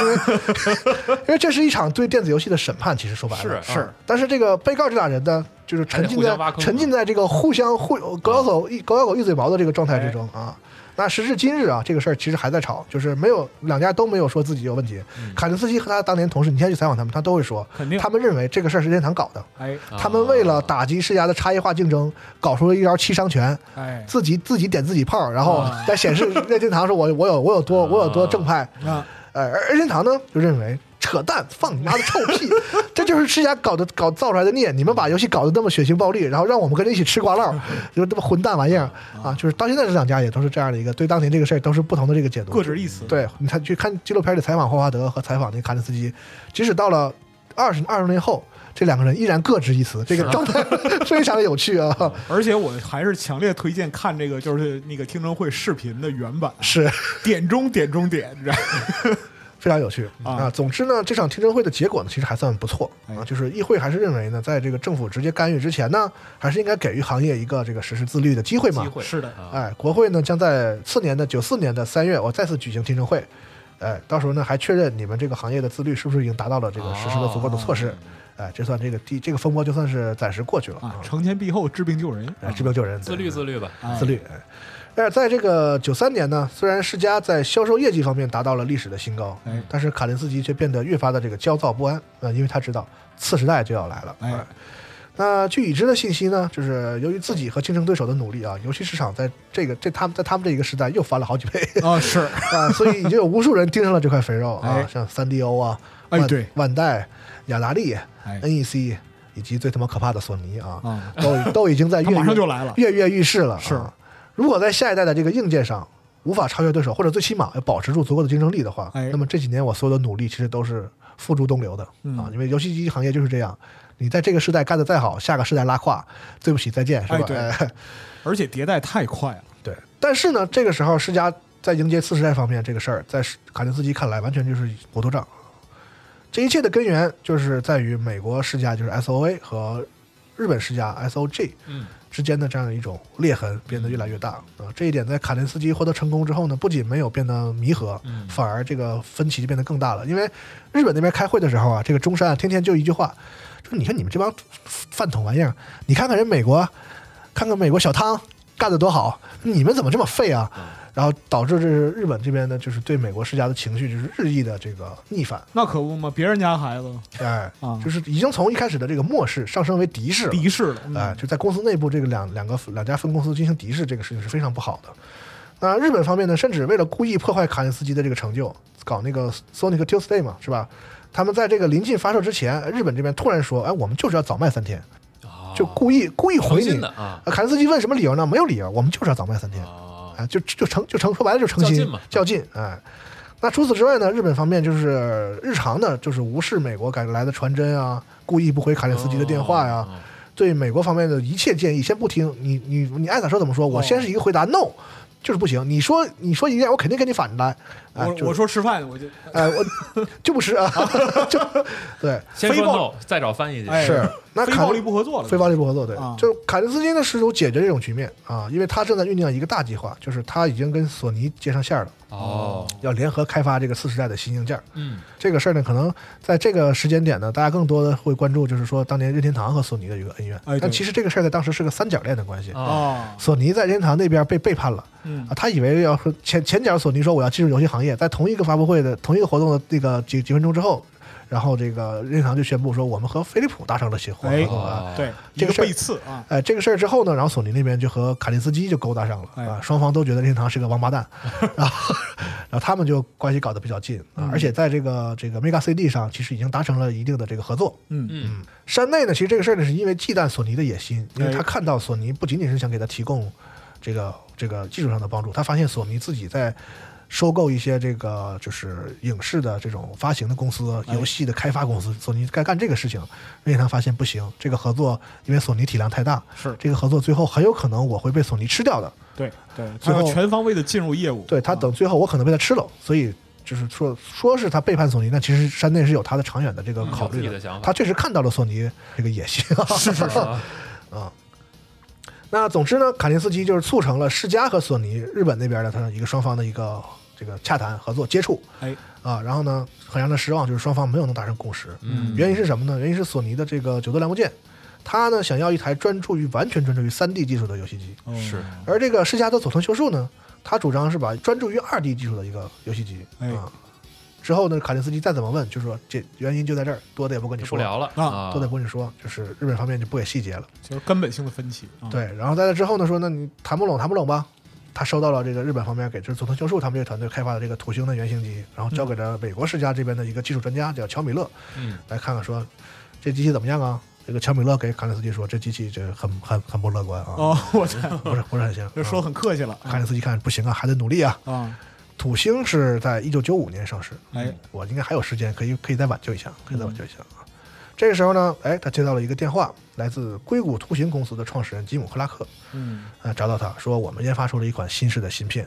Speaker 4: 因为这是一场对电子游戏的审判，其实说白了
Speaker 2: 是是哎
Speaker 4: 啊但是这个被告这俩人呢，就是沉浸
Speaker 2: 还得互
Speaker 4: 在
Speaker 2: 相挖坑啊
Speaker 4: 沉浸在这个互相互呃狗咬狗一狗咬狗一嘴毛的这个状
Speaker 2: 哎
Speaker 4: 态之中啊。那时至今日啊，这个事儿其实还在吵，就是没有两家都没有说自己有问题。
Speaker 2: 嗯
Speaker 4: 卡林斯基和他当年同事，你现在去采访他们，他都会说，
Speaker 3: 肯定
Speaker 4: 他们认为这个事儿是任天堂搞的，
Speaker 3: 哎
Speaker 4: 他们为了打击世家的差异化竞争，搞出了一招七伤拳，
Speaker 3: 哎
Speaker 4: 自己自己点自己炮，然后
Speaker 3: 啊
Speaker 4: 来
Speaker 3: <laughs>
Speaker 4: 显示任天堂说我我有我有多我有多正派。
Speaker 3: 啊
Speaker 4: 呃，而任天堂呢就认为扯淡，放你妈的臭
Speaker 3: <laughs>
Speaker 4: 屁，这就是世家搞的搞造出来的孽。你们把游戏搞得那么血腥暴力，然后让我们跟着一起吃
Speaker 3: <laughs>
Speaker 4: 瓜烙，就是这么混蛋玩意儿啊！就是到现在这两家也都是这样的一个对当年这个事儿都是不同的这个解读，
Speaker 3: 各执一词。
Speaker 4: 对你看去看纪录片里采访霍华德和采访那卡林斯基，即使到了二十二十年后，这两个人依然各执一词，这个状态 <laughs> 非常有趣啊！
Speaker 3: 而且我还是强烈推荐看这个，就是那个听证会视频的原版，
Speaker 4: 是
Speaker 3: 点中点中点，你知道
Speaker 4: 非常有趣
Speaker 3: 啊
Speaker 4: 啊！总之呢，这场听证会的结果呢，其实还算不错啊。
Speaker 3: 哎
Speaker 4: 就是议会还是认为呢，在这个政府直接干预之前呢，还是应该给予行业一个这个实施自律的机会嘛
Speaker 2: 机。会
Speaker 3: 是的
Speaker 2: 啊
Speaker 4: 哎，国会呢将在次年的九四年的三月，我再次举行听证会。哎，到时候呢还确认你们这个行业的自律是不是已经达到了这
Speaker 2: 哦
Speaker 4: 个实施了足够的措
Speaker 2: 嗯
Speaker 4: 施。哎，这算这个第这个风波就算是暂时过去了
Speaker 3: 啊，承前避后，治病救人
Speaker 4: 哎，治病救人，
Speaker 2: 自律自律吧，
Speaker 4: 对自律。哎但是在这个九三年呢，虽然世嘉在销售业绩方面达到了历史的新高，
Speaker 3: 哎
Speaker 4: 但是卡林斯基却变得越发的这个焦躁不安，呃，因为他知道次时代就要来了。
Speaker 3: 哎
Speaker 4: 那据已知的信息呢，就是由于自己和竞争对手的努力啊，游戏市场在这个这他们在他们这一个时代又翻了好几倍 <laughs>
Speaker 3: 啊，是
Speaker 4: 啊，所以已经有无数人盯上了这块肥肉啊
Speaker 3: 哎，
Speaker 4: 像三 D O 啊，
Speaker 3: 哎
Speaker 4: 万
Speaker 3: 对
Speaker 4: 万代、雅达利、
Speaker 3: 哎
Speaker 4: NEC 以及最他妈可怕的索尼啊，
Speaker 3: 啊，
Speaker 4: 都都已经
Speaker 3: <laughs>
Speaker 4: 在
Speaker 3: 他
Speaker 4: 跃跃
Speaker 3: 马上就来了
Speaker 4: 跃跃欲试了啊。
Speaker 3: 是
Speaker 4: 如果在下一代的这个硬件上无法超越对手，或者最起码要保持住足够的竞争力的话，
Speaker 3: 哎
Speaker 4: 那么这几年我所有的努力其实都是付诸东流的、
Speaker 3: 嗯
Speaker 4: 啊，因为游戏机行业就是这样。你在这个时代干得再好，下个时代拉胯，对不起，再见，是吧？
Speaker 3: 哎对
Speaker 4: <laughs> 哎
Speaker 3: 而且迭代太快了，
Speaker 4: 对但是呢，这个时候世嘉在迎接次时代方面这个事儿，在卡林斯基看来，完全就是糊涂账。这一切的根源就是在于美国世家，就是 S O A 和日本世家 S O G，
Speaker 2: 嗯
Speaker 4: 之间的这样一种裂痕变得越来越大啊。这一点在卡林斯基获得成功之后呢，不仅没有变得弥合，反而这个分歧就变得更大了。因为日本那边开会的时候啊，这个中山啊天天就一句话，就你看你们这帮饭桶玩意儿，你看看人美国，看看美国小汤干得多好，你们怎么这么废啊？
Speaker 2: 嗯
Speaker 4: 然后导致这是日本这边呢，就是对美国施加的情绪就是日益的这个逆反，
Speaker 3: 那可不嘛，别人家孩子
Speaker 4: 哎，
Speaker 3: 啊
Speaker 2: 嗯
Speaker 4: 就是已经从一开始的这个漠视上升为敌视了，
Speaker 3: 敌视了，嗯
Speaker 4: 哎，就在公司内部这个两两个两家分公司进行敌视，这个事情是非常不好的。那日本方面呢，甚至为了故意破坏卡林斯基的这个成就，搞那个 Sonic Tuesday 嘛，是吧？他们在这个临近发售之前，日本这边突然说，哎，我们就是要早卖三天，
Speaker 2: 啊
Speaker 4: 就故意故意
Speaker 2: 诚
Speaker 4: 回
Speaker 2: 心
Speaker 4: 你
Speaker 2: 的。啊
Speaker 4: 呃卡林斯基问什么理由呢？没有理由，我们就是要早卖三天。
Speaker 2: 啊
Speaker 4: 啊，就就成就成说白了就成
Speaker 2: 较
Speaker 4: 心
Speaker 2: 劲嘛
Speaker 4: 较劲哎。那除此之外呢，日本方面就是日常的，就是无视美国赶来的传真啊，故意不回卡列斯基的电话呀、
Speaker 2: 哦哦
Speaker 4: 对美国方面的一切建议先不听，你你你爱咋说怎么说，我先是一个回
Speaker 2: 哦
Speaker 4: 答、no，就是不行，你说你说一遍，我肯定跟你反着来，哎、
Speaker 3: 我
Speaker 4: 就
Speaker 3: 我说吃饭，我就
Speaker 4: 哎我 <laughs> 就不吃啊，就 <laughs> 对
Speaker 2: 先
Speaker 3: 非
Speaker 2: 说
Speaker 3: 暴
Speaker 2: no，再找翻译去。
Speaker 3: 哎
Speaker 4: 是那
Speaker 3: 非
Speaker 4: 卡
Speaker 3: 暴力不合作了，
Speaker 4: 非暴力不合作，对，
Speaker 3: 啊
Speaker 4: 就是凯林斯基呢试图解决这种局面啊，因为他正在酝酿一个大计划，就是他已经跟索尼接上线了。
Speaker 2: 哦，
Speaker 4: 要联合开发这个次世代的新硬件儿。
Speaker 2: 嗯，
Speaker 4: 这个事儿呢，可能在这个时间点呢，大家更多的会关注，就是说当年任天堂和索尼的一个恩怨
Speaker 3: 哎对。
Speaker 4: 但其实这个事儿在当时是个三角恋的关系。
Speaker 2: 啊，
Speaker 3: 啊，
Speaker 4: 索尼在任天堂那边被背叛了
Speaker 3: 嗯
Speaker 4: 啊，他以为要说前前脚索尼说我要进入游戏行业，在同一个发布会的同一个活动的那个几几分钟之后，然后这个任天堂就宣布说我们和飞利浦达成了协合
Speaker 3: 哎
Speaker 4: 合作啊。
Speaker 2: 哦
Speaker 3: 对，
Speaker 4: 这
Speaker 3: 一
Speaker 4: 个
Speaker 3: 个
Speaker 4: 事儿
Speaker 3: 背刺啊，
Speaker 4: 哎，这个事儿之后呢，然后索尼那边就和卡林斯基就勾搭上了
Speaker 3: 哎
Speaker 4: 啊，双方都觉得任天堂是个王
Speaker 3: <laughs>
Speaker 4: 八蛋，然后然后他们就关系搞得比较近
Speaker 3: 嗯
Speaker 4: 啊，而且在这个这个 Mega CD 上，其实已经达成了一定的这个合作。
Speaker 3: 嗯
Speaker 2: 嗯，
Speaker 4: 山内呢，其实这个事儿呢，是因为忌惮索尼的野心，因为
Speaker 3: 哎
Speaker 4: 他看到索尼不仅仅是想给他提供这个这个技术上的帮助，他发现索尼自己在收购一些这个就是影视的这种发行的公司、
Speaker 2: 哎
Speaker 4: 游戏的开发公司，索尼该干这个事情，任天堂发现不行，这个合作因为索尼体量太大，
Speaker 3: 是
Speaker 4: 这个合作最后很有可能我会被索尼吃掉的，
Speaker 3: 对对，他
Speaker 4: 最
Speaker 3: 要
Speaker 4: 后
Speaker 3: 全方位的进入业务，啊
Speaker 4: 对他等最后我可能被他吃了，所以。就是说，说是他背叛索尼，但其实山内是有他的长远的这个考
Speaker 2: 嗯有自
Speaker 4: 虑
Speaker 2: 己
Speaker 4: 的。
Speaker 2: 的想法
Speaker 4: 他确实看到了索尼这个野心、啊，
Speaker 2: 是是是，
Speaker 4: 那总之呢，卡林斯基就是促成了世嘉和索尼日本那边的他一个双方的一个这个洽谈、合作、接触
Speaker 3: 哎，
Speaker 4: 啊。然后呢，很让他失望，就是双方没有能达成共识。
Speaker 2: 嗯
Speaker 4: 原因是什么呢？原因是索尼的这个九座良木剑，他呢想要一台专注于完全专注于三 D 技术的游戏机，
Speaker 3: 哦
Speaker 2: 是
Speaker 4: 而这个世嘉的佐藤修树呢，他主张是把专注于二 D 技术的一个游戏机
Speaker 3: 哎
Speaker 4: 啊。之后呢，卡林斯基再怎么问，就说这原因就在这儿，多的也不跟你
Speaker 2: 就不
Speaker 4: 说，
Speaker 2: 聊了
Speaker 3: 啊
Speaker 4: 多的也不跟你说，就是日本方面就不给细节了。
Speaker 3: 就是根本性的分歧啊，
Speaker 4: 对，然后在这之后呢，说那你谈不拢，谈不拢吧。他收到了这个日本方面给就是佐藤修树他们这个团队开发的这个土星的原型机，然后交给了美国世家这边的一个技术专家叫乔米勒，
Speaker 2: 嗯，
Speaker 4: 来看看说这机器怎么样啊？这个乔米勒给卡内斯基说这机器这很很很不乐观啊，
Speaker 3: 哦，我操，
Speaker 4: 不是不是很行。
Speaker 3: 就说嗯
Speaker 4: 啊
Speaker 3: 很客气了
Speaker 4: 卡内斯基看不行啊，还得努力啊。
Speaker 3: 啊，
Speaker 4: 土星是在一九九五年上市，
Speaker 3: 哎，
Speaker 4: 我应该还有时间，可以可以再挽救一下，可以再挽救一下
Speaker 3: 嗯
Speaker 4: 啊。这个时候呢，哎，他接到了一个电话，来自硅谷图形公司的创始人吉姆克拉克，
Speaker 3: 嗯，
Speaker 4: 呃，找到他说我们研发出了一款新式的芯片，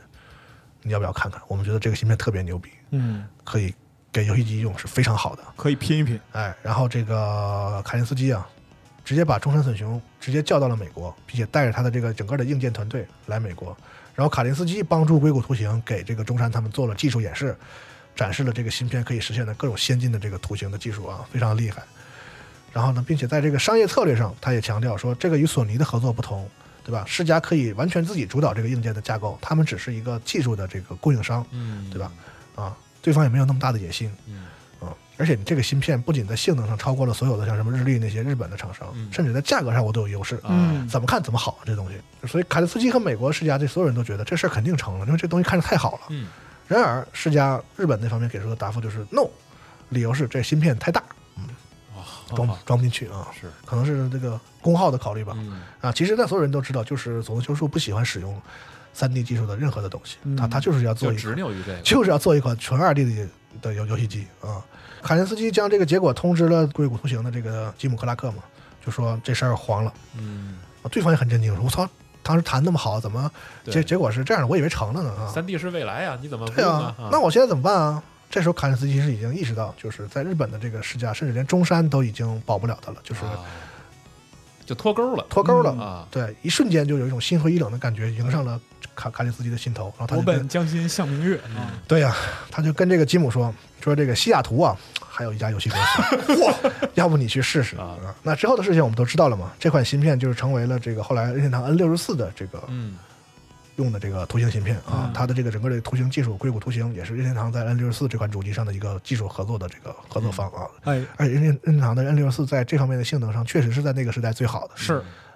Speaker 4: 你要不要看看？我们觉得这个芯片特别牛逼，
Speaker 3: 嗯，
Speaker 4: 可以给游戏机用是非常好的。
Speaker 3: 可以拼一拼，
Speaker 4: 哎，然后这个卡林斯基啊，直接把中山隼雄直接叫到了美国，并且带着他的这个整个的硬件团队来美国。然后卡林斯基帮助硅谷图形给这个中山他们做了技术演示，展示了这个芯片可以实现的各种先进的这个图形的技术啊，非常厉害。然后呢，并且在这个商业策略上，他也强调说，这个与索尼的合作不同，对吧？世嘉可以完全自己主导这个硬件的架构，他们只是一个技术的这个供应商，
Speaker 2: 嗯，
Speaker 4: 对吧？啊，对方也没有那么大的野心，
Speaker 2: 嗯
Speaker 4: 啊，而且你这个芯片不仅在性能上超过了所有的像什么日立那些日本的厂商，
Speaker 2: 嗯
Speaker 4: 甚至在价格上我都有优势，
Speaker 2: 嗯
Speaker 4: 怎么看怎么好这东西。所以卡利斯基和美国世嘉这所有人都觉得这事儿肯定成了，因为这东西看着太好了。
Speaker 2: 嗯
Speaker 4: 然而世嘉日本那方面给出的答复就是 no，理由是这芯片太大，装
Speaker 2: 啊
Speaker 4: 装不进去啊，
Speaker 2: 是，
Speaker 4: 可能是这个功耗的考虑吧。
Speaker 2: 嗯
Speaker 4: 啊，其实那所有人都知道，就是佐藤修树不喜欢使用三 D 技术的任何的东西，他他就是要做
Speaker 2: 就嗯
Speaker 4: 一个
Speaker 2: 执拗于这个，
Speaker 4: 就是要做一款纯二 D 的的游游戏机啊。卡林斯基将这个结果通知了硅谷图形的这个吉姆克拉克嘛，就说这事儿黄了。
Speaker 2: 嗯，
Speaker 4: 啊对方也很震惊，说我操，当时谈那么好，怎么结
Speaker 2: 对
Speaker 4: 结果是这样的？我以为成了呢啊。
Speaker 2: 三 D 是未来啊，你怎么不
Speaker 4: 对
Speaker 2: 用
Speaker 4: 啊
Speaker 2: 啊？啊，
Speaker 4: 那我现在怎么办啊？这时候卡林斯基是已经意识到，就是在日本的这个世家，甚至连中山都已经保不了他了，就是
Speaker 2: 啊就脱钩了
Speaker 4: 脱钩了。
Speaker 2: 啊！
Speaker 4: 对，一瞬间就有一种心灰意冷的感觉迎上了卡卡里斯基的心头，然后他
Speaker 3: 我
Speaker 4: 就
Speaker 3: 本
Speaker 4: 跟
Speaker 3: 将心向明月啊，
Speaker 4: 对呀、他就跟这个吉姆说说这个西雅图啊，还有一家游戏公
Speaker 2: <laughs>
Speaker 4: 司，哇，要不你去试试
Speaker 2: 啊
Speaker 4: 啊？那之后的事情我们都知道了嘛，这款芯片就是成为了这个后来任天堂 N 六十四的这个
Speaker 2: 嗯，
Speaker 4: 用的这个图形芯片啊
Speaker 3: 嗯，
Speaker 4: 它的这个整个的图形技术，硅谷图形也是任天堂在 N 六十四这款主机上的一个技术合作的这个合作方啊。
Speaker 3: 哎，
Speaker 4: 而且任天任天堂的 N 六十四在这方面的性能上，确实是在那个时代最好的，
Speaker 3: 是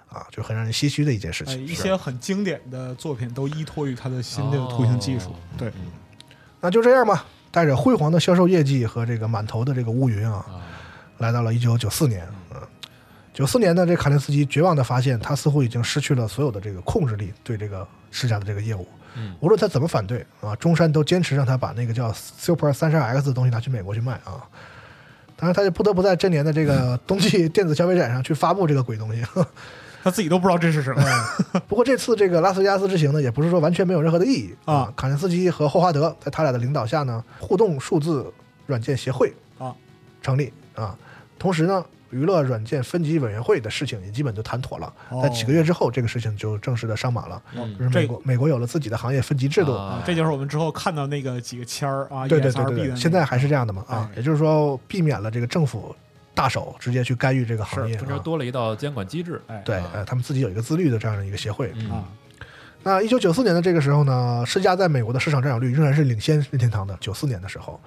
Speaker 4: 啊，就很让人唏嘘的一件事
Speaker 3: 哎，
Speaker 4: 情。
Speaker 3: 一
Speaker 4: 是
Speaker 3: 些很经典的作品都依托于它的新的图形技术
Speaker 2: 哦，
Speaker 3: 对，
Speaker 2: 嗯
Speaker 4: 那就这样吧，带着辉煌的销售业绩和这个满头的这个乌云啊，
Speaker 2: 啊，
Speaker 4: 来到了一九九四年，嗯，九四年呢，这卡林斯基绝望地发现，他似乎已经失去了所有的这个控制力，对这个世家的这个业务，
Speaker 2: 嗯
Speaker 4: 无论他怎么反对啊，中山都坚持让他把那个叫 Super 三十 X 的东西拿去美国去卖啊。当然，他就不得不在这年的这个冬季电子消费展上去发布这个鬼东西。
Speaker 3: 他自己都不知道这是什么，
Speaker 4: 不过这次这个拉斯维加斯之行呢，也不是说完全没有任何的意义
Speaker 3: 啊。
Speaker 4: 卡林斯基和霍华德在他俩的领导下呢，互动数字软件协会
Speaker 3: 啊
Speaker 4: 成立啊，同时呢，娱乐软件分级委员会的事情也基本就谈妥了。
Speaker 3: 哦
Speaker 4: 在几个月之后，这个事情就正式的上马了。
Speaker 2: 嗯
Speaker 4: 就是美国，美国有了自己的行业分级制度，
Speaker 2: 啊
Speaker 3: 这就是我们之后看到那个几个签儿啊
Speaker 4: 对对
Speaker 3: ，ESRB
Speaker 4: 对对
Speaker 3: 的那
Speaker 4: 对，
Speaker 3: 个，
Speaker 4: 现在还是这样的嘛啊
Speaker 3: 哎，
Speaker 4: 也就是说避免了这个政府大手直接去干预这个行业
Speaker 2: 中间
Speaker 4: 啊。
Speaker 2: 多啊了一道监管机制，
Speaker 3: 哎
Speaker 4: 对，呃，他们自己有一个自律的这样的一个协会。
Speaker 2: 嗯
Speaker 3: 啊，
Speaker 4: 那一九九四年的这个时候呢，世嘉在美国的市场占有率仍然是领先任天堂的。九四年的时候，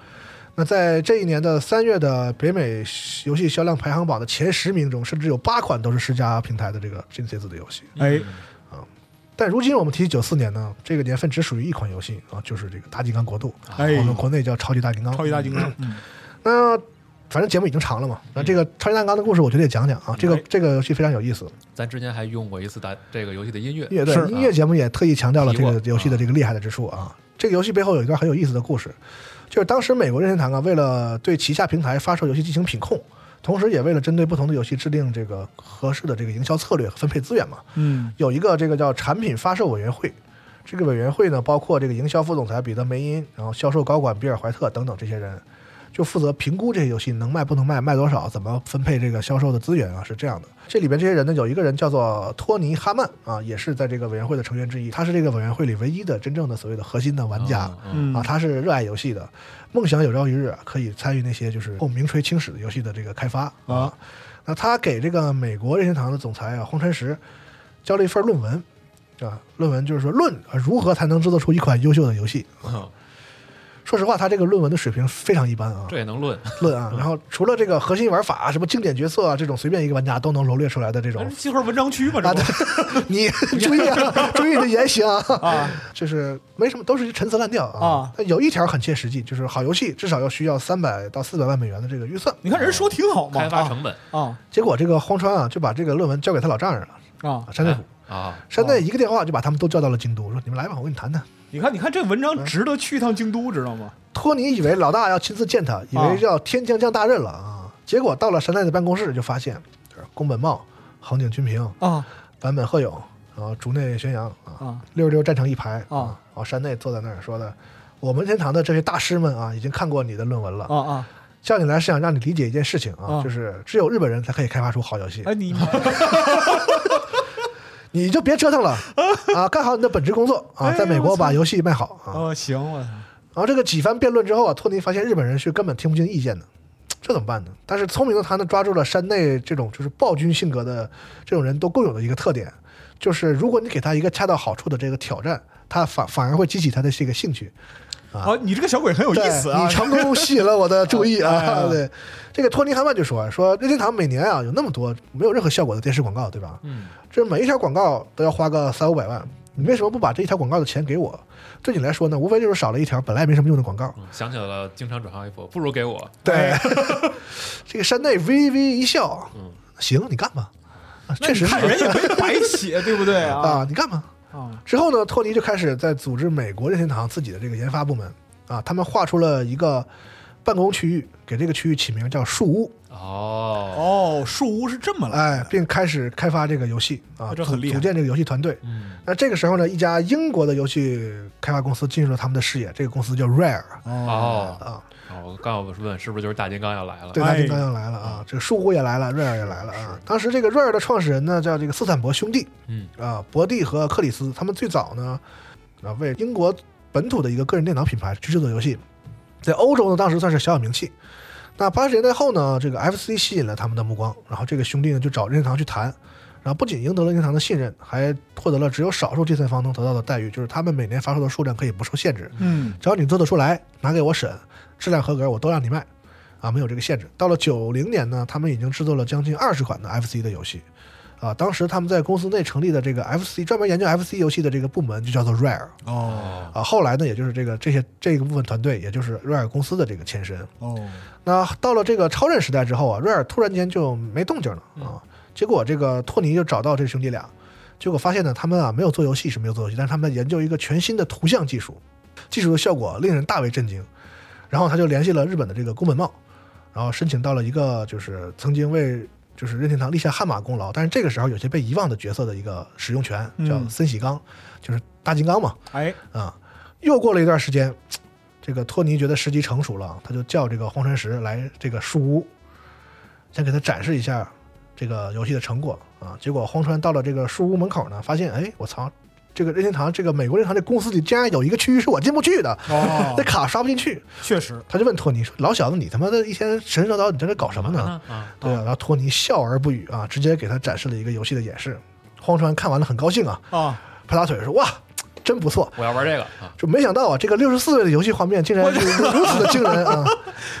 Speaker 4: 那在这一年的三月的北美游戏销量排行榜的前十名中，甚至有八款都是世嘉平台的这个 GNC 的游戏。
Speaker 2: 嗯
Speaker 3: 哎，
Speaker 4: 但如今我们提起九四年呢，这个年份只属于一款游戏啊，就是这个《大金刚国度》，
Speaker 3: 哎
Speaker 4: 我们国内叫《超级大金刚》。
Speaker 3: 超级大金刚，嗯
Speaker 4: 那反正节目已经长了嘛，那这个《超级大金刚》的故事我觉得也讲讲啊，这个
Speaker 3: 哎
Speaker 4: 这个游戏非常有意思。
Speaker 2: 咱之前还用过一次打这个游戏的音乐，啊
Speaker 4: 乐队
Speaker 3: 是
Speaker 4: 音乐节目也特意强调了这个
Speaker 2: 提过
Speaker 4: 游戏的这个厉害的之处啊。这个游戏背后有一段很有意思的故事，就是当时美国任天堂啊，为了对旗下平台发售游戏进行品控，同时也为了针对不同的游戏制定这个合适的这个营销策略和分配资源嘛，
Speaker 3: 嗯，
Speaker 4: 有一个这个叫产品发售委员会。这个委员会呢，包括这个营销副总裁彼得梅因，然后销售高管比尔怀特等等这些人，就负责评估这些游戏能卖不能卖，卖多少，怎么分配这个销售的资源啊，是这样的。这里边这些人呢，有一个人叫做托尼·哈曼啊，也是在这个委员会的成员之一，他是这个委员会里唯一的真正的所谓的核心的玩家。
Speaker 2: 啊嗯
Speaker 3: 嗯
Speaker 4: 啊，他是热爱游戏的，梦想有朝一日啊可以参与那些就是后名垂青史的游戏的这个开发
Speaker 3: 啊。
Speaker 4: 那他给这个美国任天堂的总裁啊荒川石交了一份论文啊，论文就是说论啊如何才能制作出一款优秀的游戏。
Speaker 2: 嗯
Speaker 4: 说实话，他这个论文的水平非常一般啊，
Speaker 2: 这也能论，
Speaker 4: 论啊。然后除了这个核心玩法啊，什么经典角色啊这种随便一个玩家都能罗列出来的这
Speaker 3: 那
Speaker 4: 种
Speaker 3: 是，集合文章区嘛，
Speaker 4: 啊，
Speaker 3: 这不
Speaker 4: 对你 <laughs> 注意啊，注意你的言行啊。
Speaker 3: 啊，
Speaker 4: 就是没什么，都是陈词滥调啊
Speaker 3: 啊。
Speaker 4: 但有一条很切实际，就是好游戏至少要需要三百到四百万美元的这个预算。
Speaker 3: 你看人说挺好嘛，
Speaker 2: 开发成本
Speaker 3: 啊
Speaker 4: 结果这个荒川啊，就把这个论文交给他老丈人了，
Speaker 3: 啊啊
Speaker 4: 啊，山内溥。
Speaker 2: 啊，
Speaker 4: 山内一个电话就把他们都叫到了京都，说你们来吧，我跟你谈谈。
Speaker 3: 你看，你看这文章值得去一趟京都，知道吗？
Speaker 4: 托尼以为老大要亲自见
Speaker 3: 啊
Speaker 4: 他，以为要天将降大任了啊。结果到了山内的办公室，就发现就是宫本茂、横井军平、
Speaker 3: 啊
Speaker 4: 坂本鹤勇，然后竹内宣阳啊，
Speaker 3: 啊
Speaker 4: 溜溜站成一排
Speaker 3: 啊
Speaker 4: 啊。然后山内坐在那儿说的：“我们天堂的这些大师们啊，已经看过你的论文了
Speaker 3: 啊。啊！
Speaker 4: 叫你来是想让你理解一件事情啊，
Speaker 3: 啊
Speaker 4: 就是只有日本人才可以开发出好游戏，
Speaker 3: 哎，你
Speaker 4: 你就别折腾了
Speaker 3: <laughs>
Speaker 4: 啊，干好你的本职工作啊，
Speaker 3: 哎
Speaker 4: 在美国
Speaker 3: 我操
Speaker 4: 把游戏卖好啊。
Speaker 3: 哦，行，我操
Speaker 4: 然后这个几番辩论之后啊，托尼发现日本人是根本听不进意见的，这怎么办呢？但是聪明的他呢，抓住了山内这种就是暴君性格的这种人都共有的一个特点，就是如果你给他一个恰到好处的这个挑战，他反反而会激起他的这个兴趣。
Speaker 3: 啊！你这个小鬼很有意思啊
Speaker 4: 对你！成功吸引了我的注
Speaker 3: <laughs>
Speaker 4: 意
Speaker 3: 哎哎
Speaker 4: 啊！
Speaker 3: 哎
Speaker 4: 对，这个托尼·哈曼就说说任天堂每年啊有那么多没有任何效果的电视广告，对吧？
Speaker 2: 嗯，
Speaker 4: 这每一条广告都要花个三五百万，你为什么不把这一条广告的钱给我？对你来说呢，无非就是少了一条本来没什么用的广告。
Speaker 2: 嗯想起来了，经常转发微博，不如给我，
Speaker 4: 对，
Speaker 3: 哎
Speaker 4: <laughs> 这个山内微微一笑，
Speaker 2: 嗯，
Speaker 4: 行，你干吧，啊
Speaker 3: 那
Speaker 4: 确实
Speaker 3: 你 <laughs>
Speaker 4: 是
Speaker 3: 看人也没白写，对不对啊？
Speaker 4: <laughs> 啊，你干吧。
Speaker 3: 啊
Speaker 4: 之后呢，托尼就开始在组织美国任天堂自己的这个研发部门啊，他们划出了一个办公区域，给这个区域起名叫树屋。
Speaker 2: 哦，
Speaker 3: 哦，树屋是这么来的，
Speaker 4: 哎，并开始开发这个游戏啊，
Speaker 3: 这
Speaker 4: 组
Speaker 3: 很厉害
Speaker 4: 组建这个游戏团队。
Speaker 2: 嗯，
Speaker 4: 那这个时候呢，一家英国的游戏开发公司进入了他们的视野，这个公司叫 Rare
Speaker 2: 哦，
Speaker 4: 啊，
Speaker 2: 哦我刚我问是不是就是大金刚要来了？
Speaker 4: 对，
Speaker 3: 哎
Speaker 4: 大金刚要来了啊，这个树屋也来了，Rare 也来了啊。当时这个 Rare 的创始人呢叫这个斯坦伯兄弟，
Speaker 2: 嗯
Speaker 4: 啊，伯蒂和克里斯，他们最早呢啊为英国本土的一个个人电脑品牌去制作游戏，在欧洲呢当时算是小有名气。那八十年代后呢，这个 FC 吸引了他们的目光，然后这个兄弟呢就找任天堂去谈，然后不仅赢得了任天堂的信任，还获得了只有少数第三方能得到的待遇，就是他们每年发售的数量可以不受限制。
Speaker 3: 嗯，
Speaker 4: 只要你做得出来，拿给我审，质量合格我都让你卖，啊，没有这个限制。到了九零年呢，他们已经制作了将近二十款的 FC 的游戏，啊，当时他们在公司内成立的这个 FC 专门研究 FC 游戏的这个部门就叫做 Rare，
Speaker 3: 哦
Speaker 4: 啊，后来呢，也就是这个这些这个部分团队，也就是 Rare 公司的这个前身。
Speaker 3: 哦，
Speaker 4: 那到了这个超任时代之后啊，瑞尔突然间就没动静了啊。结果这个托尼就找到这兄弟俩，结果发现呢，他们啊没有做游戏是没有做游戏，但是他们在研究一个全新的图像技术，技术的效果令人大为震惊。然后他就联系了日本的这个宫本茂，然后申请到了一个就是曾经为就是任天堂立下汗马功劳，但是这个时候有些被遗忘的角色的一个使用权，叫
Speaker 3: 嗯
Speaker 4: 森喜刚，就是大金刚嘛。
Speaker 3: 哎，
Speaker 4: 啊。又过了一段时间，这个托尼觉得时机成熟了，他就叫这个荒川石来这个树屋，先给他展示一下这个游戏的成果啊。结果荒川到了这个树屋门口呢，发现哎，我操，这个任天堂这个美国任天堂这公司里竟然有一个区域是我进不去的，
Speaker 3: 哦
Speaker 4: <laughs> 那，卡刷不进去。
Speaker 3: 确实，
Speaker 4: 他就问托尼说：“老小子，你他妈的一天神神叨叨，你在这搞什么
Speaker 2: 干
Speaker 4: 呢
Speaker 2: 嘛？”啊，
Speaker 4: 对啊，然后托尼笑而不语啊，直接给他展示了一个游戏的演示。荒川看完了很高兴啊，
Speaker 3: 啊，
Speaker 4: 拍大腿说：“哇，真不错！
Speaker 2: 我要玩这个啊，
Speaker 4: 就没想到啊，这个六十四位的游戏画面竟然是如此的惊人啊！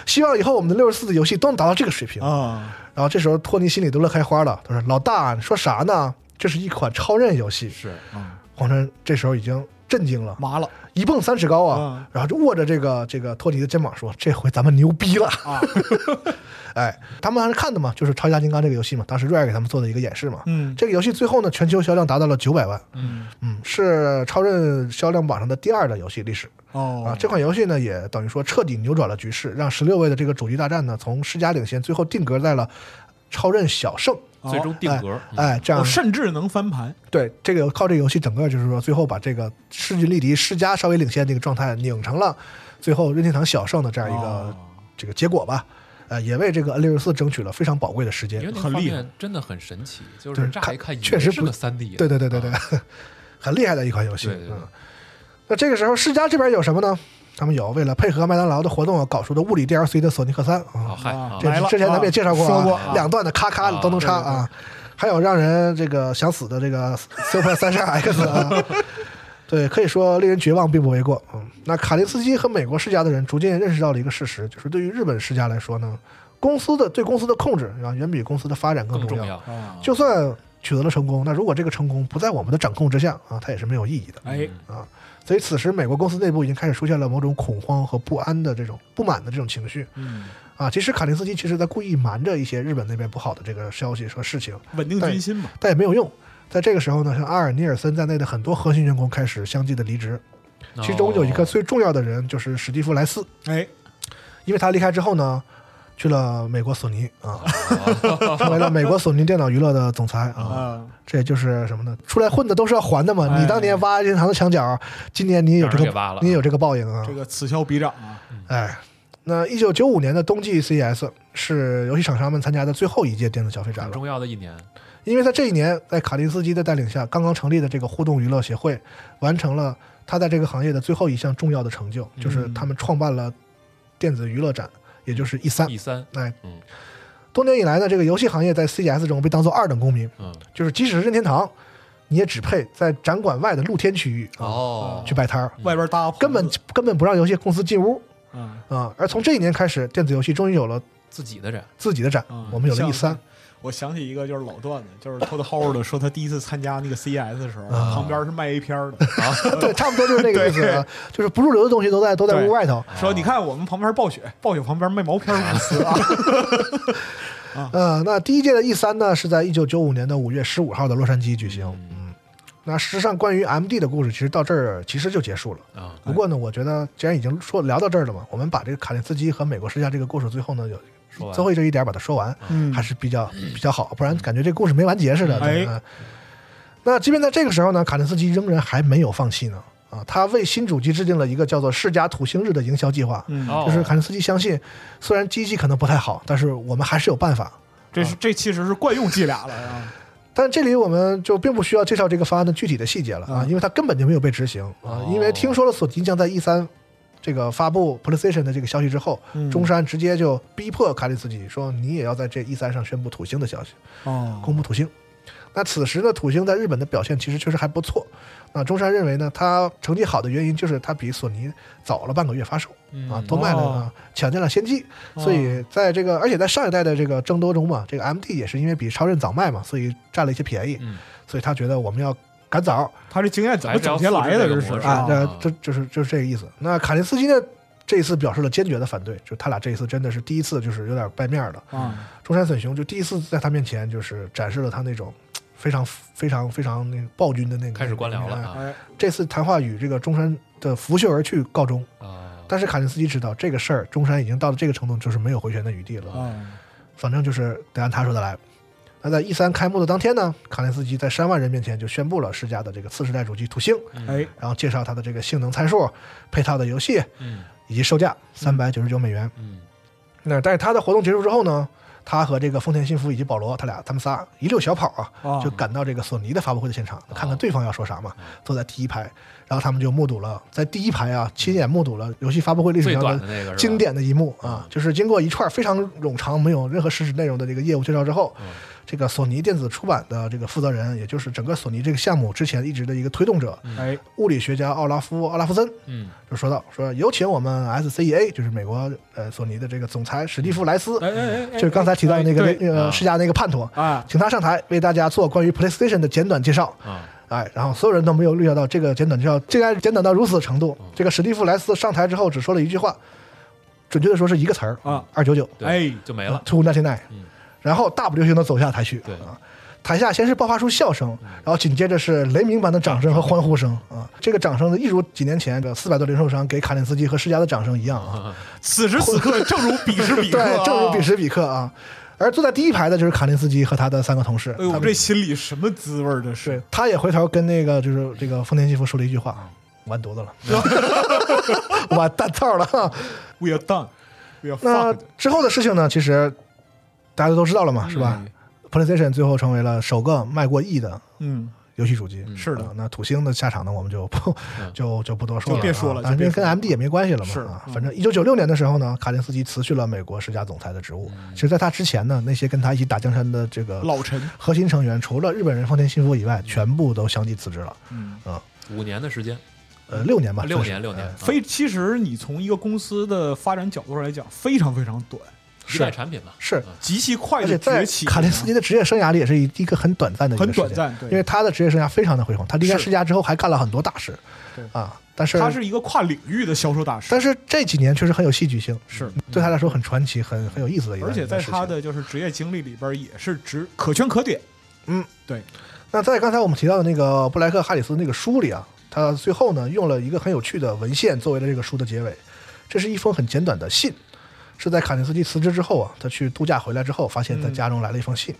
Speaker 4: 希望以后我们的六十四的游戏都能达到这个水平。
Speaker 3: 啊，
Speaker 4: 然后这时候托尼心里都乐开花了，他说：“老大，你说啥呢？这是一款超任游戏。
Speaker 2: 是，”啊
Speaker 4: 黄川这时候已经震惊了，
Speaker 3: 麻了
Speaker 4: 一蹦三尺高啊！
Speaker 3: 嗯
Speaker 4: 然后就握着这个这个托尼的肩膀说：“这回咱们牛逼了！”
Speaker 3: 啊，
Speaker 4: 哎，他们还是看的嘛，就是《超级大金刚》这个游戏嘛，当时 Rare 给他们做的一个演示嘛。
Speaker 3: 嗯，
Speaker 4: <laughs> 这个游戏最后呢，全球销量达到了九百万，
Speaker 2: 嗯
Speaker 4: 嗯，是超任销量榜上的第二的游戏历史。
Speaker 3: 哦
Speaker 4: 啊，这款游戏呢也等于说彻底扭转了局势，让十六位的这个主机大战呢从世嘉领先，最后定格在了超任小胜。
Speaker 2: 最终定格，嗯
Speaker 4: 哦哎，这样、
Speaker 3: 哦甚至能翻盘，
Speaker 4: 对这个靠这个游戏整个就是说最后把这个势均力敌世嘉稍微领先这个状态拧成了最后任天堂小胜的这样一个、
Speaker 3: 哦
Speaker 4: 这个结果吧。呃，也为这个 N 六十四争取了非常宝贵的时间
Speaker 2: 因为。那个
Speaker 3: 很
Speaker 2: 画
Speaker 3: 厉害
Speaker 2: 面真的很神奇，就是
Speaker 4: 对
Speaker 2: 乍
Speaker 4: 看
Speaker 2: 一看以为
Speaker 4: 确实
Speaker 2: 是
Speaker 4: 不
Speaker 2: 个三 D，
Speaker 4: 对对对对对， <laughs> 很厉害的一款游戏。
Speaker 2: 啊对对对
Speaker 4: 嗯，那这个时候世嘉这边有什么呢？他们有为了配合麦当劳的活动啊，搞出的物理 DLC 的《索尼克三》啊、
Speaker 2: 哦嗨啊
Speaker 4: 这
Speaker 3: 来了
Speaker 4: 之前咱们也介绍过、
Speaker 3: 啊
Speaker 4: 啊，
Speaker 3: 说过啊
Speaker 4: 两段的咔咔的都能插啊，还有让人这个想死的这个 Super 三十 X 啊， <laughs> 对，可以说令人绝望并不为过。嗯，那卡林斯基和美国世家的人逐渐认识到了一个事实，就是对于日本世家来说呢，公司的对公司的控制啊，远比公司的发展
Speaker 2: 更
Speaker 4: 重
Speaker 2: 重要。
Speaker 3: 啊，
Speaker 4: 就算取得了成功，那如果这个成功不在我们的掌控之下啊，它也是没有意义的。
Speaker 3: 哎，
Speaker 4: 所以此时，美国公司内部已经开始出现了某种恐慌和不安的这种不满的这种情绪。
Speaker 3: 嗯，
Speaker 4: 啊，其实卡林斯基其实在故意瞒着一些日本那边不好的这个消息和事情，
Speaker 3: 稳定军心嘛，
Speaker 4: 但也没有用。在这个时候呢，像阿尔尼尔森在内的很多核心员工开始相继的离职，其中有一个
Speaker 2: 哦
Speaker 4: 最重要的人就是史蒂夫·莱斯，
Speaker 3: 哎，
Speaker 4: 因为他离开之后呢，去了美国索尼
Speaker 2: <laughs>
Speaker 4: 啊，成为了美国索尼电脑娱乐的总裁
Speaker 2: 哦
Speaker 4: 啊。
Speaker 3: 啊，
Speaker 4: 这就是什么呢？出来混的都是要还的嘛。你当年挖任天堂的墙角，今年你也有这
Speaker 2: 让人
Speaker 4: 个
Speaker 2: 哎给挖了，
Speaker 4: 你也有这个报应啊
Speaker 3: 这。个此消彼长啊，
Speaker 4: 哎，那一九九五年的冬季 CES 是游戏厂商们参加的最后一届电子消费展
Speaker 2: 很
Speaker 4: 了。
Speaker 2: 重要的一年，
Speaker 4: 因为在这一年，在卡林斯基的带领下，刚刚成立的这个互动娱乐协会完成了他在这个行业的最后一项重要的成
Speaker 2: 嗯
Speaker 4: 就，就是他们创办了电子娱乐展，也就是 E 三。
Speaker 2: E 三，
Speaker 4: 哎
Speaker 2: 嗯，
Speaker 4: 多年以来呢，这个游戏行业在 CES 中被当做二等公民，
Speaker 2: 嗯，
Speaker 4: 就是即使是任天堂，你也只配在展馆外的露天区域啊、
Speaker 2: 哦，
Speaker 4: 去摆摊儿，
Speaker 3: 外边搭
Speaker 4: 根本根本不让游戏公司进屋
Speaker 3: 啊，
Speaker 4: 啊、而从这一年开始，电子游戏终于有了
Speaker 2: 自己的展，
Speaker 4: 自己的展，
Speaker 3: 嗯
Speaker 4: 我们有了
Speaker 3: 像
Speaker 4: E 三。
Speaker 3: 我想起一个就是老段子，就是托特 Howard 说他第一次参加那个 CES 的时候，
Speaker 4: 啊
Speaker 3: 旁边是卖 A 片儿的， <laughs>
Speaker 4: 对，差不多就是这个意思啊，就是不入流的东西都在都在
Speaker 3: 对
Speaker 4: 屋外头。
Speaker 3: 说你看我们旁边暴雪，暴雪旁边卖毛片儿公司
Speaker 4: <laughs>
Speaker 3: 啊，
Speaker 4: 呃，那第一届的 E 三呢，是在一九九五年的五月十五号的洛杉矶举行。
Speaker 2: 嗯
Speaker 4: 那事实上，关于 MD 的故事，其实到这儿其实就结束了。
Speaker 2: 啊，
Speaker 3: 哎
Speaker 4: 不过呢，我觉得既然已经说聊到这儿了嘛，我们把这个卡林斯基和美国世家这个故事最后呢有
Speaker 2: 说完
Speaker 4: 最后这一点把它说完，
Speaker 3: 嗯，
Speaker 4: 还是比较比较好，不然感觉这故事没完结似的。
Speaker 3: 哎
Speaker 4: 对吧那即便在这个时候呢，卡林斯基仍然还没有放弃呢。啊，他为新主机制定了一个叫做“世家土星日”的营销计划。
Speaker 3: 嗯，
Speaker 2: 哦
Speaker 4: 就是卡林斯基相信，虽然机器可能不太好，但是我们还是有办法。
Speaker 3: 这是这其实是惯用伎俩了啊。
Speaker 4: 但这里我们就并不需要介绍这个方案的具体的细节了啊，
Speaker 3: 嗯
Speaker 4: 因为它根本就没有被执行啊
Speaker 2: 哦。
Speaker 4: 因为听说了索尼将在 E 三这个发布 PlayStation 的这个消息之后
Speaker 3: 嗯，
Speaker 4: 中山直接就逼迫卡林斯基说：“你也要在这 E 三上宣布土星的消息，
Speaker 3: 哦，
Speaker 4: 公布土星。”那此时呢，土星在日本的表现其实确实还不错。那中山认为呢，它成绩好的原因就是它比索尼早了半个月发售
Speaker 2: 嗯
Speaker 4: 啊，多卖了
Speaker 3: 哦
Speaker 4: 啊，抢占了先机。
Speaker 2: 哦
Speaker 4: 所以在这个，而且在上一代的这个争夺中嘛，这个 MD 也是因为比超任早卖嘛，所以占了一些便宜，
Speaker 2: 嗯
Speaker 4: 所以他觉得我们要赶早
Speaker 3: 他这经验怎么总结来的？这是
Speaker 2: 还是要复制这个模式
Speaker 4: 啊，
Speaker 2: 哦
Speaker 4: 这这就是就是这个意思。那卡林斯基呢，这一次表示了坚决的反对，就他俩这一次真的是第一次就是有点掰面了。
Speaker 3: 啊，
Speaker 4: 中山隼雄就第一次在他面前就是展示了他那种嘖非常非常非常那个暴君的那个
Speaker 2: 开始官僚了
Speaker 4: 哎
Speaker 2: 啊
Speaker 3: 哎，
Speaker 4: 这次谈话与这个中山的拂袖而去告终，
Speaker 2: 啊，
Speaker 4: 但是卡林斯基知道这个事儿，中山已经到了这个程度，就是没有回旋的余地了。
Speaker 2: 嗯
Speaker 3: 啊，
Speaker 4: 反正就是得按他说的来。那在 E 三开幕的当天呢，卡林斯基在三万人面前就宣布了世嘉的这个次世代主机土星，
Speaker 3: 哎，
Speaker 4: 然后介绍它的这个性能参数、配套的游戏
Speaker 2: 嗯
Speaker 4: 以及售价三百九十九美元。
Speaker 2: 嗯
Speaker 4: 那但是他的活动结束之后呢，他和这个丰田幸福以及保罗他俩他们仨一溜小跑啊，
Speaker 3: 啊
Speaker 4: 就赶到这个索尼的发布会的现场，看看对方要说啥嘛，坐在第一排，然后他们就目睹了在第一排啊，亲眼目睹了游戏发布会历史
Speaker 2: 最
Speaker 4: 上
Speaker 2: 短
Speaker 4: 的
Speaker 2: 的那个是吧
Speaker 4: 经典的一幕啊，就是经过一串非常冗长、没有任何实质内容的这个业务介绍之后，这个索尼电子出版的这个负责人，也就是整个索尼这个项目之前一直的一个推动者，
Speaker 3: 哎，
Speaker 4: 物理学家奥拉夫·奥拉夫森
Speaker 2: 嗯
Speaker 4: 就说到说，有请我们 SCEA，就是美国呃索尼的这个总裁史蒂夫·莱斯，
Speaker 3: 哎哎哎，
Speaker 4: 就是刚才提到的那个
Speaker 3: 哎
Speaker 4: 那
Speaker 3: 对
Speaker 4: 个
Speaker 2: 啊
Speaker 4: 试驾那个叛徒，
Speaker 3: 啊，
Speaker 4: 请他上台为大家做关于 PlayStation 的简短介绍。
Speaker 2: 啊
Speaker 4: 哎，然后所有人都没有预料到这个简短介绍竟然简短到如此程度。这个史蒂夫·莱斯上台之后只说了一句话，准确的说是一个词儿
Speaker 3: 啊，
Speaker 4: 二九九
Speaker 2: 对
Speaker 3: 哎
Speaker 2: 就没了，
Speaker 4: ，two ninety nine
Speaker 2: 嗯。
Speaker 4: 然后大步流星的走下台去，
Speaker 2: 对嗯
Speaker 4: 啊，台下先是爆发出笑声，然后紧接着是雷鸣般的掌声和欢呼声啊！这个掌声呢，一如几年前的四百多零售商给卡林斯基和世嘉的掌声一样啊，
Speaker 3: 此时此刻正如彼时彼刻啊，
Speaker 4: <laughs> 对，正如彼时彼刻啊。而坐在第一排的就是卡林斯基和他的三个同事，
Speaker 3: 哎
Speaker 4: 他
Speaker 3: 呦，
Speaker 4: 们
Speaker 3: 这心里什么滋味儿？这是
Speaker 4: 对，他也回头跟那个就是这个丰田幸福说了一句话：“完犊子了， <laughs> 完蛋操了。
Speaker 3: <laughs> we are done, we are ”
Speaker 4: 那
Speaker 3: fucked。
Speaker 4: 之后的事情呢，其实大家都知道了嘛，是吧？PlayStation 最后成为了首个卖过亿的
Speaker 3: 嗯，
Speaker 4: 游戏主机。
Speaker 3: 是
Speaker 4: 啊
Speaker 3: 的，
Speaker 4: 那土星的下场呢，我们就不 <laughs> 就就不多说了
Speaker 3: 嗯
Speaker 4: 啊，
Speaker 3: 就别说了
Speaker 4: 反
Speaker 3: 就别
Speaker 4: 正
Speaker 3: 说
Speaker 4: 跟
Speaker 3: 了
Speaker 4: MD 也没关系了嘛。
Speaker 3: 是
Speaker 4: 啊
Speaker 3: 嗯
Speaker 4: 反正一九九六年的时候呢，卡林斯基辞去了美国世家总裁的职务。
Speaker 3: 嗯
Speaker 4: 其实，在他之前呢，那些跟他一起打江山的这个
Speaker 3: 老陈，
Speaker 4: 核心成员，除了日本人丰田幸福以外，全部都相继辞职了。
Speaker 3: 嗯，
Speaker 2: 五年的时间，
Speaker 4: 呃，六年吧，
Speaker 2: 六
Speaker 4: 算是
Speaker 2: 年六年啊
Speaker 4: 呃，
Speaker 3: 非其实你从一个公司的发展角度上来讲，非常非常短，
Speaker 2: 一代产品吧，
Speaker 4: 是，
Speaker 3: 极其嗯快
Speaker 4: 而且
Speaker 3: 的
Speaker 4: 在
Speaker 3: 崛起。
Speaker 4: 卡林斯基的职业生涯里也是一一个很短暂的一个
Speaker 3: 很
Speaker 4: 时
Speaker 3: 短
Speaker 4: 间，
Speaker 3: 暂，对，
Speaker 4: 因为他的职业生涯非常的辉煌，他离开
Speaker 3: 是
Speaker 4: 世家之后还干了很多大事
Speaker 3: 对，
Speaker 4: 啊，但是
Speaker 3: 他是一个跨领域的销售大师，
Speaker 4: 但是这几年确实很有戏剧性，嗯
Speaker 3: 是，
Speaker 4: 对他来说很传奇，很很有意思的一个。
Speaker 3: 而且在
Speaker 4: 一件事
Speaker 3: 他
Speaker 4: 情
Speaker 3: 的就是职业经历里边也是只可圈可点。
Speaker 4: 嗯，
Speaker 3: 对，
Speaker 4: 那在刚才我们提到的那个布莱克哈里斯那个书里啊，他最后呢用了一个很有趣的文献作为了这个书的结尾，这是一封很简短的信，是在卡林斯基辞职之后啊，他去度假回来之后，发现在家中来了一封信。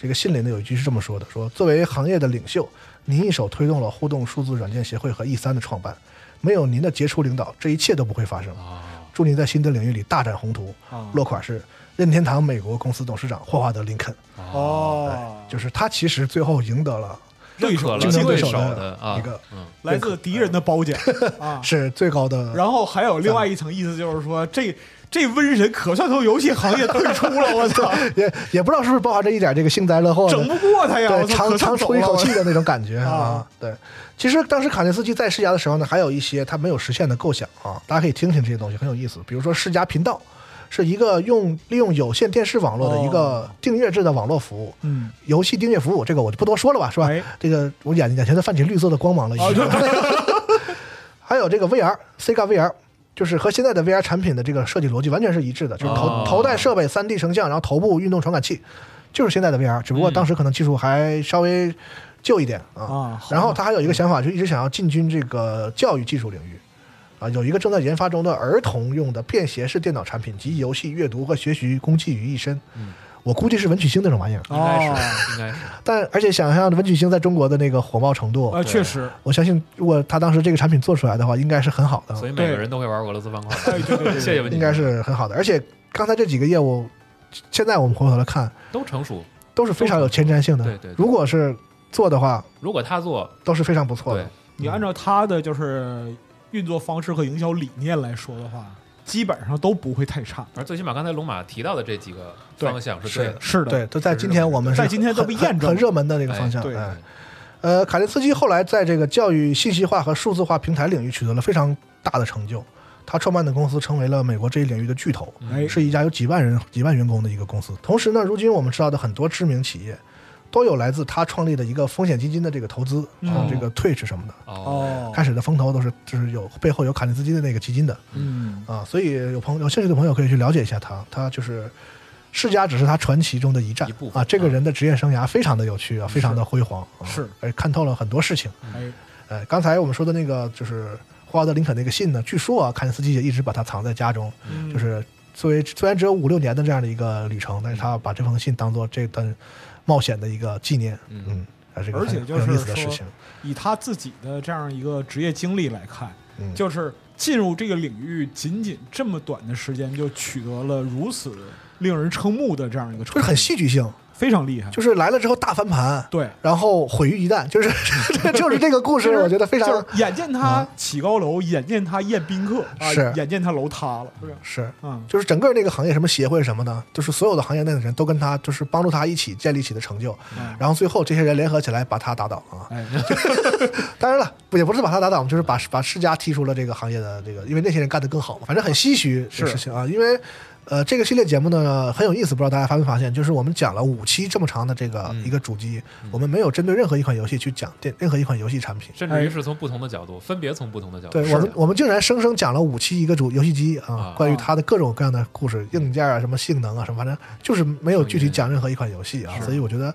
Speaker 4: 这个信里呢有一句是这么说的：说作为行业的领袖，您一手推动了互动数字软件协会和 E 三的创办，没有您的杰出领导，这一切都不会发生。
Speaker 2: 啊，
Speaker 4: 祝您在新的领域里大展宏图。
Speaker 3: 啊
Speaker 4: 落款是任天堂美国公司董事长霍华德·林肯。
Speaker 3: 啊哦，
Speaker 4: 就是他其实最后赢得了
Speaker 3: 对
Speaker 2: 认
Speaker 3: 手
Speaker 2: 可了
Speaker 4: 竞争
Speaker 2: 对
Speaker 4: 对
Speaker 2: 手
Speaker 4: 手
Speaker 2: 的啊
Speaker 4: 的一个
Speaker 2: 嗯
Speaker 3: 来自敌人的褒奖
Speaker 4: <laughs>
Speaker 3: 啊。
Speaker 4: 是最高的，
Speaker 3: 然后还有另外一层意思，就是说这这瘟神可算从游戏行业退出了，我操，
Speaker 4: 也也不知道是不是包含着一点这个幸灾乐祸
Speaker 3: 整
Speaker 4: 的
Speaker 3: 不，过他呀，我
Speaker 4: 对，
Speaker 3: 操，可
Speaker 4: 长
Speaker 3: 算
Speaker 4: 长
Speaker 3: 走
Speaker 4: 出一
Speaker 3: 了
Speaker 4: 口气
Speaker 3: 我
Speaker 4: 的那种感觉啊
Speaker 3: 啊。
Speaker 4: 对，其实当时卡内斯基在世家的时候呢，还有一些他没有实现的构想啊，大家可以听听这些东西，很有意思。比如说世家频道。是一个用利用有线电视网络的一个
Speaker 3: 哦
Speaker 4: 订阅制的网络服务，
Speaker 3: 嗯，
Speaker 4: 游戏订阅服务，这个我就不多说了吧，是吧？
Speaker 3: 哎哦
Speaker 4: 这个我眼眼前都泛起绿色的光芒了，已经。还有这个 VR，Sega VR，就是和现在的 VR 产品的这个设计逻辑完全是一致的，就是头、
Speaker 2: 哦
Speaker 4: 头戴设备、3D 成像，然后头部运动传感器，就是现在的 VR，只不过当时可能技术还稍微旧一点啊。
Speaker 3: 啊好
Speaker 4: 然后他还有一个想法，就一直想要进军这个教育技术领域。啊，有一个正在研发中的儿童用的便携式电脑产品，集游戏、阅读和学习工具于一身。
Speaker 2: 嗯
Speaker 4: 我估计是文曲星那种玩意儿，
Speaker 2: 应该
Speaker 3: 哦
Speaker 2: 是，应该是，
Speaker 4: 但而且想象文曲星在中国的那个火爆程度，
Speaker 3: 呃，确实，
Speaker 4: 我相信如果他当时这个产品做出来的话，应该是很好的。
Speaker 2: 所以每个
Speaker 3: 对
Speaker 2: 人都会玩俄罗斯
Speaker 4: <laughs>
Speaker 2: 方块。
Speaker 3: 哎对对对对
Speaker 2: 谢谢文姐，
Speaker 4: 应该是很好的。而且刚才这几个业务，现在我们回头来看，
Speaker 2: 都成熟。
Speaker 4: 都是非常有前瞻性的。
Speaker 2: 对对对
Speaker 4: 如果是做的话，
Speaker 2: 如果他做，
Speaker 4: 都是非常不错
Speaker 2: 对
Speaker 4: 的。，嗯
Speaker 3: 你按照他的就是运作方式和营销理念来说的话，基本上都不会太差。
Speaker 2: 而最起码刚才龙马提到的这几个
Speaker 4: 对
Speaker 2: 方向是
Speaker 4: 是
Speaker 2: 对的。
Speaker 3: 是的，
Speaker 4: 对，都在今天我们是
Speaker 3: 在今天都被
Speaker 4: 很
Speaker 3: 验证了
Speaker 4: 很热门的那个方向。
Speaker 3: 哎对
Speaker 2: 嗯
Speaker 4: 哎
Speaker 2: 哦
Speaker 4: 呃，卡林斯基后来在这个教育信息化和数字化平台领域取得了非常大的成就。他创办的公司成为了美国这一领域的巨
Speaker 2: 嗯
Speaker 4: 头，
Speaker 3: 哎，
Speaker 4: 嗯是一家有几万人、几万员工的一个公司。同时呢，如今我们知道的很多知名企业，都有来自他创立的一个风险基金的这个投资，像
Speaker 2: 嗯
Speaker 4: 这个 Twitch 什么的。
Speaker 2: 哦，
Speaker 3: 哦，
Speaker 4: 开始的风投都是就是有背后有卡林斯基的那个基金的
Speaker 3: 嗯，
Speaker 4: 啊，所以有朋友有兴趣的朋友可以去了解一下他，他就是世家只是他传奇中的一站
Speaker 2: 一部分
Speaker 4: 啊，这
Speaker 3: 嗯
Speaker 4: 个人的职业生涯非常的有趣啊，非常的辉煌，啊
Speaker 3: 是，
Speaker 4: 而看透了很多事情。
Speaker 3: 哎，
Speaker 4: 呃，刚才我们说的那个就是霍华德林肯那个信呢，据说啊，卡林斯基也一直把它藏在家中，
Speaker 3: 嗯
Speaker 4: 就是作为虽然只有五六年的这样的一个旅程，但
Speaker 3: 嗯
Speaker 4: 是他把这封信当做这段冒险的一个纪念，
Speaker 2: 嗯
Speaker 4: 嗯，还是一个
Speaker 3: 而
Speaker 4: 很
Speaker 3: 且就是
Speaker 4: 很有意思的事
Speaker 3: 说
Speaker 4: 情，
Speaker 3: 以他自己的这样一个职业经历来看，
Speaker 4: 嗯，
Speaker 3: 就是进入这个领域仅仅这么短的时间就取得了如此令人瞠目的这样一个成
Speaker 4: 就
Speaker 3: 绩，
Speaker 4: 是很戏剧性，
Speaker 3: 非常厉害，
Speaker 4: 就是来了之后大翻盘，
Speaker 3: 对。
Speaker 4: 然后毁于一旦，就是 <laughs> 就是这个故事，我觉得非常啊
Speaker 3: 就是眼见他起高楼，眼见他宴宾客啊
Speaker 4: 是，
Speaker 3: 眼见他楼塌了，是吧
Speaker 4: 是，
Speaker 3: 嗯，
Speaker 4: 就是整个那个行业什么协会什么的，就是所有的行业内的人都跟他就是帮助他一起建立起的成就，
Speaker 3: 嗯
Speaker 4: 然后最后这些人联合起来把他打倒啊。
Speaker 3: 哎，
Speaker 4: 当然了，不也不是把他打倒，就是把把世家踢出了这个行业的这个，因为那些人干得更好嘛。反正很唏嘘这个
Speaker 3: 是
Speaker 4: 事情啊，因为。呃，这个系列节目呢很有意思，不知道大家发没发现，就是我们讲了五期这么长的这个
Speaker 3: 嗯
Speaker 4: 一个主机，我们没有针对任何一款游戏去讲电任何一款游戏产品，
Speaker 2: 甚至于是从不同的角度，分别啊从不同的角度。
Speaker 4: 哎对我们，我们竟然生生讲了五期一个主游戏机
Speaker 2: 啊
Speaker 4: 啊，关于它的各种各样的故事、硬件啊、什么性能啊、什么，反正就是没有具体讲任何一款游戏啊，所以我觉得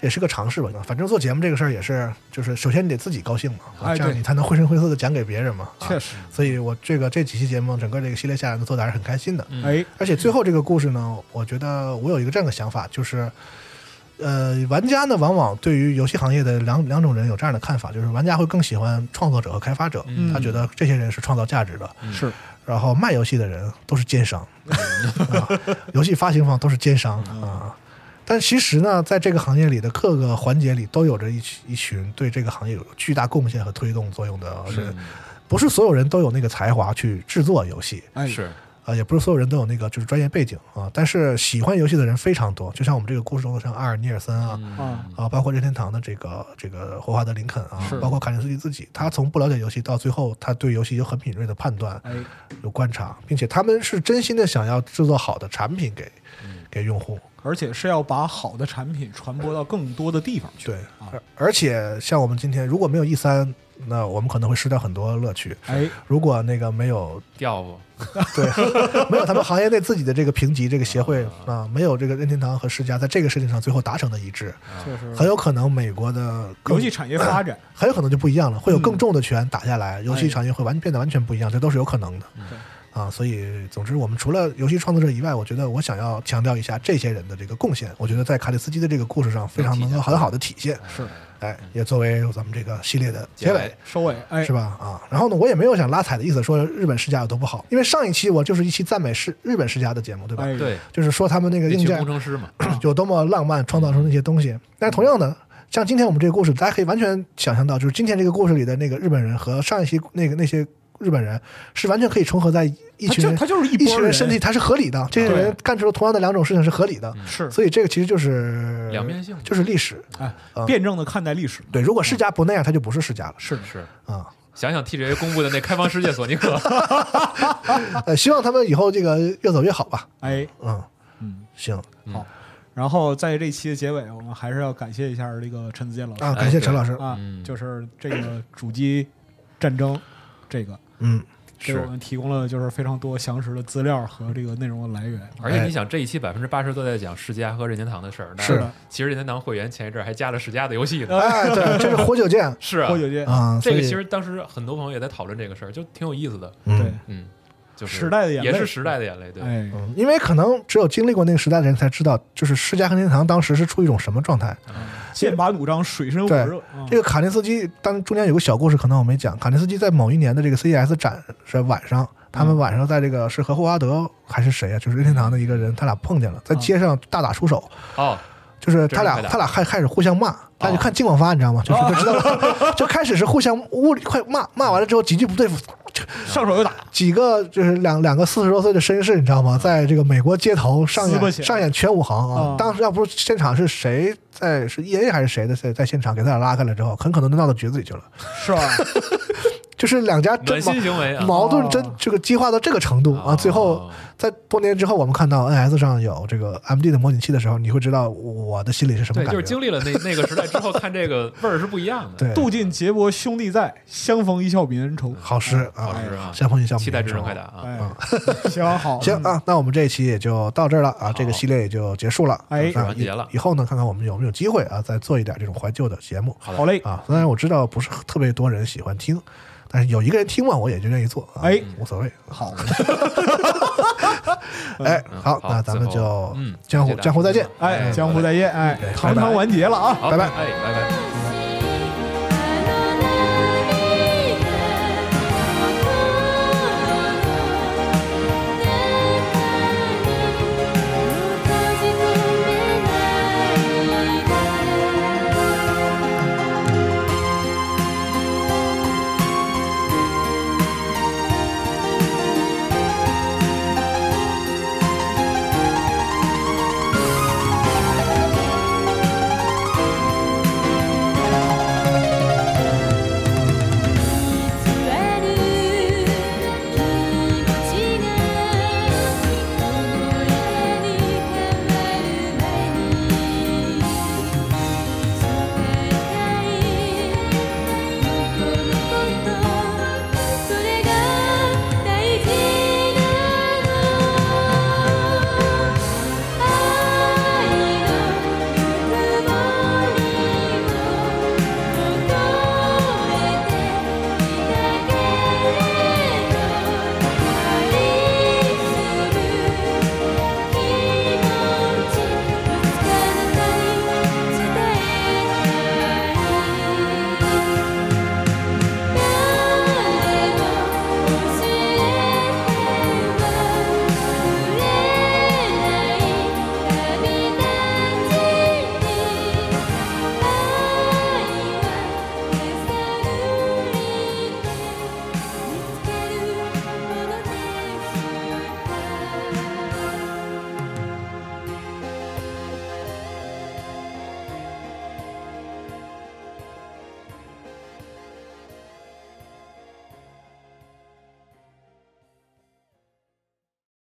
Speaker 4: 这也是个尝试吧。反正做节目这个事儿也是，就是首先你得自己高兴嘛，啊
Speaker 3: 哎
Speaker 4: 这样
Speaker 3: 对
Speaker 4: 你才能绘声绘色的讲给别人嘛。啊
Speaker 3: 确实，
Speaker 4: 所以我这个这几期节目，整个这个系列下来呢，做的还是很开心的。
Speaker 2: 嗯
Speaker 3: 哎，
Speaker 4: 而且最后这个故事呢，我觉得我有一个这样的想法，就是，呃，玩家呢往往对于游戏行业的两两种人有这样的看法，就是玩家会更喜欢创作者和开发者，
Speaker 2: 嗯
Speaker 4: 他觉得这些人是创造价值的，
Speaker 3: 是
Speaker 4: 然后卖游戏的人都是奸商，啊，游戏发行方都是奸商啊。但其实呢，在这个行业里的各个环节里，都有着一群一群对这个行业有巨大贡献和推动作用的人，
Speaker 2: 嗯
Speaker 4: 不是所有人都有那个才华去制作游戏，
Speaker 3: 哎，
Speaker 2: 是
Speaker 4: 啊，也不是所有人都有那个就是专业背景啊，但是喜欢游戏的人非常多，就像我们这个故事中的像阿尔尼尔森啊，
Speaker 3: 啊，
Speaker 4: 啊，包括任天堂的这个这个霍华德林肯啊
Speaker 3: 是，
Speaker 4: 包括卡林斯基自己，他从不了解游戏到最后，他对游戏有很敏锐的判断，
Speaker 3: 哎，
Speaker 4: 有观察，并且他们是真心的想要制作好的产品给
Speaker 3: 嗯
Speaker 4: 给用户。
Speaker 3: 而且是要把好的产品传播到更多的地方去，
Speaker 4: 对，
Speaker 3: 啊，
Speaker 4: 而而且像我们今天如果没有 E 三，那我们可能会失掉很多乐趣。
Speaker 3: 哎，
Speaker 4: 如果那个没有
Speaker 2: 调不？
Speaker 4: 没有他们行业内自己的这个评级这个协会啊，没有这个任天堂和世嘉在这个事情上最后达成的一致，
Speaker 3: 确实，
Speaker 4: 很有可能美国的更
Speaker 3: 游戏产业嗯发展，
Speaker 4: 很有可能就不一样了，会有更重的拳打下来，游戏产业会完变得完全不一样，这都是有可能的。啊，所以总之，我们除了游戏创作者以外，我觉得我想要强调一下这些人的这个贡献，我觉得在卡里斯基的这个故事上非常能够很好的体现。
Speaker 3: 是
Speaker 4: 哎，也作为咱们这个系列的结尾。
Speaker 3: <clears throat> 收尾，哎，
Speaker 4: 是吧？啊，然后呢，我也没有想拉踩的意思，说日本世家有多不好，因为上一期我就是一期赞美世日本世家的节目，对吧？
Speaker 3: 哎，
Speaker 2: 对，
Speaker 4: 就是说他们那个
Speaker 2: 地
Speaker 4: 硬
Speaker 2: 区
Speaker 4: 件
Speaker 2: 工程师嘛，
Speaker 4: <clears throat> 有多么浪漫，创造出那些东西。但是同样的，像今天我们这个故事，大家可以完全想象到，就是今天这个故事里的那个日本人和上一期那个那些日本人是完全可以重合在一
Speaker 3: 他
Speaker 4: 群
Speaker 3: 就
Speaker 4: 人
Speaker 3: 他。就是一
Speaker 4: 一
Speaker 3: 波
Speaker 4: 群人身体，它是合理的，这些
Speaker 3: 对嗯
Speaker 4: 人干出了同样的两种事情是合理的，
Speaker 3: 是
Speaker 4: 所以这个其实就是
Speaker 2: 两面性
Speaker 4: 就是历史。
Speaker 3: 哎
Speaker 4: 啊，
Speaker 3: 辩证的看待历史，
Speaker 4: 对，如果世家不那样，他就不是世家了
Speaker 3: 是
Speaker 2: 是。
Speaker 4: 啊。
Speaker 2: 想想 TGA 公布的那开放世界索尼
Speaker 4: <laughs>
Speaker 2: 克，
Speaker 4: 呃，希望他们以后这个越走越好吧。
Speaker 3: 哎，
Speaker 4: 嗯，
Speaker 3: 嗯，
Speaker 4: 行
Speaker 3: 好。然后在这期的结尾，我们还是要感谢一下这个陈子健老
Speaker 4: 啊，
Speaker 3: 师
Speaker 4: 感谢陈老师。
Speaker 3: 哎啊
Speaker 2: 嗯，
Speaker 3: 就是这个主机战争，这个
Speaker 4: 嗯，
Speaker 3: 给我们提供了就是非常多详实的资料和这个内容的来源。
Speaker 2: 而
Speaker 4: 哎
Speaker 2: 且你想，这一期百分之八十都在讲世嘉和任天堂的事儿，那
Speaker 4: 是
Speaker 3: 的
Speaker 2: 其实任天堂会员前一阵儿还加了世嘉的游戏呢，
Speaker 4: 哎，对，这是活久见
Speaker 2: 是啊
Speaker 3: 或，者这
Speaker 4: 啊。
Speaker 2: 这
Speaker 4: 所
Speaker 2: 个
Speaker 4: 以
Speaker 2: 其实当时很多朋友也在讨论这个事儿，就挺有意思的，
Speaker 3: 对
Speaker 4: 嗯，
Speaker 2: 嗯，就是
Speaker 3: 时代的眼泪
Speaker 2: 也是时代的眼泪，对，
Speaker 3: 哎，
Speaker 4: 嗯因为可能只有经历过那个时代的人才知道，就是世嘉和任天堂当时是处于一种什么状态。
Speaker 3: 剑拔弩张，水深火热。嗯
Speaker 4: 这个卡内斯基，当中间有个小故事，可能我没讲。卡内斯基在某一年的这个 CES 展是晚上，他们晚上在这个是和霍华德还是谁啊？就是任天堂的一个人，他俩碰见了，在街上大打出手，
Speaker 2: 哦，
Speaker 4: 就是他
Speaker 2: 这是快啊
Speaker 4: 俩
Speaker 2: 打
Speaker 4: 他俩还开始互相骂。但你看金广发，你知道吗？就是就知
Speaker 2: 啊
Speaker 4: 道， <laughs> 就开始是互相屋里快骂，骂完了之后几句不对付，
Speaker 3: 上手就
Speaker 2: <laughs>
Speaker 3: 打，
Speaker 4: 几个就是两两个四十多岁的绅士，你知道吗？在这个美国街头上
Speaker 3: 撕巴
Speaker 4: 演
Speaker 3: 起来
Speaker 4: 上演全武行啊！
Speaker 3: 啊
Speaker 4: 当时要不是现场是谁在是 E A 还是谁的在在现场给他俩拉开了之后，很可能都闹到局子里去了。
Speaker 3: 是吧？
Speaker 4: 就是两家
Speaker 2: 暖
Speaker 4: 真
Speaker 2: 心行为啊，
Speaker 4: 矛矛盾
Speaker 3: 哦
Speaker 4: 真这个激化到这个程度啊！
Speaker 2: 哦
Speaker 4: 最后在多年之后，我们看到 NS 上有这个 MD 的模拟器的时候，你会知道我的心里是什么
Speaker 2: 对，
Speaker 4: 感
Speaker 2: 就是
Speaker 4: 觉
Speaker 2: 经。历了那那个时代之后，看这个味儿是不一样的，
Speaker 4: 对，
Speaker 3: 渡尽劫波兄弟在，相逢一笑泯恩仇。
Speaker 4: 好诗
Speaker 2: 好
Speaker 4: 啊
Speaker 2: 吃，啊，
Speaker 4: 相逢一笑泯
Speaker 2: 期待
Speaker 4: 恩
Speaker 2: 真人
Speaker 4: 仇
Speaker 2: 快打啊，
Speaker 3: 哎，行好，
Speaker 4: 行啊，那我们这一期也就到这儿了啊，这个
Speaker 2: 好
Speaker 4: 系列也就结束了，
Speaker 3: 哎
Speaker 4: 那
Speaker 2: 完结了
Speaker 4: 以以后呢，看看我们有没有机会啊，再做一点这种怀旧的节目
Speaker 3: 好嘞，
Speaker 4: 啊。虽然我知道不是特别多人喜欢听，但是有一个人听嘛，我也就愿意做，啊、
Speaker 3: 哎，
Speaker 4: 无所谓。
Speaker 3: 好，
Speaker 4: 嗯哎，好
Speaker 2: 嗯好，
Speaker 4: 那咱们
Speaker 2: 最后
Speaker 4: 就
Speaker 2: 嗯
Speaker 4: 江湖
Speaker 2: 谢谢大家
Speaker 4: 江湖再见。
Speaker 3: 哎，江湖再见，哎
Speaker 4: 哎，
Speaker 3: 堂堂完结了啊。
Speaker 2: 好，
Speaker 4: 拜拜
Speaker 2: 哎，拜拜。